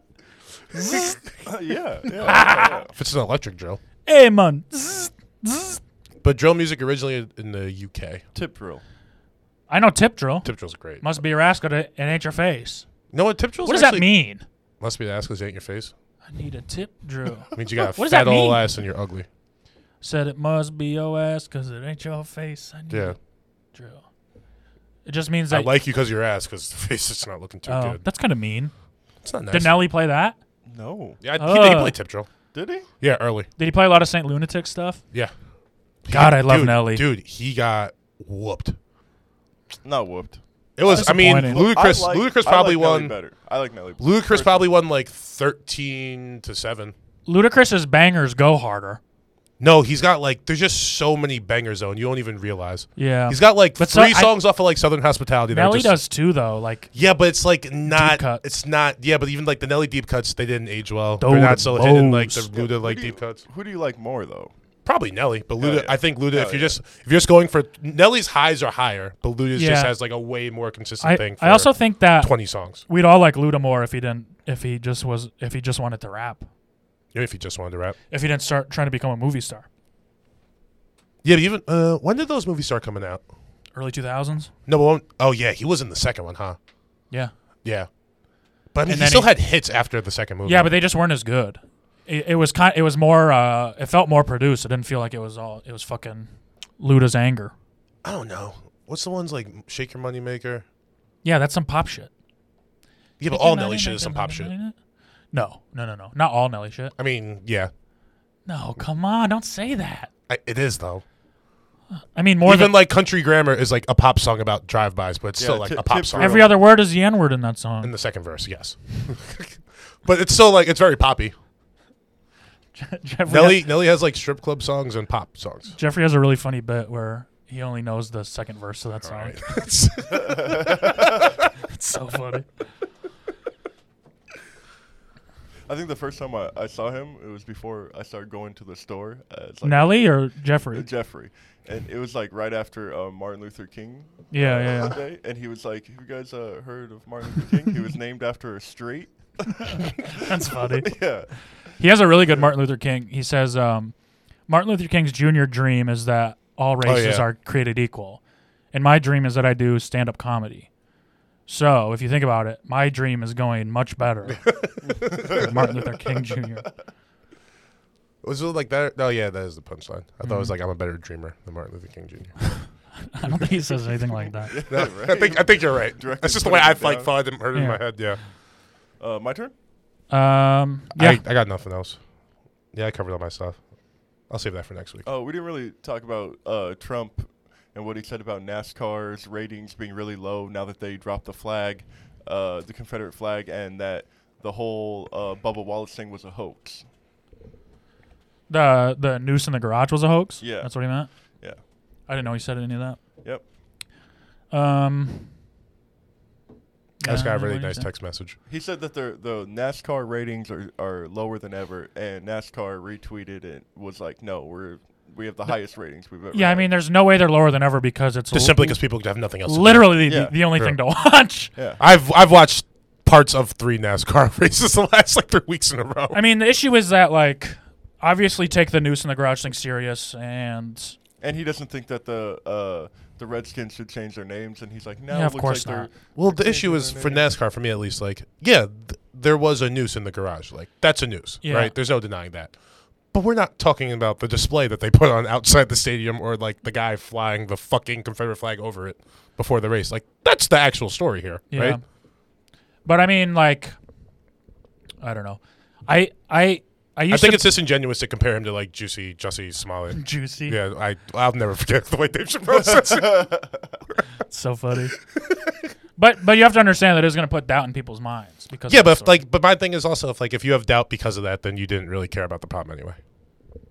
C: yeah, yeah, yeah.
B: If it's an electric drill,
A: Hey, man. Zzz, zzz.
B: but drill music originally in the UK.
C: Tip drill.
A: I know tip drill.
B: Tip drill's great.
A: Must be your ass good at- and ain't your face.
B: No, what tip drill's
A: What does
B: actually-
A: that mean?
B: Must be the ass 'cause you ain't your face.
A: I need a tip drill.
B: Means you got a
A: What does
B: fat
A: that
B: old
A: mean?
B: ass and you're ugly.
A: Said it must be your ass because it ain't your face. I need
B: Yeah.
A: a drill. It just means
B: I
A: that.
B: like you because your ass because the face is not looking too
A: oh,
B: good.
A: that's kind of mean.
B: It's not nice.
A: Did Nelly play that?
C: No.
B: yeah, he, did- he
A: Ugh.
B: played tip drill.
C: Did he?
B: Yeah, early.
A: Did he play a lot of Saint Lunatic stuff?
B: Yeah.
A: God, I love
B: dude,
A: Nelly.
B: Dude, he got whooped.
C: Not whooped.
B: It was. I mean,
A: Disappointing.
B: Ludacris.
C: I like,
B: Ludacris
C: I
B: probably
C: like Nelly
B: won.
C: better. I like Nelly.
B: Ludacris
C: First-
B: probably won like thirteen to seven.
A: Ludacris's bangers go harder.
B: No, he's got like there's just so many bangers though, and you don't even realize.
A: Yeah,
B: He's got like
A: But so
B: three
A: I-
B: songs off of like Southern Hospitality. that are
A: Nelly does
B: just-
A: too, though. Like
B: Yeah, but it's like not.
A: cuts.
B: It's not. Yeah, but even like the Nelly deep cuts, they didn't age well.
A: Those
B: They're not so hidden like the
A: bows.
C: Yeah,
B: Luda
C: who
B: like
C: do you-
B: deep cuts.
C: Who do you like more though?
B: Probably Nelly, but Luda.
C: yeah.
B: I think Luda.
C: Hell
B: if you're
C: yeah.
B: just if you're just going for Nelly's highs are higher, but Luda's
A: Yeah.
B: just has like a way more consistent
A: I,
B: thing. For
A: I also think that
B: twenty songs.
A: we'd all like Luda more if he didn't, if he just was, if he just wanted to rap,
B: Even if you just wanted to rap.
A: if he didn't start trying to become a movie star.
B: Yeah, but even uh, when did those movies start coming out?
A: Early two thousands.
B: No, but one, oh yeah, he was in the second one, huh?
A: Yeah,
B: Yeah, but I
A: And
B: mean, he
A: then
B: still
A: he-
B: had hits after the second movie.
A: yeah, but they just weren't as good. It, it was kind. It was more. Uh, it felt more produced. It didn't feel like it was all. It was fucking Luda's anger.
B: I don't know. What's the ones like Shake Your Money Maker?
A: Yeah, that's some pop shit.
B: Yeah, but all Nelly shit is some pop shit.
A: No, no, no, no, not all Nelly shit.
B: I mean, yeah,
A: No, come on, don't say that.
B: I, it is though.
A: I mean, more
B: Even
A: than
B: like country grammar is like a pop song about drive-bys, but it's
C: Yeah,
B: still like
C: Ti-
B: a pop
C: Tip
B: song.
C: Drill.
A: every other word is the N word in that
B: in
A: song.
B: the second verse, yes. but it's still like it's very poppy.
A: Jeffrey,
B: Nelly Nelly has like strip club songs and pop songs.
A: Jeffrey has a really funny bit where he only knows the second verse of that song.
B: It's-
A: It's so funny.
C: I think the first time I, I saw him, it was before I started going to the store. Uh, it's like
A: Nelly or Jeffrey?
C: Jeffrey, and it was like right after uh, Martin Luther King
A: Yeah, yeah, yeah.
C: Day, and he was like, "Have you guys uh, heard of Martin Luther King? he was named after a street."
A: That's funny.
C: yeah,
A: He has a really good Martin Luther King. He says um, Martin Luther King's junior dream is that all races
B: Oh, yeah.
A: are created equal, and my dream is that I do stand up comedy. So if you think about it, my dream is going much better. than Martin Luther King Jr.
B: was it like that? Oh yeah, that is the punchline. I thought it was like I'm a better dreamer than Martin Luther King Jr.
A: I don't think he says anything like that.
B: No, I think I think you're right.
C: Directly
B: That's just the
C: put
B: way
C: it
B: I like
C: down.
B: thought it heard it in my
A: Yeah.
B: head. Yeah.
C: Uh, my turn.
A: Um, yeah,
B: I, I got nothing else. Yeah, I covered all my stuff. I'll save that for next week.
A: Uh,
C: Oh, we didn't really talk about uh, Trump and what he said about NASCAR's ratings being really low now that they dropped the flag, uh, the Confederate flag, and that the whole uh, Bubba Wallace thing was a hoax.
A: the the noose in the garage was a hoax.
C: Yeah.
A: that's what he meant.
C: Yeah.
A: I didn't know he said any of
C: Yep.
A: that. Um,
B: I just
A: yeah,
B: got a really
A: what did he
B: nice
A: say?
B: text message.
C: He said that the the NASCAR ratings are, are lower than ever, and NASCAR retweeted it was like, no, we're we have the highest ratings we've ever.
A: Yeah, I
C: had."
A: mean, there's no way they're lower than ever because it's
B: Just
A: l-
B: simply because people have nothing else. to do.
A: literally the,
C: Yeah.
A: the only
B: True.
A: thing to watch.
C: yeah,
B: I've I've watched parts of three NASCAR races the last like three weeks in a row.
A: I mean, the issue is that like obviously take the noose in the garage thing serious, and
C: and he doesn't think that the uh, the Redskins should change their names, and he's like, no,
A: Yeah,
C: it
A: of
C: looks
A: course
C: like
A: not.
C: they're
B: well, the issue
C: changing
B: is
C: their
B: for
C: name."
B: NASCAR for me at least. Like, yeah, th- there was a noose in the garage. Like, that's a noose,
A: Yeah.
B: right? There's no denying that. But we're not talking about the display that they put on outside the stadium or like the guy flying the fucking Confederate flag over it before the race. Like, that's the actual story here,
A: yeah.
B: right?
A: But I mean, like, I don't know. I I I used
B: I think
A: to
B: it's disingenuous to compare him to like Juicy Jussie Smollett.
A: juicy.
B: Yeah, I I'll never forget the way Dave Chappelle says it.
A: It's so funny. but but you have to understand that it's going to put doubt in people's minds because
B: Yeah,
A: of that
B: but if,
A: story.
B: like, but my thing is also if like if you have doubt because of that, then you didn't really care about the problem anyway.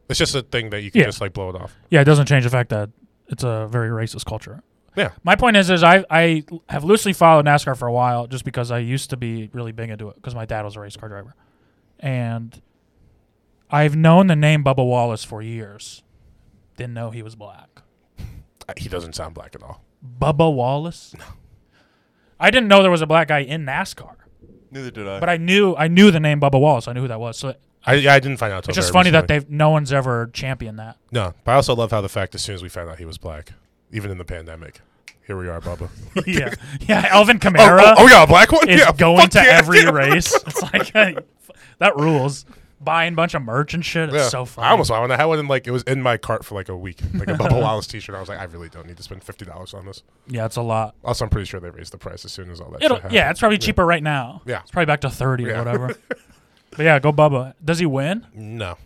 B: It's just a thing that you can
A: Yeah.
B: just like blow it off.
A: yeah, it doesn't change the fact that it's a very racist culture.
B: Yeah,
A: My point is, is I I have loosely followed NASCAR for a while, just because I used to be really big into it because my dad was a race car driver, and I've known the name Bubba Wallace for years. Didn't know he was black.
B: Uh, he doesn't sound black at all.
A: Bubba Wallace. I didn't know there was a black guy in NASCAR,
C: Neither did I.
A: but I knew I knew the name Bubba Wallace. I knew who that was. So it's
B: I yeah, I didn't find out. Until
A: just
B: very
A: funny that
B: recently.
A: they've no one's ever championed that.
B: no. But I also love how the fact as soon as we found out he was black, even in the pandemic, here we are, Bubba. oh,
A: yeah, yeah. Alvin Kamara.
B: oh, oh, we got a black one.
A: is
B: yeah,
A: going
B: fuck
A: to
B: yeah,
A: every
B: yeah.
A: race. It's like hey, f- that rules. Buying a bunch of merch and shit. It's
B: Yeah.
A: so funny.
B: I almost bought one. I had one in like it was in my cart for like a week, like a Bubba Wallace T-shirt. I was like, I really don't need to spend fifty dollars on this.
A: yeah, it's a lot.
B: Also, I'm pretty sure they raised the price as soon as all that.
A: It'll
B: shit happened.
A: yeah, it's probably cheaper right now.
B: Yeah.
A: it's probably back to thirty or
B: Yeah.
A: whatever. but yeah, go Bubba. Does he win?
B: no.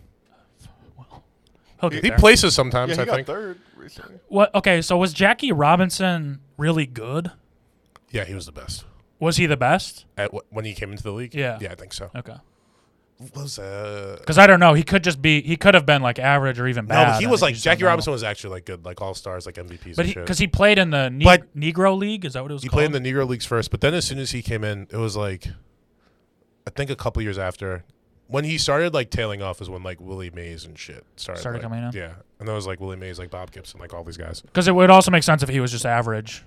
A: He'll get
B: He
A: there.
B: places
C: yeah,
B: sometimes.
C: he
B: I
C: got
B: think.
C: third recently.
A: what? Okay, so was Jackie Robinson really good?
B: Yeah, he was the best
A: Was he the best?
B: at wh- when he came into the league.
A: Yeah.
B: yeah, I think so.
A: Okay,
B: Was uh,
A: because I don't know. He could just be. He could have been like average or even
B: no,
A: bad.
B: but he
A: I
B: was
A: think
B: like
A: you just don't
B: Jackie
A: know.
B: Robinson was actually like good, like all stars, like MVPs.
A: But
B: and
A: because
B: shit.
A: he, played in the ne-
B: But-
A: Negro League, is that what it was?
B: he
A: called?
B: played in the Negro leagues first, but then as soon as he came in, it was like, I think a couple years after, when he started like tailing off, is when like Willie Mays and shit started,
A: Started
B: like-
A: coming in?
B: Yeah, and that was like Willie Mays, like Bob Gibson, like all these guys.
A: Because it would also make sense if he was just average.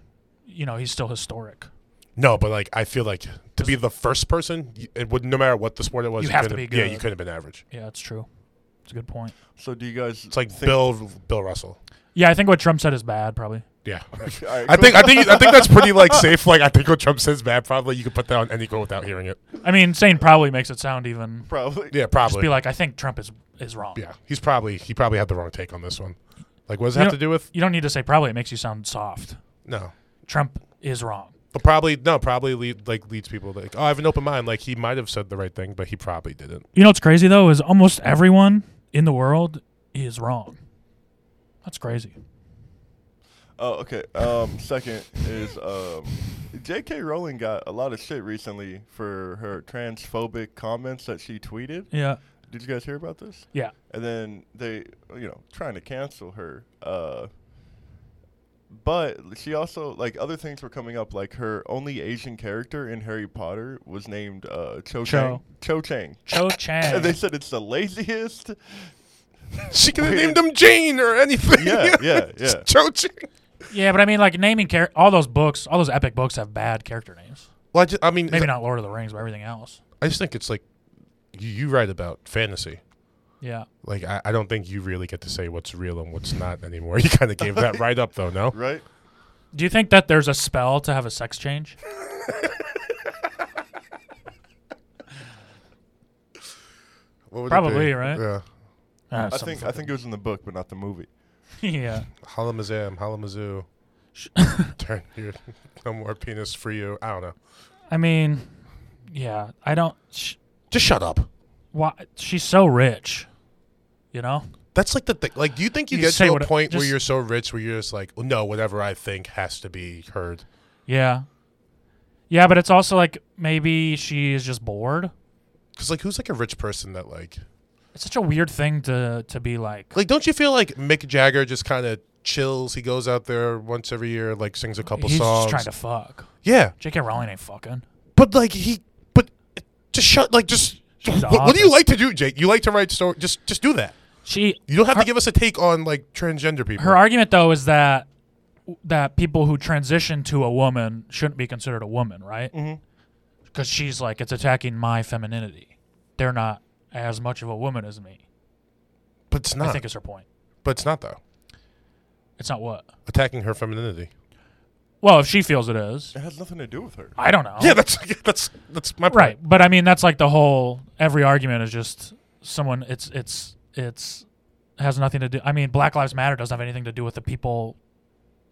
A: You know, he's still historic.
B: No, but like I feel like to be the first person, y- it would no matter what the sport it was,
A: You have to
B: couldn't-
A: be
B: Yeah,
A: good.
B: you couldn't have been average.
A: Yeah, it's true. It's a good point.
C: So do you guys?
B: It's like Bill Bill Russell.
A: Yeah, I think what Trump said is bad, probably.
B: Yeah.
C: Alright,
B: I
C: cool.
B: think I think I think that's pretty like safe. Like I think what Trump says bad. Probably you could put that on any quote without hearing it.
A: I mean, saying probably makes it sound even.
C: probably.
B: Yeah,
A: Just
B: probably.
A: be like, I think Trump is is wrong.
B: yeah, he's probably he probably had the wrong take on this one. Like, what does it
A: You
B: have
A: know-
B: to do with?
A: You don't need to say probably. It makes you sound soft.
B: No,
A: Trump is wrong.
B: but probably no, probably lead, like leads people to, like, oh, I have an open mind. Like he might have said the right thing, but he probably didn't.
A: You know what's crazy though is almost everyone in the world is wrong. That's crazy.
C: Oh, okay. Um, second is um, J.K. Rowling got a lot of shit recently for her transphobic comments that she tweeted.
A: Yeah.
C: Did you guys hear about this?
A: Yeah.
C: And then they, you know, trying to cancel her. Uh, but she also like other things were coming up. Like her only Asian character in Harry Potter was named uh,
A: Cho.
C: Cho, Chang. Cho Chang.
A: Cho
C: And they
A: Chang.
C: said it's the laziest.
B: She could have
C: Weird.
B: named him Jane or anything.
C: Yeah, yeah, yeah.
B: Choaching.
A: yeah, but I mean, like naming char- all those books, all those epic books have bad character names.
B: Well, I, just, I mean,
A: Maybe not Lord of the Rings, but everything else.
B: I just think it's like you, you write about fantasy.
A: Yeah.
B: Like I, I don't think you really get to say what's real and what's not anymore. You kind of gave that right up though, no?
C: Right?
A: Do you think that there's a spell to have a sex change?
B: What would it
A: Probably,
B: be?
A: right?
B: Yeah.
A: Uh,
C: I
A: some
C: think I think it was in the book, but not the movie.
A: fucking- yeah.
B: Halamazam, Halamazoo.
A: Sh-
B: Turn your no more penis for you. I don't know.
A: I mean, yeah. I don't. Sh-
B: Just shut up.
A: why she's so rich, you know?
B: That's like the thing. Like, do you think you,
A: You
B: get
A: say
B: to a
A: what-
B: point where
A: just-
B: you're so rich where you're just like, "Oh, no, whatever I think has to be heard?
A: Yeah. Yeah, but it's also like maybe she is just bored.
B: Because like, who's like a rich person that like,
A: It's such a weird thing to to be like.
B: like, don't you feel like Mick Jagger just kind of chills? He goes out there once every year, like sings a couple
A: He's just
B: songs.
A: trying to fuck.
B: yeah,
A: J.K. Rowling ain't fucking.
B: but like he, but just shut. Like, just
A: She's
B: what, what do you
A: awesome.
B: like to do, Jake? You like to write story? Just just do that.
A: She
B: You don't have
A: Her-
B: to give us a take on like transgender people.
A: her argument though is that that people who transition to a woman shouldn't be considered a woman, right?
C: Mhm.
B: Mm-hmm.
A: Because she's like, it's attacking my femininity. They're not as much of a woman as me.
B: but it's
A: I
B: not.
A: think is her point.
B: but it's not though.
A: It's not what.
B: Attacking her femininity.
A: Well, if she feels it is,
C: It has nothing to do with her.
A: I don't know.
B: Yeah, that's that's that's my point.
A: Oh. right. But I mean, that's like the whole. Every argument is just someone. It's it's it's has nothing to do. I mean, Black Lives Matter doesn't have anything to do with the people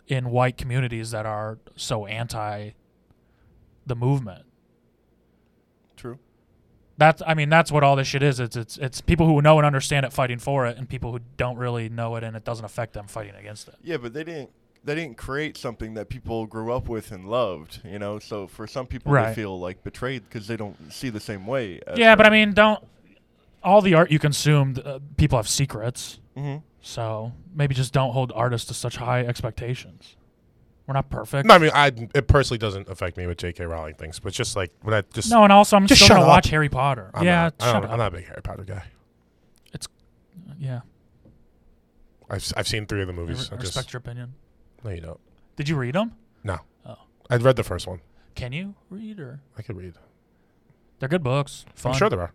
A: in white communities that are so anti the movement.
C: True.
A: That's I mean that's what all this shit is. It's it's it's people who know and understand it fighting for it, and people who don't really know it and it doesn't affect them fighting against it.
C: Yeah, but they didn't they didn't create something that people grew up with and loved, you know. So for some people,
A: Right.
C: they feel like betrayed because they don't see the same way. As
A: Yeah, but I mean, don't all the art you consume? Uh, people have secrets,
C: hmm
A: so maybe just don't hold artists to such high expectations. We're not perfect.
B: No, I mean, I it personally doesn't affect me with J.K. Rowling things, but just like when I just
A: No, and also I'm
B: Just
A: still
B: shut
A: gonna
B: up.
A: watch Harry Potter.
B: I'm
A: yeah,
B: not, I
A: shut
B: don't-
A: up.
B: I'm not a big Harry Potter guy.
A: yeah,
B: I've s- I've seen three of the
A: I re-
B: movies. I
A: respect
B: just
A: your opinion.
B: no, you don't.
A: Did you read them?
B: No,
A: Oh,
B: I'd read the first one.
A: can you read or?
B: I could read.
A: They're good books. Fun.
B: I'm sure there are.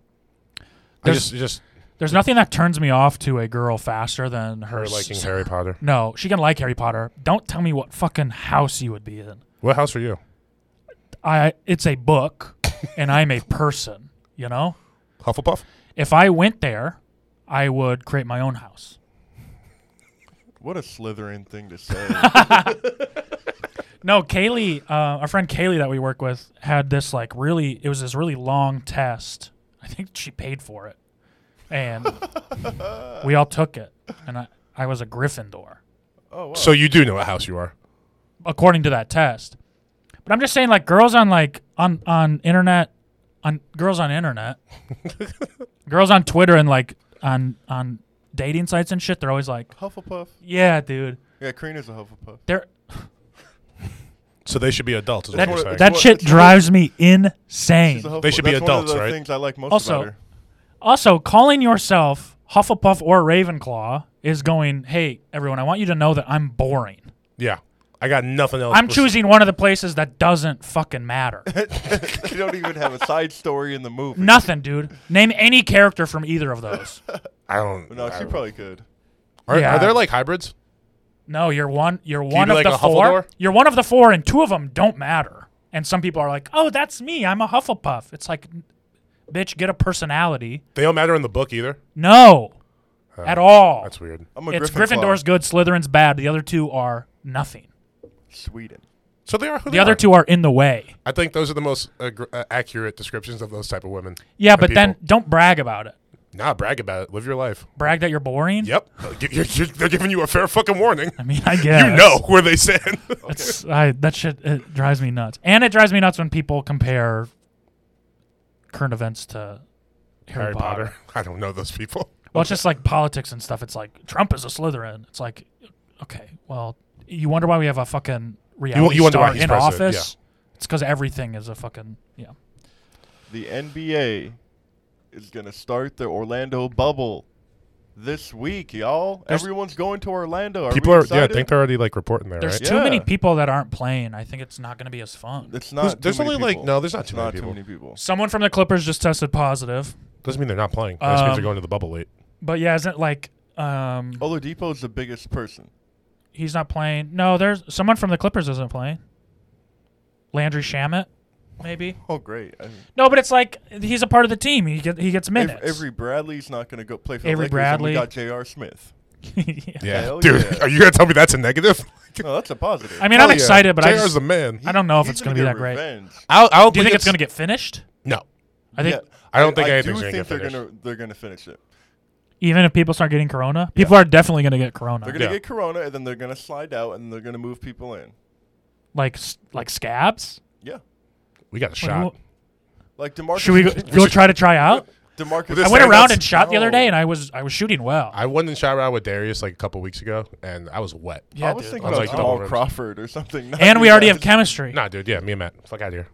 B: I
A: There's-
B: just just
A: There's nothing that turns me off to a girl faster than her,
B: her
A: s-
B: liking Harry Potter.
A: No, she can like Harry Potter. Don't tell me what fucking house you would be in.
B: What house are you?
A: I it's a book and I'm a person, you know?
B: Hufflepuff.
A: If I went there, I would create my own house.
C: What a Slytherin thing to say.
A: No, Kaylee, uh, our friend Kaylee that we work with had this like really it was this really long test. I think she paid for it. And we all took it and I, I was a Gryffindor.
C: oh wow.
B: So you do know what house you are.
A: according to that test. But I'm just saying, like girls on like on on internet, on girls on internet, girls on Twitter and like on on dating sites and shit. They're always like,
C: Hufflepuff.
A: yeah, dude,
C: Yeah, Karina's a Hufflepuff.
A: they're
B: So they should be adults. Is
A: that
B: what you're
C: That's
B: saying.
C: what-
A: that
C: what-
A: shit
C: it's-
A: drives me
C: She's a
A: insane.
C: Hufflepuff.
B: They should be
C: That's
B: adults,
C: one of the
B: right?
C: Things I like most
A: Also-
C: about her.
A: Also, calling yourself Hufflepuff or Ravenclaw is going. Hey, everyone, I want you to know that I'm boring.
B: yeah, I got nothing else.
A: I'm
B: bes-
A: choosing one of the places that doesn't fucking matter.
C: you don't even have a side story in the movie.
A: Nothing, dude. Name any character from either of those.
B: I don't.
C: No,
B: I
C: she
B: don't-
C: probably could.
B: Are,
A: Yeah.
B: are there like hybrids?
A: No, you're one. You're one
B: be
A: of
B: like
A: the
B: a
A: four.
B: Hufflepuff?
A: You're one of the four, and two of them don't matter. And some people are like, "Oh, that's me. I'm a Hufflepuff." It's like, n- bitch, get a personality.
B: They don't matter in the book either.
A: No, at all.
B: Uh, That's weird.
C: I'm a
A: it's
C: Gryffindor.
A: Gryffindor's good, Slytherin's bad. The other two are nothing.
C: Sweden.
B: So they are. Who
A: The other two are in the way.
B: I think those are the most uh, gr- uh, accurate descriptions of those type of women.
A: Yeah,
B: and
A: but then
B: people.
A: don't brag about it.
B: Nah, brag about it. Live your life.
A: Brag that you're boring?
B: Yep. Uh, gi- you're- you're- they're giving you a fair fucking warning.
A: I mean, I guess.
B: You know where they stand.
A: It's, I, that shit it drives me nuts. And it drives me nuts when people compare current events to Harry, Potter.
B: I don't know those people.
A: Well, it's just like politics and stuff. It's like Trump is a Slytherin. It's like, okay, well, you wonder why we have a fucking reality
B: you wonder why
A: star
B: he's
A: in
B: president,
A: office. It's because everything is a fucking yeah.
C: The NBA is going to start the Orlando bubble this week, y'all.
A: There's-
C: Everyone's going to Orlando. Are
B: people
C: we
B: are. Yeah, I
C: excited?
B: think they're already like reporting there,
A: There's
B: right?
C: Yeah.
A: too many people that aren't playing. I think it's not going to be as fun.
C: It's
B: Who's-
C: not. too
B: there's
C: many
B: only, like-
C: people.
B: no, there's not
C: It's
B: too many people.
C: Not too many people.
A: Someone from the Clippers just tested positive,
B: Doesn't mean they're not playing. That just means
A: Um,
B: they're going to the bubble late.
A: but yeah, isn't like um
C: Oladipo is the biggest person.
A: he's not playing. No, there's someone from the Clippers isn't playing. Landry Shamit, maybe.
C: Oh, great! I mean,
A: No, but it's like he's a part of the team. He get, he gets
C: Av-
A: minutes.
C: Avery Bradley's not going to go play for
A: Avery
C: the Lakers, and
A: Bradley.
C: we got J.R. Smith.
A: Yeah.
C: Hell
B: dude,
C: yeah.
B: are you gonna tell me that's a negative? Oh,
C: No, that's a positive.
A: I mean, I'm excited, but I
B: JR's
A: just,
B: the man.
A: I don't know if
C: He's
A: it's going to be
C: gonna
A: that
C: get
A: great.
C: revenge.
B: I, I don't
A: Do you think it's, going to get finished?
B: No,
A: I think
C: Yeah,
B: I don't think
C: I do
B: anything's gonna
C: think
B: get
C: they're
B: finished.
C: gonna they're gonna finish it.
A: even if people start getting corona, people are definitely going to get corona.
C: They're gonna
B: Yeah.
C: get corona, and then they're gonna slide out, and they're gonna move people in.
A: like s- like scabs.
C: Yeah,
B: we got a
A: Like,
B: shot.
C: like Demarcus.
A: Should we go, go try to try out?
C: Demarcus.
B: With
A: I
B: this
A: went
B: Say
A: around
B: that's-
A: and shot the other
C: No.
A: day, and I was I was shooting well.
B: I went in shot round with Darius like a couple weeks ago, and I was wet.
A: yeah,
C: I was
A: dude.
C: thinking
B: That's
C: about
B: like double
C: Jamal
B: ribs.
C: Crawford or something. not
A: and we
C: you
A: already
C: guys.
A: have chemistry.
B: Nah, dude. Yeah, me and Matt. Fuck out of here.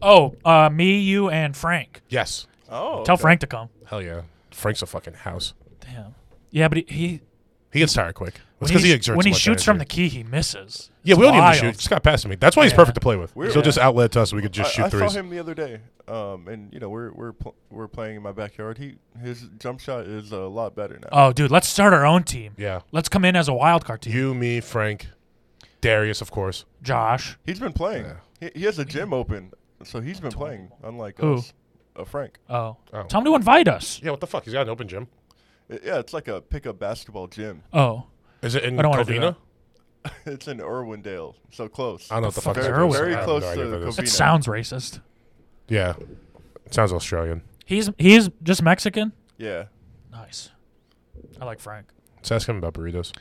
A: Oh, uh, me, you, and Frank.
B: Yes.
C: Oh,
A: Tell
C: okay.
A: Frank to come.
B: Hell yeah. Frank's a fucking house.
A: Damn. Yeah, but he, he
B: He gets tired quick. It's
A: when,
B: because
A: he,
B: he
A: sh-
B: exerts
A: when
B: so
A: he
B: much
A: shoots from the
B: energy.
A: key, he misses.
B: Yeah,
A: It's
B: we don't need him to
A: wild.
B: shoot. Just got past me. That's why he's
A: Yeah.
B: perfect to play with.
C: We're-
B: He'll just outlet to us. so We could just
C: I,
B: shoot
C: I
B: threes.
C: saw him the other day, um, and you know we're we're pl- we're playing in my backyard. He his jump shot is a lot better now.
A: Oh, dude, let's start our own team.
B: Yeah.
A: Let's come in as a wild card team.
B: You, me, Frank, Darius, of course.
A: Josh.
C: he's been playing.
B: Yeah.
C: He, he has a gym open, so he's been playing. Unlike
A: Who?
C: us, uh, Frank.
A: Oh.
B: Oh.
A: Tell him to invite us.
B: Yeah, what the fuck? He's got an open gym.
C: I- yeah, it's like a pickup basketball gym.
A: Oh.
B: Is it in
A: I don't wanna do
B: Covina?
A: that.
C: it's in Irwindale, so close.
B: I don't know what the
A: fuck
B: fuck. is
A: is
B: that.
A: Irwin?
B: I
A: Very
B: have
C: close
B: no idea
C: to
B: what that is.
A: That
C: Covina.
A: sounds racist.
B: Yeah, it sounds Australian.
A: He's he's just Mexican.
C: Yeah.
A: Nice. I like Frank.
B: Let's ask him about burritos.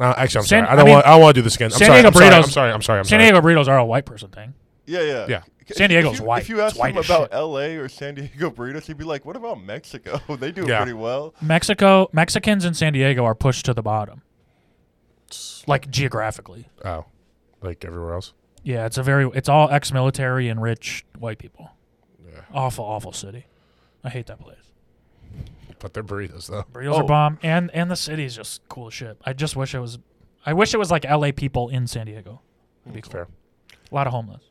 B: Uh, actually, I'm
A: San-
B: sorry. I
A: I
B: don't
A: mean,
B: want. I don't want to do this again. I'm
A: San
B: sorry.
A: Diego
B: I'm sorry.
A: burritos-
B: I'm sorry. I'm sorry. I'm
A: San
B: sorry.
A: Diego burritos are a white person thing.
C: Yeah, yeah.
B: Yeah.
C: If-
A: San Diego's
C: if you,
A: white.
C: If you
A: It's
C: asked
A: white
C: him
A: as
C: about
A: shit.
C: LA or San Diego burritos, he'd be like, what about Mexico? they do
B: Yeah.
C: pretty well.
A: Mexico Mexicans in San Diego are pushed to the bottom. Like geographically.
B: Oh, like everywhere else.
A: Yeah, it's a very it's all ex military and rich white people.
B: Yeah.
A: Awful, awful city. I hate that place.
B: But they're burritos though.
A: Burritos
C: Oh.
A: are bomb and and the city is just cool as shit. I just wish it was I wish it was like LA people in San Diego. That'd be cool.
B: Fair.
A: A lot of homeless.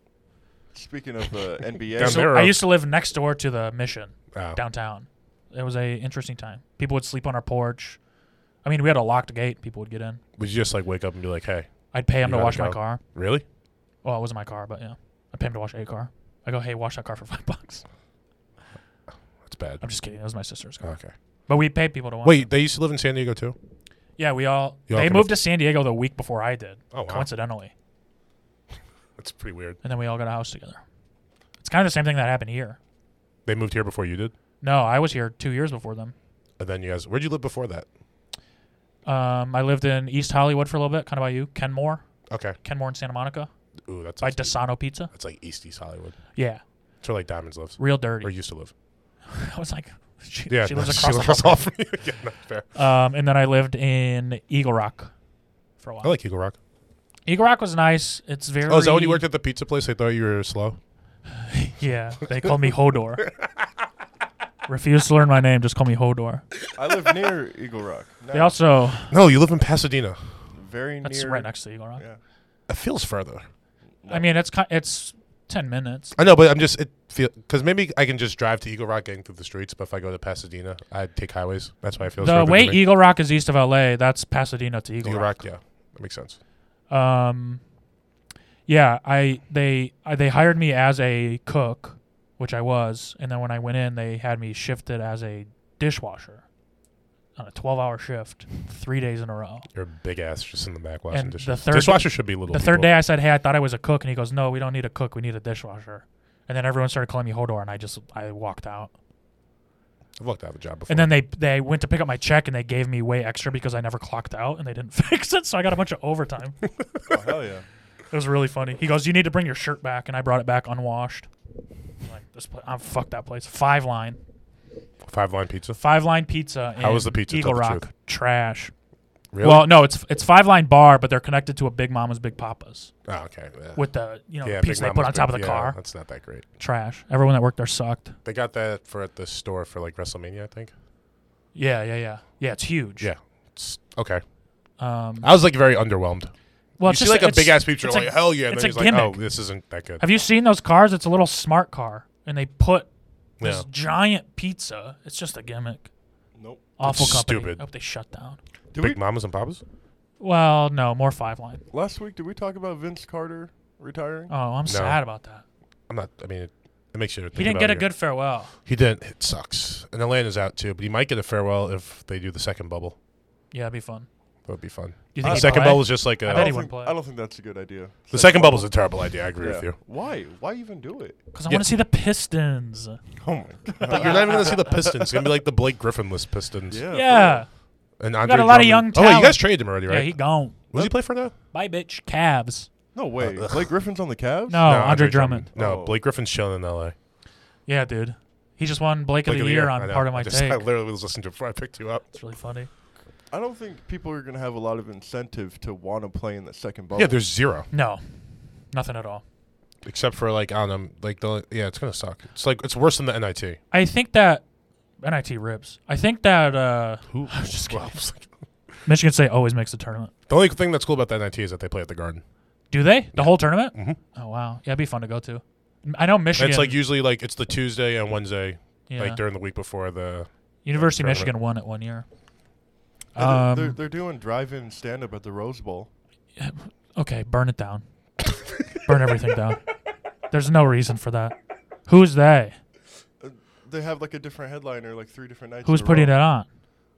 C: Speaking of uh, NBA,
B: Down
A: So
B: there,
A: I
B: uh,
A: used to live next door to the mission
B: Oh.
A: downtown. It was a interesting time. People would sleep on our porch. I mean, we had a locked gate. People would get in.
B: Would you just like wake up and be like, "Hey,
A: I'd pay him
B: You
A: to
B: gotta
A: wash my
B: go.
A: car.
B: really?"
A: Well, it wasn't my car, but yeah, I'd pay him to wash a car. I go, hey, wash that car for five bucks.
B: That's bad.
A: I'm just kidding. That was my sister's car.
B: Okay.
A: But we paid people to wash.
B: Wait, they used to live in San Diego too.
A: Yeah, we all.
B: You all
A: they
B: can
A: moved
B: have-
A: to San Diego the week before I did.
B: Oh, wow.
A: Coincidentally,
B: That's pretty weird.
A: and then we all got a house together. It's kind of the same thing that happened here.
B: They moved here before you did,
A: No, I was here two years before them.
B: and then you guys. Where'd you live before that?
A: Um, I lived in East Hollywood for a little bit, kind of by you, Kenmore,
B: Okay.
A: Kenmore in Santa Monica,
B: Ooh, that's
A: by Desano Pizza.
B: that's like East East Hollywood.
A: Yeah,
B: That's where like Diamonds lives,
A: real
B: or
A: dirty.
B: used to live.
A: I was like, she,
B: Yeah,
A: she lives
B: no,
A: across the
B: lives off. yeah, no, fair.
A: Um, and then I lived in Eagle Rock for a while.
B: I like Eagle Rock.
A: Eagle Rock was nice. It's very.
B: Oh, is that when you worked at the pizza place? They thought you were slow.
A: Yeah, they called me Hodor. Refuse to learn my name. Just call me Hodor.
C: I live near Eagle Rock.
A: They
C: Now,
A: also
B: No, you live in Pasadena.
C: very
A: that's
C: near.
A: right next to Eagle Rock.
C: Yeah.
B: It feels further.
A: I mean, it's ki- it's ten minutes.
B: I know, but I'm just it feel because maybe I can just drive to Eagle Rock getting through the streets. But if I go to Pasadena, I take highways. That's why I feel
A: The
B: further
A: way
B: to me.
A: Eagle Rock is east of LA, that's Pasadena to Eagle,
B: Eagle
A: Rock.
B: Rock, yeah, that makes sense.
A: Um, yeah, I they I, they hired me as a cook, which I was, and then when I went in, they had me shifted as a dishwasher on a twelve-hour shift, three days in a row.
B: Your big ass just in the back washing
A: And the
B: dishes.
A: third-
B: Dishwasher should be little.
A: The third day, I said, "Hey, I thought I was a cook," and he goes, "No, we don't need a cook. We need a dishwasher." And then everyone started calling me Hodor, and I just I walked out.
B: I've looked out of a job before.
A: And then they they went to pick up my check and they gave me way extra because I never clocked out and they didn't fix it, so I got a bunch of overtime. it
C: Oh, hell yeah.
A: was really funny. He goes, "You need to bring your shirt back," and I brought it back unwashed. I'm like this, pla- I'm fuck that place. Five line,
B: five line pizza.
A: five line pizza.
B: How
A: in
B: was the pizza?
A: Eagle
B: Tell the
A: Rock
B: truth.
A: trash.
B: Really?
A: Well, no, it's it's five line bar, but they're connected to a Big Mama's Big Papa's
B: oh, okay. Yeah.
A: with the you know
B: Yeah,
A: the
B: Big
A: piece they
B: Mama's
A: put on
B: Big-
A: top of the
B: yeah,
A: car.
B: That's not that great.
A: Trash. Everyone that worked there sucked.
B: They got that for at the store for like WrestleMania, I think.
A: Yeah, yeah, yeah, yeah. It's huge.
B: Yeah. It's, okay.
A: Um,
B: I was like very underwhelmed.
A: well,
B: you
A: it's
B: see
A: just
B: like a
A: it's-
B: big ass picture,
A: it's
B: like hell yeah, and
A: It's a
B: then he's like,
A: gimmick.
B: oh, this isn't that good.
A: Have you seen those cars? It's a little smart car, and they put
B: Yeah.
A: this giant pizza. It's just a gimmick.
C: Nope.
A: Awful
B: It's
A: company.
B: stupid.
A: I hope they shut down.
C: Did
B: Big
C: we,
B: Mamas and Papas?
A: Well, no, more five line.
C: last week, did we talk about Vince Carter retiring?
A: Oh, I'm sad about that.
B: I'm not. I mean, it, it makes you. Think
A: He didn't
B: about
A: get
B: it
A: a
B: here.
A: good farewell.
B: He didn't. It sucks. And Atlanta's out too, but he might get a farewell if they do the second bubble.
A: Yeah, that'd be fun.
B: That would be fun.
A: You
B: The
A: he'd
B: second
A: play?
B: bubble is just like
A: I
B: a.
A: bet he
C: I, don't
A: would
C: think,
A: play.
C: I don't think that's a good idea.
B: the second bubble is a terrible idea. I agree with you.
C: Why? Why even do it?
A: Because I
B: Yeah.
A: want to see the Pistons.
C: Oh my god.
B: You're not even gonna see the Pistons. It's gonna be like the Blake Griffin list Pistons.
C: Yeah.
A: Yeah.
C: for
B: And
A: got a lot of
B: Drummond-
A: young
B: Oh wait, you
A: talent.
B: guys traded him already,
A: Yeah,
B: right?
A: he gone.
B: Was he play for now?
A: Bye, bitch. Cavs.
C: real. No way.
B: ugh.
C: Blake Griffin's on the Cavs.
A: No, Andre, Drummond.
B: No,
C: Oh.
B: Blake Griffin's chilling in L.A.
A: Yeah, dude. He just won Blake,
B: Blake
A: of the Year
B: I
A: on
B: know.
A: part of
B: I
A: my
B: just,
A: take.
B: I literally was listening to it before I picked you up.
A: It's really funny.
C: I don't think people are gonna have a lot of incentive to want to play in the second bubble.
B: Yeah, there's zero
A: No, nothing at all.
B: except for like I don't know, like the yeah, it's gonna suck. It's like it's worse than the NIT.
A: I think that NIT ribs. I think that uh,
B: Who?
A: just kidding. Michigan State always makes the tournament.
B: The only thing that's cool about that NIT is that they play at the Garden.
A: Do they? The whole tournament?
B: Mhm.
A: Oh wow, yeah, it'd be fun to go to. M- I know
B: And
A: Michigan.
B: it's like usually like it's the Tuesday and Wednesday,
A: yeah.
B: like during the week before the.
A: University of
B: tournament.
A: Michigan won it one year.
C: And they're-
A: Um,
C: they're, they're doing drive-in stand-up at the Rose Bowl.
A: okay, burn it down. burn everything down. There's no reason for that. Who's they?
C: Uh, They have like a different headliner, like three different nights.
A: Who's putting that on?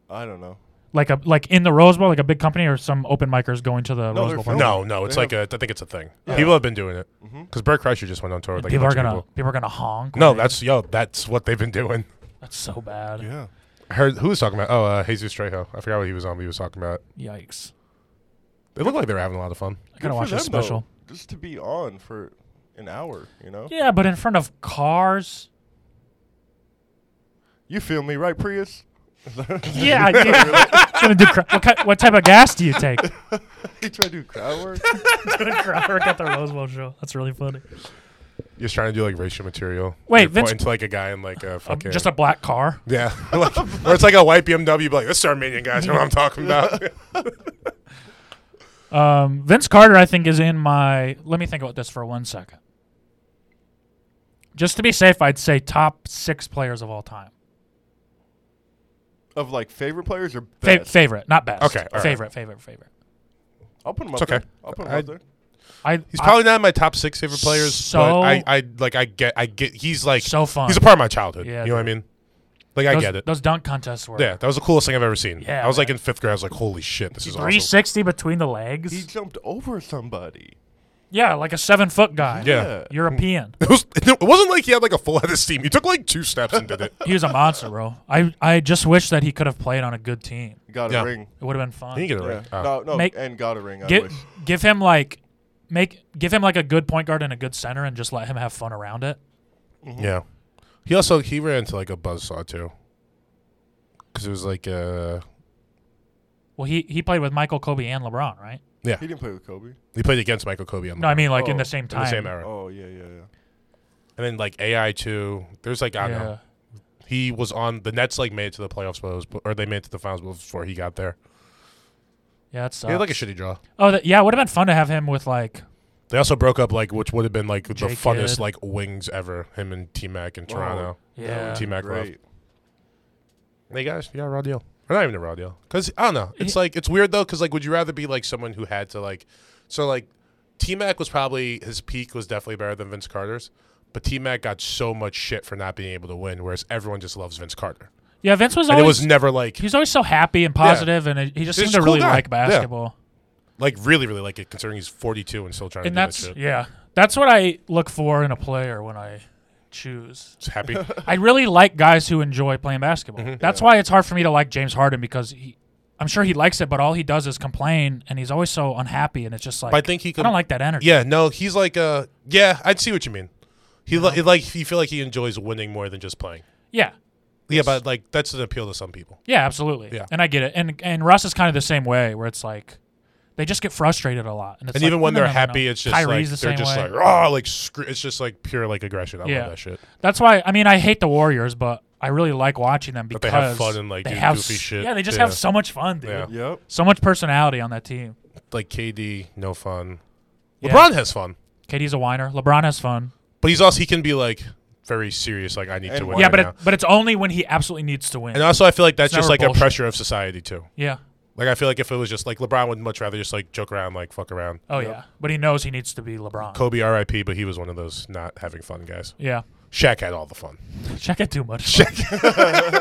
C: I don't know.
A: Like a like in the Rose Bowl, like a big company or some open micers going to the
C: No,
A: Rose
C: they're
A: Bowl.
C: filming.
A: party?
B: No, no, it's
C: They
B: like a. I think it's a thing.
C: Yeah.
B: People have been doing it
C: hmm
B: because Bert Kreischer just went on tour. With,
A: And
B: like, a
A: people are
B: bunch of
A: gonna
B: Mm-hmm. people.
A: people. are gonna honk.
B: No,
A: when they-
B: that's yo. That's what they've been doing.
A: that's so bad.
C: Yeah.
B: I heard who was talking about? Oh, uh, Jesus Trejo. I forgot what he was on. But he was talking about.
A: Yikes!
B: They look like they were having a lot of fun.
A: I gotta watch this special.
C: just to be on for an hour, you know?
A: Yeah, but in front of cars.
C: You feel me, right, Prius?
A: Yeah, I do. gonna do cra- what, ki- what type of gas do you take?
C: you try to do crowd work?
A: doing Crowder at the Rose Bowl show. That's really funny.
B: You're just trying to do like racial material.
A: Wait,
B: You're
A: Vince- Um,
B: pointing to like a guy in like a fucking
A: Just a black car.
B: yeah, like, or it's like a white BMW. But like this is Armenian guys. You know what I'm talking about?
A: Um, Vince Carter, I think, is in my. Let me think about this for one second. Just to be safe, I'd say top six players of all time.
C: of like favorite players or
A: Fa-
C: best?
A: favorite, not best.
B: Okay, all right.
A: favorite, favorite, favorite.
C: I'll put him
B: It's
C: up
B: okay.
C: there. I'll put him
B: I-
C: up there.
A: I,
B: He's
A: I-
B: probably not in my top six favorite players,
A: So-
B: but I, I like I get I get he's like
A: So fun.
B: He's a part of my childhood.
A: Yeah,
B: you know what I
A: dude.
B: mean? Like I
A: those,
B: get it.
A: Those dunk contests were
B: yeah, that was the coolest thing I've ever seen.
A: Yeah,
B: I was like
A: man.
B: in fifth grade. I was like, holy shit, this is
A: three
B: awesome.
A: sixty between the legs.
C: He jumped over somebody.
A: yeah, like a seven foot guy.
B: Yeah.
A: European.
B: It, was, it wasn't like he had like a full head of steam. He took like two steps and did it.
A: he was a monster, bro. I, I just wish that he could have played on a good team.
C: Got a
B: Yeah.
C: ring.
A: It would have been fun.
B: He didn't get a
C: Yeah.
B: ring. Oh.
C: No, no,
A: Make-
C: and got a ring. I
A: give
C: wish.
A: give him like make give him like a good point guard and a good center and just let him have fun around it.
B: Yeah. He also he ran into like a buzzsaw too. Cause it was like uh
A: Well, he he played with Michael, Kobe, and LeBron, right?
B: yeah
C: He didn't play with Kobe.
B: he played against Michael Kobe. On
A: No, I mean like in
C: Oh,
A: the same
B: in the
A: time.
B: same era,
C: Oh yeah, yeah, yeah.
B: and then like AI too. There's like I don't
A: Yeah.
B: know. He was on the Nets. Like made it to the playoffs, but it was, or they made it to the finals before he got there.
A: Yeah, that
B: He had like a
A: sucks.
B: shitty draw.
A: oh, that, yeah, it would have been fun to have him with like
B: They also broke up like which would have been like the
A: J-Kid.
B: funnest like wings ever. Him and T Mac in Toronto.
A: yeah.
B: T Mac left.
C: Great.
B: Hey guys, you got a raw deal. Or not even a raw deal. Cause I don't know. It's like it's weird though. Cause like, would you rather be like someone who had to like, so like, T Mac was probably his peak was definitely better than Vince Carter's, but T Mac got so much shit for not being able to win, whereas everyone just loves Vince Carter.
A: Yeah, Vince was
B: And
A: always
B: it was never like
A: he was always so happy and positive, and it- he just
B: He's
A: seemed
B: a
A: to
B: cool
A: really
B: guy.
A: like
B: Yeah.
A: basketball.
B: like really really like it considering he's 42 and still trying to
A: And
B: do that
A: that's
B: shit.
A: yeah, that's what I look for in a player when I choose.
B: It's happy.
A: I really like guys who enjoy playing basketball.
B: Mhm.
A: That's why it's hard for me to like James Harden because he, I'm sure he likes it, but all he does is complain, and he's always so unhappy, and it's just like
B: I think he
A: I
B: could.
A: don't like that energy.
B: yeah, no, he's like uh yeah. I'd see what you mean. He
A: Uh-huh.
B: li- like you feel like he enjoys winning more than just playing.
A: yeah,
B: Yeah, but like that's an appeal to some people.
A: yeah, absolutely.
B: Yeah.
A: and I get it. And and Russ is kind of the same way, where it's like they just get frustrated a lot, and, it's
B: And
A: like,
B: even when
A: no, no, no,
B: they're
A: no,
B: happy,
A: no.
B: it's just
A: Kyrie's the
B: like
A: same
B: they're just
A: way.
B: like oh, like screw. It's just like pure like aggression. I
A: Yeah.
B: love that shit.
A: That's why I mean I hate the Warriors, but I really like watching them because
B: they have fun and, like,
A: they
B: do
A: have
B: goofy
A: s-
B: shit.
A: Yeah, they just
B: Yeah.
A: have so much fun, dude.
B: Yeah.
C: Yep.
A: So much personality on that team.
B: Like KD, no fun.
A: Yeah.
B: LeBron has fun,
A: KD's a whiner. LeBron has fun.
B: but he's also he can be like very serious. Like I need to
C: And
B: win.
C: why
A: yeah,
B: right
A: but it,
B: now.
A: but it's only when he absolutely needs to win.
B: and also I feel like that's
A: It's
B: just
A: never
B: like a
A: bullshit.
B: pressure of society too.
A: yeah.
B: Like I feel like if it was just like LeBron would much rather just like joke around, like fuck around.
A: Oh yeah. But he knows he needs to be LeBron.
B: Kobe R.I.P. But he was one of those not having fun guys.
A: Yeah.
B: Shaq had all the fun.
A: Check it too much.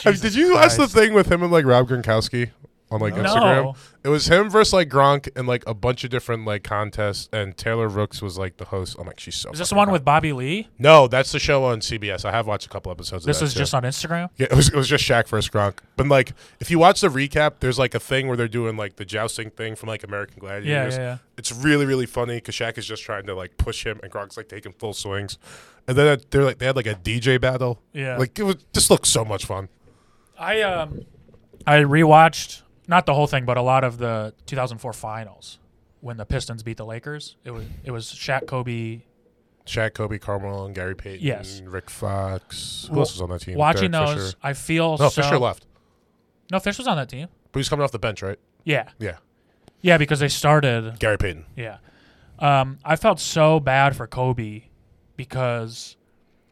A: Jesus
B: Did you watch the
A: Christ.
B: thing with him and like Rob Gronkowski on like
A: No.
B: Instagram?
A: No.
B: It was him versus like Gronk and like a bunch of different like contests, and Taylor Rooks was like the host. I'm like, she's so.
A: Is this the
B: fucking
A: one
B: hot.
A: with Bobby Lee?
B: No, that's the show on CBS. I have watched a couple episodes.
A: This
B: of that
A: is
B: too.
A: just on Instagram.
B: Yeah, it was, it was just Shaq versus Gronk. But like, if you watch the recap, there's like a thing where they're doing like the jousting thing from like American
A: Yeah, yeah,
B: Gladiators.
A: yeah.
B: It's really really funny because Shaq is just trying to like push him, and Gronk's like taking full swings. And then they're like they had like a DJ battle.
A: Yeah.
B: like it was just looked so much fun.
A: I um I rewatched not the whole thing, but a lot of the 2004 finals when the Pistons beat the Lakers. It was it was Shaq, Kobe,
B: Shaq, Kobe, Carmelo, and Gary Payton.
A: Yes.
B: Rick Fox. Who
A: Well,
B: else was on that team?
A: Watching
B: Derek
A: those,
B: Fisher.
A: I feel
B: No,
A: so,
B: Fisher left,
A: No, Fish was on that team.
B: but he's coming off the bench, right?
A: Yeah,
B: Yeah,
A: yeah, because they started.
B: Gary Payton.
A: Yeah, um, I felt so bad for Kobe because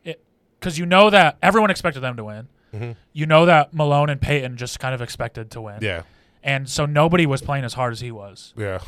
A: it because you know that everyone expected them to win.
C: Mm-hmm.
A: You know that Malone and Peyton just kind of expected to win.
B: Yeah,
A: and so nobody was playing as hard as he was,
B: yeah.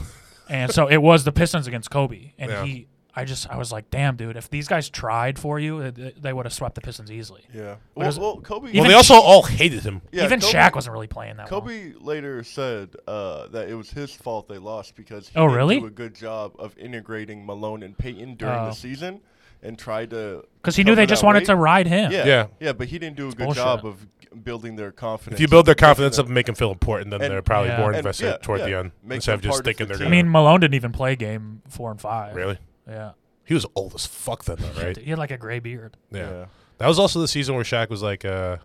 A: and so it was the Pistons against Kobe, and
B: Yeah.
A: he. I just I was like, damn, dude, if these guys tried for you, it- it- they would have swept the Pistons easily.
C: Yeah.
A: What
C: Well,
A: is it?
C: well, Kobe.
A: Even
B: well, they also all hated him.
C: yeah,
A: Even
C: Kobe-
A: Shaq wasn't really playing that. well.
C: Kobe later said uh, that it was his fault they lost because he
A: Oh,
C: didn't
A: really?
C: do a good job of integrating Malone and Peyton during
A: Oh.
C: the season and tried to
A: because he knew
C: cover
A: they just
C: that
A: wanted
C: weight.
A: to ride him.
C: Yeah,
B: Yeah.
C: yeah, but he didn't do a good
A: bullshit.
C: job of g- building their confidence.
B: If you build their
C: and making
B: confidence up
C: them-
B: and make them feel important, then
C: And-
B: they're probably
A: Yeah.
B: more
A: And-
B: invested
C: yeah,
B: toward the
C: yeah.
B: end
C: Make
B: instead of
C: them
B: just
C: part of
B: thinking
C: the
B: they're
A: I
B: gonna.
C: team.
A: mean, Malone didn't even play game four and five.
B: really,
A: Yeah.
B: he was old as fuck then, though, right?
A: He had like a gray beard.
B: Yeah.
C: Yeah.
B: that was also the season where Shaq was like, uh,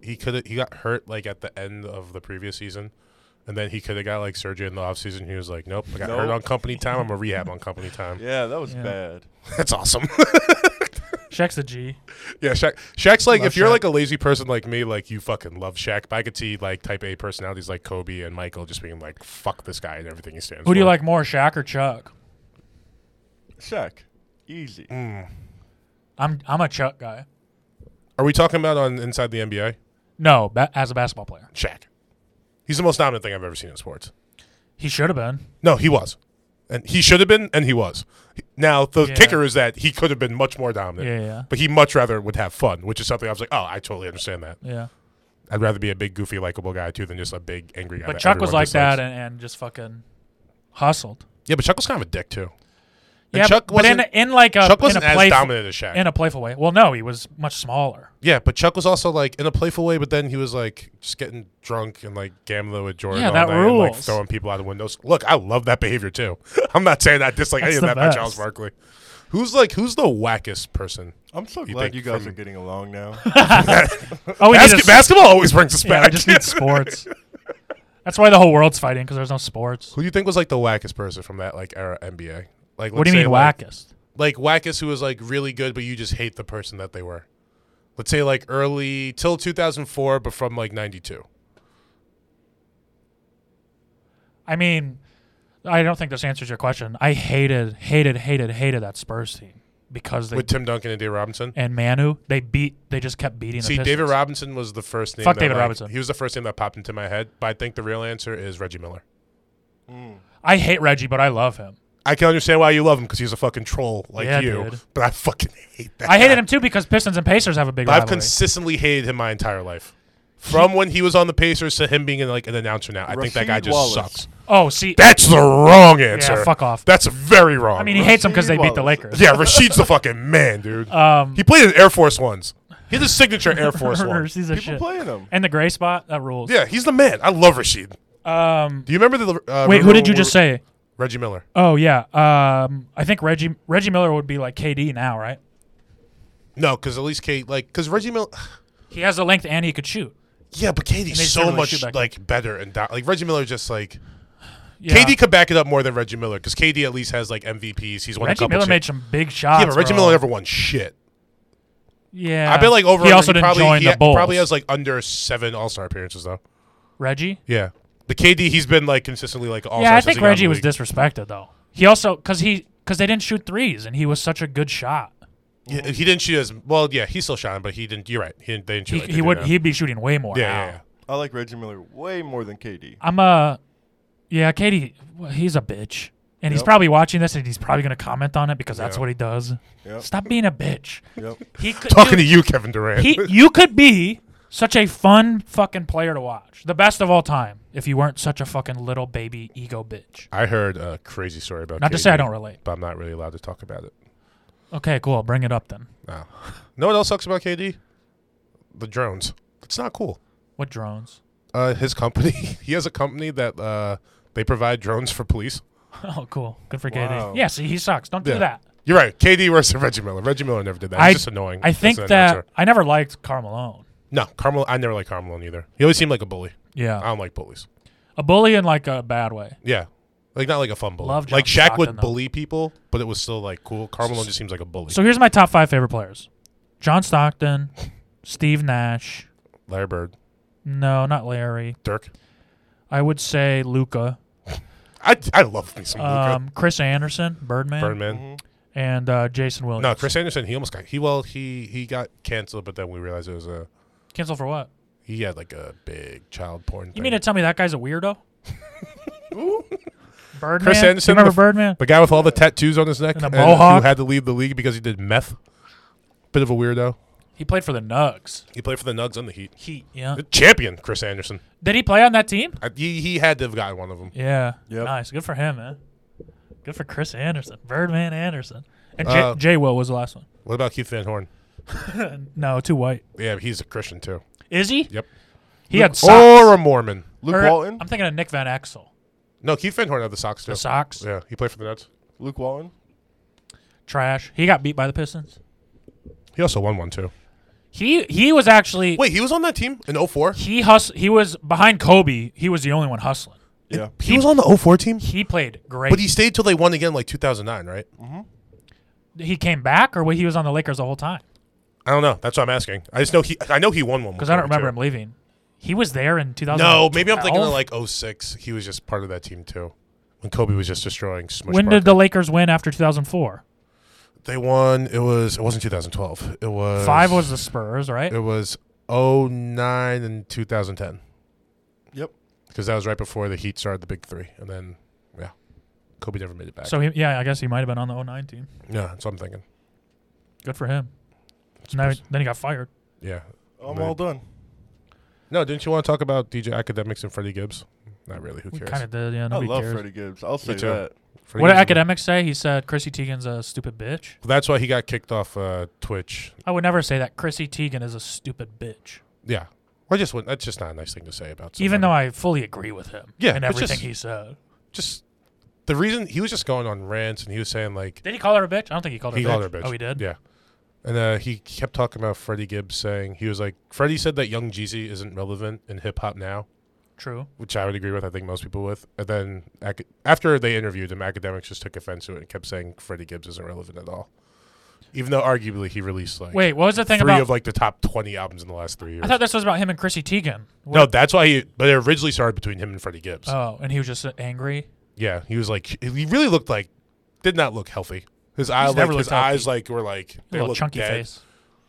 B: he could he got hurt like at the end of the previous season. And then he could have got like surgery in the offseason. He was like, "Nope, I got hurt
C: Nope.
B: on company time. I'm a rehab on company time.
C: Yeah, that was
A: Yeah.
C: bad.
B: That's awesome."
A: Shaq's a G.
B: Yeah, Shaq. Shaq's like
A: Love
B: if you're
A: Shaq.
B: like a lazy person like me, like you fucking love Shaq. But I could see like type A personalities like Kobe and Michael just being like, "Fuck this guy and everything he stands."
A: Who do you
B: for.
A: like more, Shaq or Chuck?
C: Shaq, easy.
B: Mm.
A: I'm I'm a Chuck guy.
B: Are we talking about on inside the NBA?
A: No, ba- as a basketball player,
B: Shaq. He's the most dominant thing I've ever seen in sports.
A: he should have been.
B: No, he was, and he should have been, and he was. Now the
A: Yeah.
B: kicker is that he could have been much more dominant.
A: Yeah, yeah.
B: But he much rather would have fun, which is something I was like, "Oh, I totally understand that."
A: Yeah,
B: I'd rather be a big, goofy, likable guy too than just a big, angry guy.
A: but
B: that
A: Chuck was
B: everyone
A: like that
B: dislikes.
A: and, and just fucking hustled.
B: yeah, but Chuck was kind of a dick too. And
A: yeah,
B: Chuck
A: but in
B: wasn't-
A: in like a
B: Chuck
A: in a
B: wasn't as
A: playful
B: dominant as Shaq.
A: in a playful way. Well, no, he was much smaller.
B: Yeah, but Chuck was also like in a playful way, but then he was like just getting drunk and like gambling with Jordan.
A: Yeah,
B: all
A: that
B: night and, like
A: rules.
B: throwing people out of windows. Look, I love that behavior too. I'm not saying I dislike any
A: That's
B: of
A: the
B: that about Charles
A: best.
B: Barkley. Who's like who's the wackest person?
C: I'm so
B: You think
C: glad you guys
B: from-
C: are getting along now.
A: Oh, we need
B: Basket,
A: a s-
B: basketball always brings us
A: Yeah,
B: back.
A: we just need sports. That's why the whole world's fighting because there's no sports.
B: Who do you think was like the wackest person from that like era NBA? Like
A: What do
B: let's
A: you
B: say,
A: mean
B: like,
A: wackest?
B: Like wackest who was like really good, but you just hate the person that they were. Let's say like early till 2004, but from like 92.
A: I mean, I don't think this answers your question. I hated, hated, hated, hated that Spurs team because they
B: With Tim Duncan and Dave Robinson.
A: and Manu they beat. They just kept beating.
B: See,
A: the
B: David
A: Pistons.
B: Robinson was the first name.
A: Fuck
B: that,
A: David
B: like,
A: Robinson.
B: He was the first name that popped into my head, but I think the real answer is Reggie Miller.
A: I hate Reggie, but I love him.
B: I can understand why you love him because he's a fucking troll like
A: Yeah,
B: you,
A: dude.
B: but I fucking hate that.
A: I hated
B: guy.
A: him too because Pistons and Pacers have a big
B: I've
A: rivalry.
B: consistently hated him my entire life. From when he was on the Pacers to him being like an announcer now, I think that guy
C: Rasheed
B: just
C: Wallace.
B: sucks.
A: Oh, see,
B: That's the wrong answer.
A: fuck off.
B: That's very wrong.
A: I mean, he hates them because they beat the
C: Rasheed
A: Lakers.
B: yeah, Rashid's the fucking man, dude.
A: Um,
B: he played in Air Force Ones. He had a signature Air Force One.
A: He's a Oh,
C: People
A: shit.
C: playing him.
A: And the gray spot that rules.
B: Yeah, he's the man. I love Rashid.
A: Um.
B: Do you remember the? Uh,
A: Wait, who
B: remember
A: did you
B: when
A: just
B: we were-
A: say?
B: Reggie Miller.
A: Oh yeah. Um. I think Reggie Reggie Miller would be like KD now, right?
B: No, because at least Kate, like, because Reggie Miller.
A: He has the length and he could shoot.
B: Yeah, but
A: And
B: Katie's
A: they
B: so
A: certainly
B: much
A: shoot back
B: like better and do- like Reggie Miller just like
A: Yeah.
B: KD could back it up more than Reggie Miller because KD at least has like MVPs. He's won a
A: Reggie
B: couple.
A: Miller
B: cha-
A: made some big shots.
B: yeah, but Reggie
A: bro.
B: Miller never won shit.
A: Yeah.
B: I bet like over
A: He also didn't
B: probably,
A: join
B: he
A: the
B: ha-
A: Bulls.
B: probably has like under seven All Star appearances though.
A: Reggie.
B: Yeah, the KD he's been like consistently like All Star.
A: Yeah, I think Reggie was disrespected though. He also because he because they didn't shoot threes and he was such a good shot.
B: Yeah, he didn't shoot as well. Yeah, he still shot him, but he didn't. You're right. He didn't, they didn't shoot.
A: He,
B: like they
A: he
B: do
A: would
B: now.
A: he'd be shooting way more.
B: Yeah,
A: now.
B: yeah, yeah.
C: I like Reggie Miller way more than KD.
A: I'm a yeah, Katie. well, He's a bitch, and he's
C: Yep.
A: probably watching this, and he's probably gonna comment on it because that's
B: Yeah.
A: what he does.
C: Yep.
A: Stop being a bitch.
C: Yep.
A: He could,
B: Talking
A: dude,
B: to you, Kevin Durant.
A: he, you could be such a fun fucking player to watch, the best of all time, if you weren't such a fucking little baby ego bitch.
B: I heard a crazy story about.
A: Not to
B: KD,
A: say I don't relate.
B: but I'm not really allowed to talk about it.
A: Okay, cool. Bring it up then.
B: No. Know what else sucks about KD? The drones. It's not cool.
A: What drones?
B: Uh, his company. he has a company that uh, they provide drones for police.
A: Oh, cool. Good for
C: Wow.
A: Katie. Yeah, see, he sucks. Don't
B: Yeah.
A: do that.
B: You're right. KD worse than Reggie Miller. Reggie Miller never did that. He's
A: I-
B: just annoying.
A: I
B: as
A: think
B: an
A: that
B: announcer.
A: I never liked Carmelo.
B: no, Carmelo. I never liked Carmelo either. He always seemed like a bully. I
A: Yeah,
B: don't like bullies.
A: a bully in like a bad way.
B: Yeah, like not like a fun bully.
A: Love
B: like
A: John
B: Shaq would
A: Stockton, though.
B: bully people, but it was still like cool. Carmelo just seems like a bully.
A: So here's my top five favorite players: John Stockton, Steve Nash.
B: Larry Bird,
A: No, not Larry.
B: Dirk.
A: I would say Luca,
B: I I love me some Luka.
A: um, Chris Anderson, Birdman,
B: Birdman.
A: and uh, Jason Williams.
B: No, Chris Anderson. He almost got he well he he got canceled, but then we realized it was a
A: Cancel for what?
B: he had like a big child porn.
A: You mean to tell me that guy's a weirdo? Birdman.
B: Chris
A: You
B: Anderson,
A: remember
B: the f-
A: Birdman?
B: the guy with all the tattoos on his neck
A: And the
B: who
A: mohawk?
B: had to leave the league because he did meth? Bit of a weirdo.
A: He played for the Nugs.
B: He played for the Nugs on the Heat.
A: Heat. Yeah.
B: The champion, Chris Anderson.
A: Did he play on that team?
B: I, he he had to have gotten one of them.
A: Yeah.
C: Yep.
A: Nice. Good for him, man. Good for Chris Anderson, Birdman Anderson, and J.
B: Uh,
A: J Will was the last one.
B: What about Keith Van Horn?
A: No, too white.
B: Yeah, he's a Christian too.
A: Is he?
B: Yep.
A: He had socks.
B: Or a Mormon.
C: Luke
A: Or- uh,
C: Walton.
A: I'm thinking of Nick Van Axel.
B: No, Keith Van Horn had the Sox too.
A: The Sox.
B: Yeah, he played for the Nets.
C: Luke Walton.
A: Trash. He got beat by the Pistons.
B: He also won one too.
A: He he was actually
B: Wait, he was on that team in 04?
A: he hus he was behind Kobe. He was the only one hustling.
C: Yeah.
B: He was on the 04 team?
A: He played great.
B: But he stayed till they won again like 2009, right?
A: he came back, or wa- he was on the Lakers the whole time?
B: I don't know. That's what I'm asking. I just know he. I know he won one.
A: Because I don't remember him leaving. He was there in 2000.
B: No, maybe I'm thinking of like 06. He was just part of that team too, when Kobe was just destroying. Smush
A: When
B: Parker.
A: did the Lakers win after 2004?
B: they won? It was. It wasn't 2012. It was
A: Five was the Spurs, right?
B: It was 09 and 2010
C: Yep.
B: because that was right before the Heat started the Big Three, and then yeah, Kobe never made it back.
A: So he, yeah, I guess he might have been on the 09 team.
B: yeah, that's what I'm thinking.
A: Good for him. Now,
B: Spurs-
A: then he got fired.
B: yeah.
C: I'm
B: Right.
C: all done.
B: No, didn't you want to talk about DJ Academics and Freddie Gibbs? Not really. Who
A: We
B: cares?
A: kind of did. Yeah,
C: I
A: nobody
C: love
A: cares.
C: Freddie Gibbs. I'll say
B: too.
C: that.
B: Freddie
A: What did
B: Gibbs is a-
A: academics say? He said Chrissy Teigen's a stupid bitch.
B: That's why he got kicked off uh, Twitch
A: I would never say that. Chrissy Teigen is a stupid bitch.
B: Yeah. Well, I just wouldn't. That's just not a nice thing to say about. Somebody.
A: Even though I fully agree with him.
B: Yeah,
A: And
B: it's
A: everything
B: just-
A: he said.
B: just the reason he was just going on rants and he was saying like
A: Did he call her a bitch? I don't think he called her
B: he
A: a bitch.
B: called her a bitch.
A: Oh, he did?
B: Yeah. And uh, he kept talking about Freddie Gibbs saying he was like Freddie said that Young Jeezy isn't relevant in hip hop now,
A: True.
B: which I would agree with. I think most people with. And then ac- after they interviewed him, academics just took offense to it and kept saying Freddie Gibbs isn't relevant at all, even though arguably he released like
A: Wait, what was the
B: three
A: thing about.
B: of like the top twenty albums in the last three years.
A: I thought this was about him and Chrissy Teigen.
B: no, that's why he. But it originally started between him and Freddie Gibbs.
A: Oh, and he was just uh, angry.
B: Yeah, he was like he really looked like did not look healthy. His eyes like
A: never
B: his
A: looked healthy.
B: eyes like were like they
A: little
B: looked
A: chunky
B: dead.
A: face.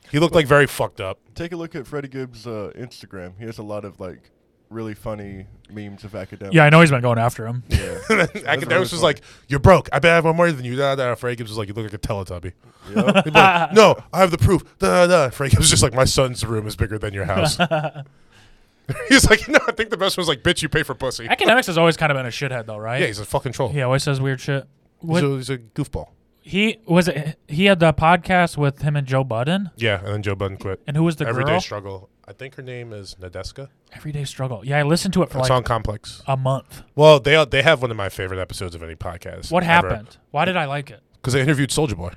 B: He looked like very fucked up.
C: Take a look at Freddie Gibbs' uh, Instagram. He has a lot of like really funny memes of academics.
A: Yeah, I know he's been going after him.
C: Yeah.
B: Academics was
C: funny.
B: like, "You're broke. I bet I have more money than you." Da da. da. Freddie Gibbs was like, "You look like a Teletubby."
C: Yep.
B: He'd be
A: Uh-huh.
B: like, no, I have the proof. Da da. da. Freddie Gibbs was just like, "My son's room is bigger than your house." he's like, no, I think the best one's like, bitch, you pay for pussy.
A: Academics has always kind of been a shithead though, right?
B: Yeah, he's a fucking troll.
A: he always says weird shit.
B: He's,
A: What,
B: a, he's a goofball.
A: he was it, he had the podcast with him and Joe Budden,
B: Yeah, and then Joe Budden quit.
A: and who was the
B: Everyday
A: girl?
B: struggle. I think her name is Nadeska.
A: Everyday struggle. Yeah, I listened to it for
B: It's
A: like
B: on Complex.
A: a month.
B: Well, they they have one of my favorite episodes of any podcast.
A: What happened? Why did I like it?
B: Because they interviewed Soldier Boy.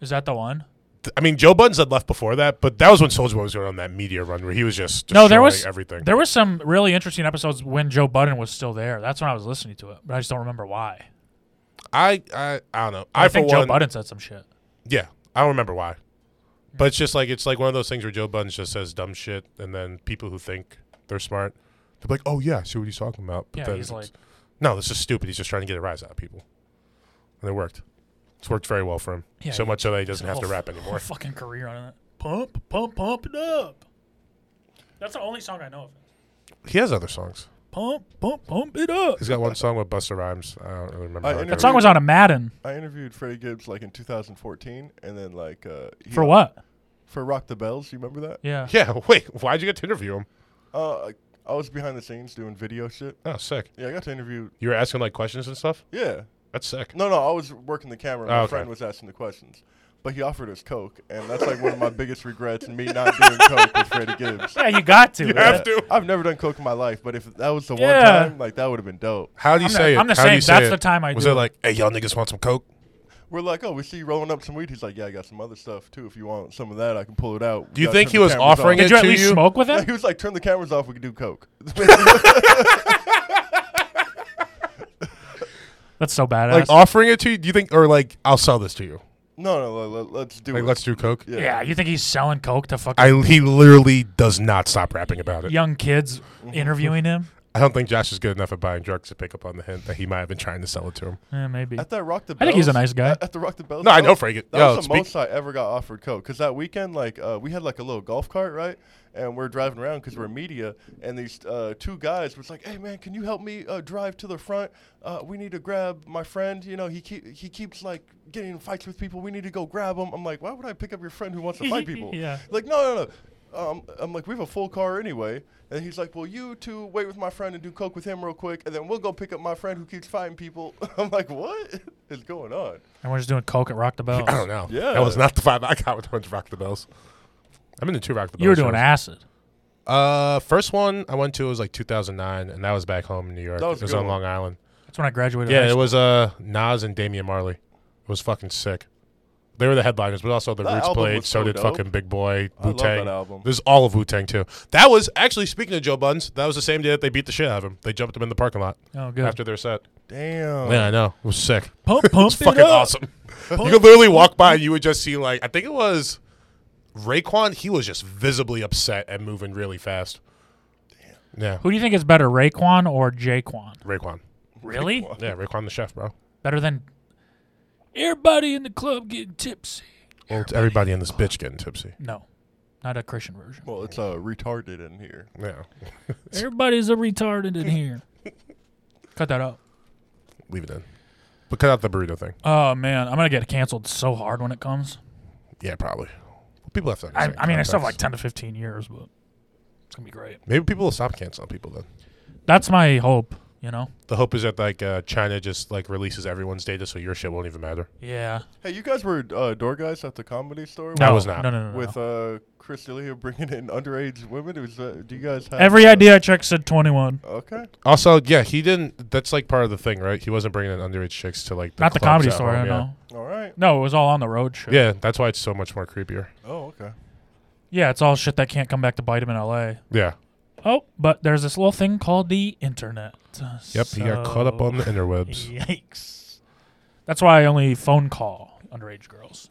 A: Is that the one?
B: Th- I mean, Joe Budden's had left before that, but that was when Soldier Boy was going on that media run where he was just
A: No, there
B: destroying
A: was
B: everything.
A: There was some really interesting episodes when Joe Budden was still there. That's when I was listening to it, but I just don't remember why.
B: I, I I don't know.
A: I,
B: I, for
A: think Joe
B: one,
A: Budden said some shit.
B: yeah, I don't remember why, but it's just like it's like one of those things where Joe Budden just says dumb shit, and then people who think they're smart, they're like, oh yeah, I see what he's talking about. But
A: Yeah,
B: then
A: he's
B: it's-
A: like,
B: no, this is stupid. He's just trying to get a rise out of people, and it worked. It's worked very well for him.
A: Yeah,
B: so
A: he-
B: much so that he doesn't have to
A: whole-
B: rap
A: whole
B: anymore.
A: fucking career on it. Pump, pump, pump it up. That's the only song I know of.
B: He has other songs.
A: Pump, pump, pump it up.
B: He's got one song with Buster Rhymes. I don't really remember.
C: I
B: how it
C: interviewed-
A: That song was on a Madden
C: I interviewed Freddie Gibbs like in 2014, and then like uh, he-
A: for what?
C: For Rock the Bells, you remember that?
A: Yeah.
B: goes. Yeah, wait. Why'd you get to interview him?
C: Uh, I- I was behind the scenes doing video shit.
B: Oh, sick.
C: Yeah, I got to interview.
B: You were asking like questions and stuff.
C: Yeah,
B: That's sick.
C: no, no, I was working the camera. My
B: Oh, okay.
C: friend was asking the questions, but he offered us coke, and that's like one of my biggest regrets. Me not doing coke with Freddie Gibbs.
A: Yeah, you got to. man.
B: have to.
C: I've never done coke in my life, but if that was the
A: Yeah.
C: one time, like that would have been dope.
B: How do you
A: I'm
B: say
A: the-
B: it?
A: I'm the
B: How do
A: same.
B: you say
A: That's
B: it?
A: the time I
B: was
A: do
B: it
A: it.
B: like, hey, y'all niggas want some coke?
C: We're like, oh, we see you rolling up some weed. He's like, yeah, I got some other stuff too. If you want some of that, I can pull it out.
B: Do you
C: Gotta
B: think
C: turn
B: he
C: the
B: was
C: cameras
B: offering
C: off."
A: Did you at
B: to
A: least
B: you.
A: smoke with him?
C: He was like, turn the cameras off. We can do coke.
A: That's so badass.
B: Like offering it to you? Do you think, or like, I'll sell this to you?
C: no, no, let, let, let's do
B: Like,
C: it.
B: let's do coke.
C: Yeah.
A: yeah, you think he's selling coke to fucking
B: I he literally does not stop rapping about it.
A: young kids interviewing him?
B: I don't think Josh is good enough at buying drugs to pick up on the hint that he might have been trying to sell it to him.
A: Eh, maybe.
C: At that Rock the
A: I
C: Bells.
A: think he's a nice guy.
C: At, at the Rock the Bells.
B: No, I
C: that
B: know
C: was-
B: Frank-
C: That
B: yo,
C: was the
B: speak-
C: most I ever got offered coke. Because that weekend, like, uh, we had like a little golf cart, right? And we're driving around because we're media. And these uh, two guys was like, hey, man, can you help me uh, drive to the front? Uh, we need to grab my friend. You know, he, keep, he keeps like getting in fights with people. We need to go grab him. I'm like, why would I pick up your friend who wants to fight people?
A: Yeah.
C: Like, no, no, no. Um, I'm like, we have a full car anyway. And he's like, well, you two wait with my friend and do coke with him real quick, and then we'll go pick up my friend who keeps fighting people. I'm like, what is going on?
A: And we're just doing coke at Rock the Bells.
B: I don't know.
C: Yeah.
B: that was not the vibe I got with Hunter Rock the Bells. I'm into two Rock the Bells.
A: You were doing
B: shows.
A: acid.
B: Uh, first one I went to was like 2009, and that was back home in New York.
C: That was
B: it
C: a
B: was
C: good
B: on
C: one.
B: Long Island.
A: That's when I graduated.
B: Yeah,
A: high
B: it
A: school.
B: was uh Nas and Damian Marley. It was fucking sick. They were the headliners, but also the
C: That
B: Roots
C: album
B: played.
C: was
B: So,
C: so
B: did
C: dope.
B: fucking Big Boy,
C: I
B: Wu
C: love
B: Tang.
C: that album.
B: There's all of Wu Tang too. That was actually speaking of Joe Buns. That was the same day that they beat the shit out of him. They jumped him in the parking lot
A: Oh, good.
B: after their set.
C: Damn.
B: Yeah, I know. It was sick.
A: pump, pump,
B: It's fucking awesome. you could literally walk by and you would just see like I think it was Raekwon. He was just visibly upset and moving really fast. Yeah,
A: Who do you think is better, Raekwon or Jaquan?
B: Raekwon.
A: Really?
B: Yeah, Raekwon the chef, bro.
A: Better than everybody in the club getting tipsy.
B: Well, it's everybody in this bitch getting tipsy.
A: No, not a Christian version.
C: Well, it's uh, retarded in here.
B: Yeah,
A: Everybody's a retarded in here. Cut that out.
B: leave it in. But cut out the burrito thing.
A: Oh man, I'm gonna get canceled so hard when it comes.
B: Yeah, probably. People have to.
A: I,
B: Understand
A: I mean, I still have like
B: context.
A: ten to fifteen years, but it's gonna be great.
B: Maybe people will stop canceling people then.
A: That's my hope. You know?
B: The hope is that like uh, China just like releases everyone's data, so your shit won't even matter.
A: Yeah.
C: Hey, you guys were uh, door guys at the comedy store
A: No,
B: No. I was not.
A: No, no, no. no.
C: with uh, Chris D'Elia bringing in underage women. It was, uh, do you guys have
A: Every
C: uh,
A: idea I checked said 21.
C: Okay.
B: Also, yeah, he didn't. That's like part of the thing, right? He wasn't bringing in underage chicks to like the
A: Not the
B: clubs
A: comedy
B: at
A: store,
B: home,
A: I
B: yeah.
A: know.
C: All right.
A: No, it was all on the road shit.
B: Yeah, that's why it's so much more creepier.
C: Oh, okay.
A: Yeah, it's all shit that can't come back to bite him in LA.
B: Yeah.
A: Oh, but there's this little thing called the internet.
B: Yep. he got caught up on the interwebs.
A: Yikes. That's why I only phone call underage girls.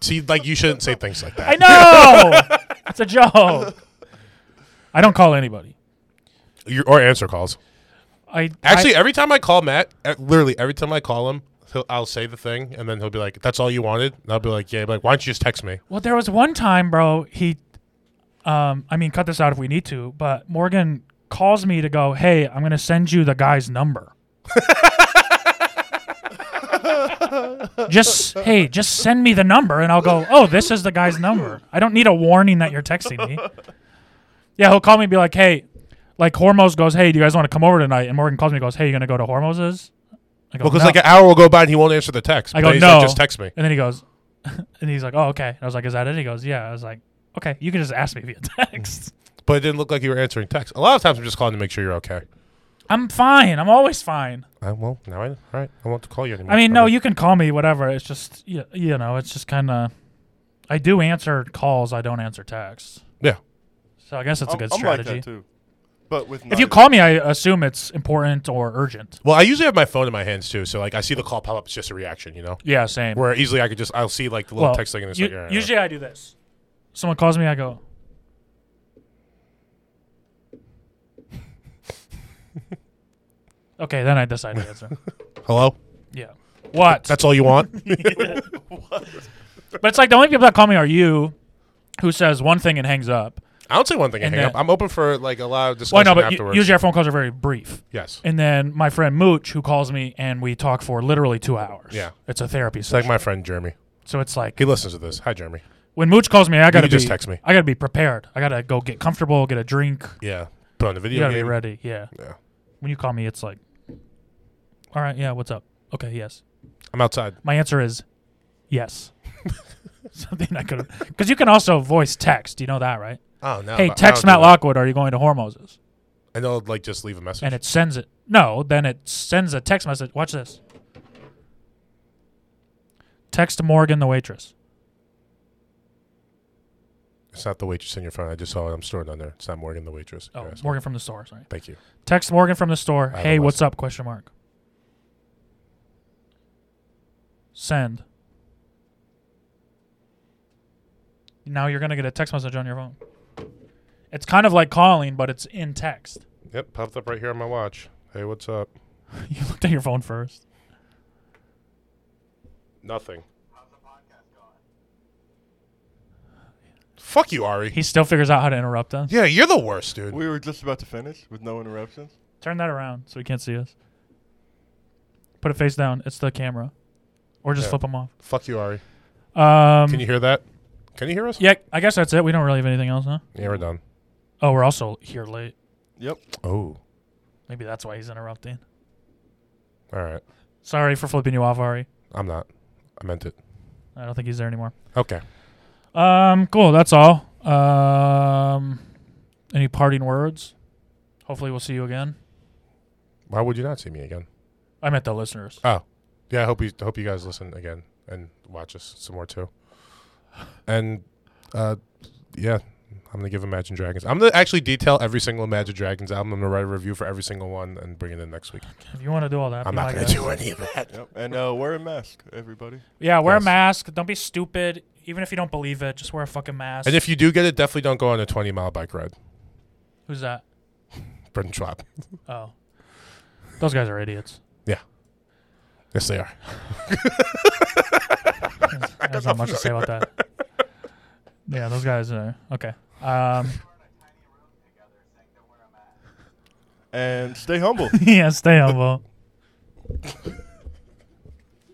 B: See, like you shouldn't say things like that.
A: I know! it's a joke. I don't call anybody.
B: Your- or answer calls.
A: I
B: Actually,
A: I,
B: every time I call Matt, uh, literally every time I call him, he'll, I'll say the thing, and then he'll be like, "That's all you wanted," and I'll be like, "Yeah." He'll be Like, why don't you just text me?
A: well, there was one time, bro. He, um, I mean, cut this out if we need to. But Morgan calls me to go. Hey, I'm gonna send you the guy's number. just hey, just send me the number, and I'll go. Oh, this is the guy's number. I don't need a warning that you're texting me. Yeah, he'll call me and be like, "Hey, like Hormos goes, hey, do you guys want to come over tonight?" And Morgan calls me and goes, "Hey, you gonna go to Hormos's?" I go,
B: Because
A: "No."
B: like an hour will go by and he won't answer the text.
A: I
B: but
A: go,
B: he's
A: no.
B: like, just text me.
A: And then he goes, and he's like, "Oh, okay." And I was like, "Is that it?" He goes, "Yeah." I was like, "Okay, you can just ask me via text.
B: But it didn't look like you were answering text. A lot of times I'm just calling to make sure you're okay.
A: I'm fine. I'm always fine.
B: I, well, now I all right. I won't call you anymore.
A: I mean, no,
B: Okay.
A: you can call me whatever. It's just you, you know, it's just kind of. I do answer calls. I don't answer texts.
B: Yeah.
A: So I guess it's a good
C: I'm, I'm like
A: strategy.
C: that too. But with
A: if you
C: neither.
A: call me, I assume it's important or urgent.
B: Well, I usually have my phone in my hands too, so like I see the call pop up, it's just a reaction, you know.
A: Yeah, same.
B: Where easily I could just I'll see like the little
A: Well,
B: text thing and it's
A: u-
B: like all right, all right.
A: usually I do this. Someone calls me, I go. okay, then I decide to answer.
B: hello.
A: Yeah. What?
B: That's all you want.
A: but it's like the only people that call me are you, who says one thing and hangs up.
B: I don't say one thing and,
A: And
B: hang
A: that-
B: up. I'm open for like a lot of
A: Well,
B: discussion
A: no, but u-
B: afterwards.
A: usually our phone calls are very brief.
B: yes,
A: And then my friend Mooch, who calls me, and we talk for literally two hours.
B: Yeah.
A: It's a therapy
B: it's like
A: session.
B: my friend Jeremy.
A: so it's like
B: He listens to this. Hi, Jeremy.
A: when Mooch calls me, I gotta
B: can just
A: be-
B: text me.
A: I gotta be prepared. I gotta go get comfortable, get a drink.
B: Yeah, put on the
A: You
B: video
A: gotta
B: game.
A: be ready. Yeah.
B: Yeah,
A: When you call me, it's like, all right, yeah, what's up? Okay, yes.
B: I'm outside.
A: My answer is yes. Something I could, because you can also voice text. You know that, right?
B: Oh no.
A: hey, text Matt Lockwood. Are you going to Hormoses?
B: And they'll like just leave a message.
A: And it sends it. No, then it sends a text message. Watch this. Text Morgan the waitress.
B: it's not the waitress in your phone. I just saw it. I'm stored on there. It's not Morgan the waitress.
A: Oh,
B: You're asking.
A: Morgan from the store. Sorry.
B: Thank you.
A: Text Morgan from the store.
B: I have
A: Hey,
B: a
A: what's up? Question mark. Send. Now you're gonna get a text message on your phone. It's kind of like calling, but it's in text.
B: Yep, popped up right here on my watch. Hey, what's up?
A: you looked at your phone first.
B: Nothing. Fuck you, Ari.
A: He still figures out how to interrupt us.
B: Yeah, you're the worst, dude.
C: we were just about to finish with no interruptions.
A: Turn that around so he can't see us. Put it face down. It's the camera, or just
B: Yeah.
A: flip him off.
B: Fuck you, Ari.
A: Um,
B: Can you hear that? Can you hear us?
A: yeah, I guess that's it. We don't really have anything else, huh?
B: Yeah, we're done.
A: Oh, we're also here late.
C: Yep.
B: Oh,
A: Maybe that's why he's interrupting.
B: all right.
A: Sorry for flipping you off, Ari.
B: I'm not. I meant it.
A: I don't think he's there anymore.
B: Okay.
A: Um, cool. That's all. Um, any parting words? Hopefully, we'll see you again.
B: Why would you not see me again?
A: I meant the listeners.
B: Oh, yeah. I hope you hope you guys listen again and watch us some more too. And uh, yeah, I'm gonna give Imagine Dragons. I'm gonna actually detail every single Imagine Dragons album. I'm gonna write a review for every single one and bring it in next week.
A: If you want to do all that,
B: I'm
A: be
B: not
A: Oh my
B: gonna
A: guest.
B: do any of that.
C: Yep. And uh, wear a mask, everybody.
A: Yeah, wear
B: Yes.
A: a mask. Don't be stupid. Even if you don't believe it, just wear a fucking mask.
B: And if you do get it, definitely don't go on a 20 mile bike ride.
A: Who's that?
B: Brendan Schwab.
A: Oh, those guys are idiots.
B: Yes, they are.
A: There's not much to say about that. Yeah, those guys are okay. Um,
C: And stay humble.
A: yeah, stay humble.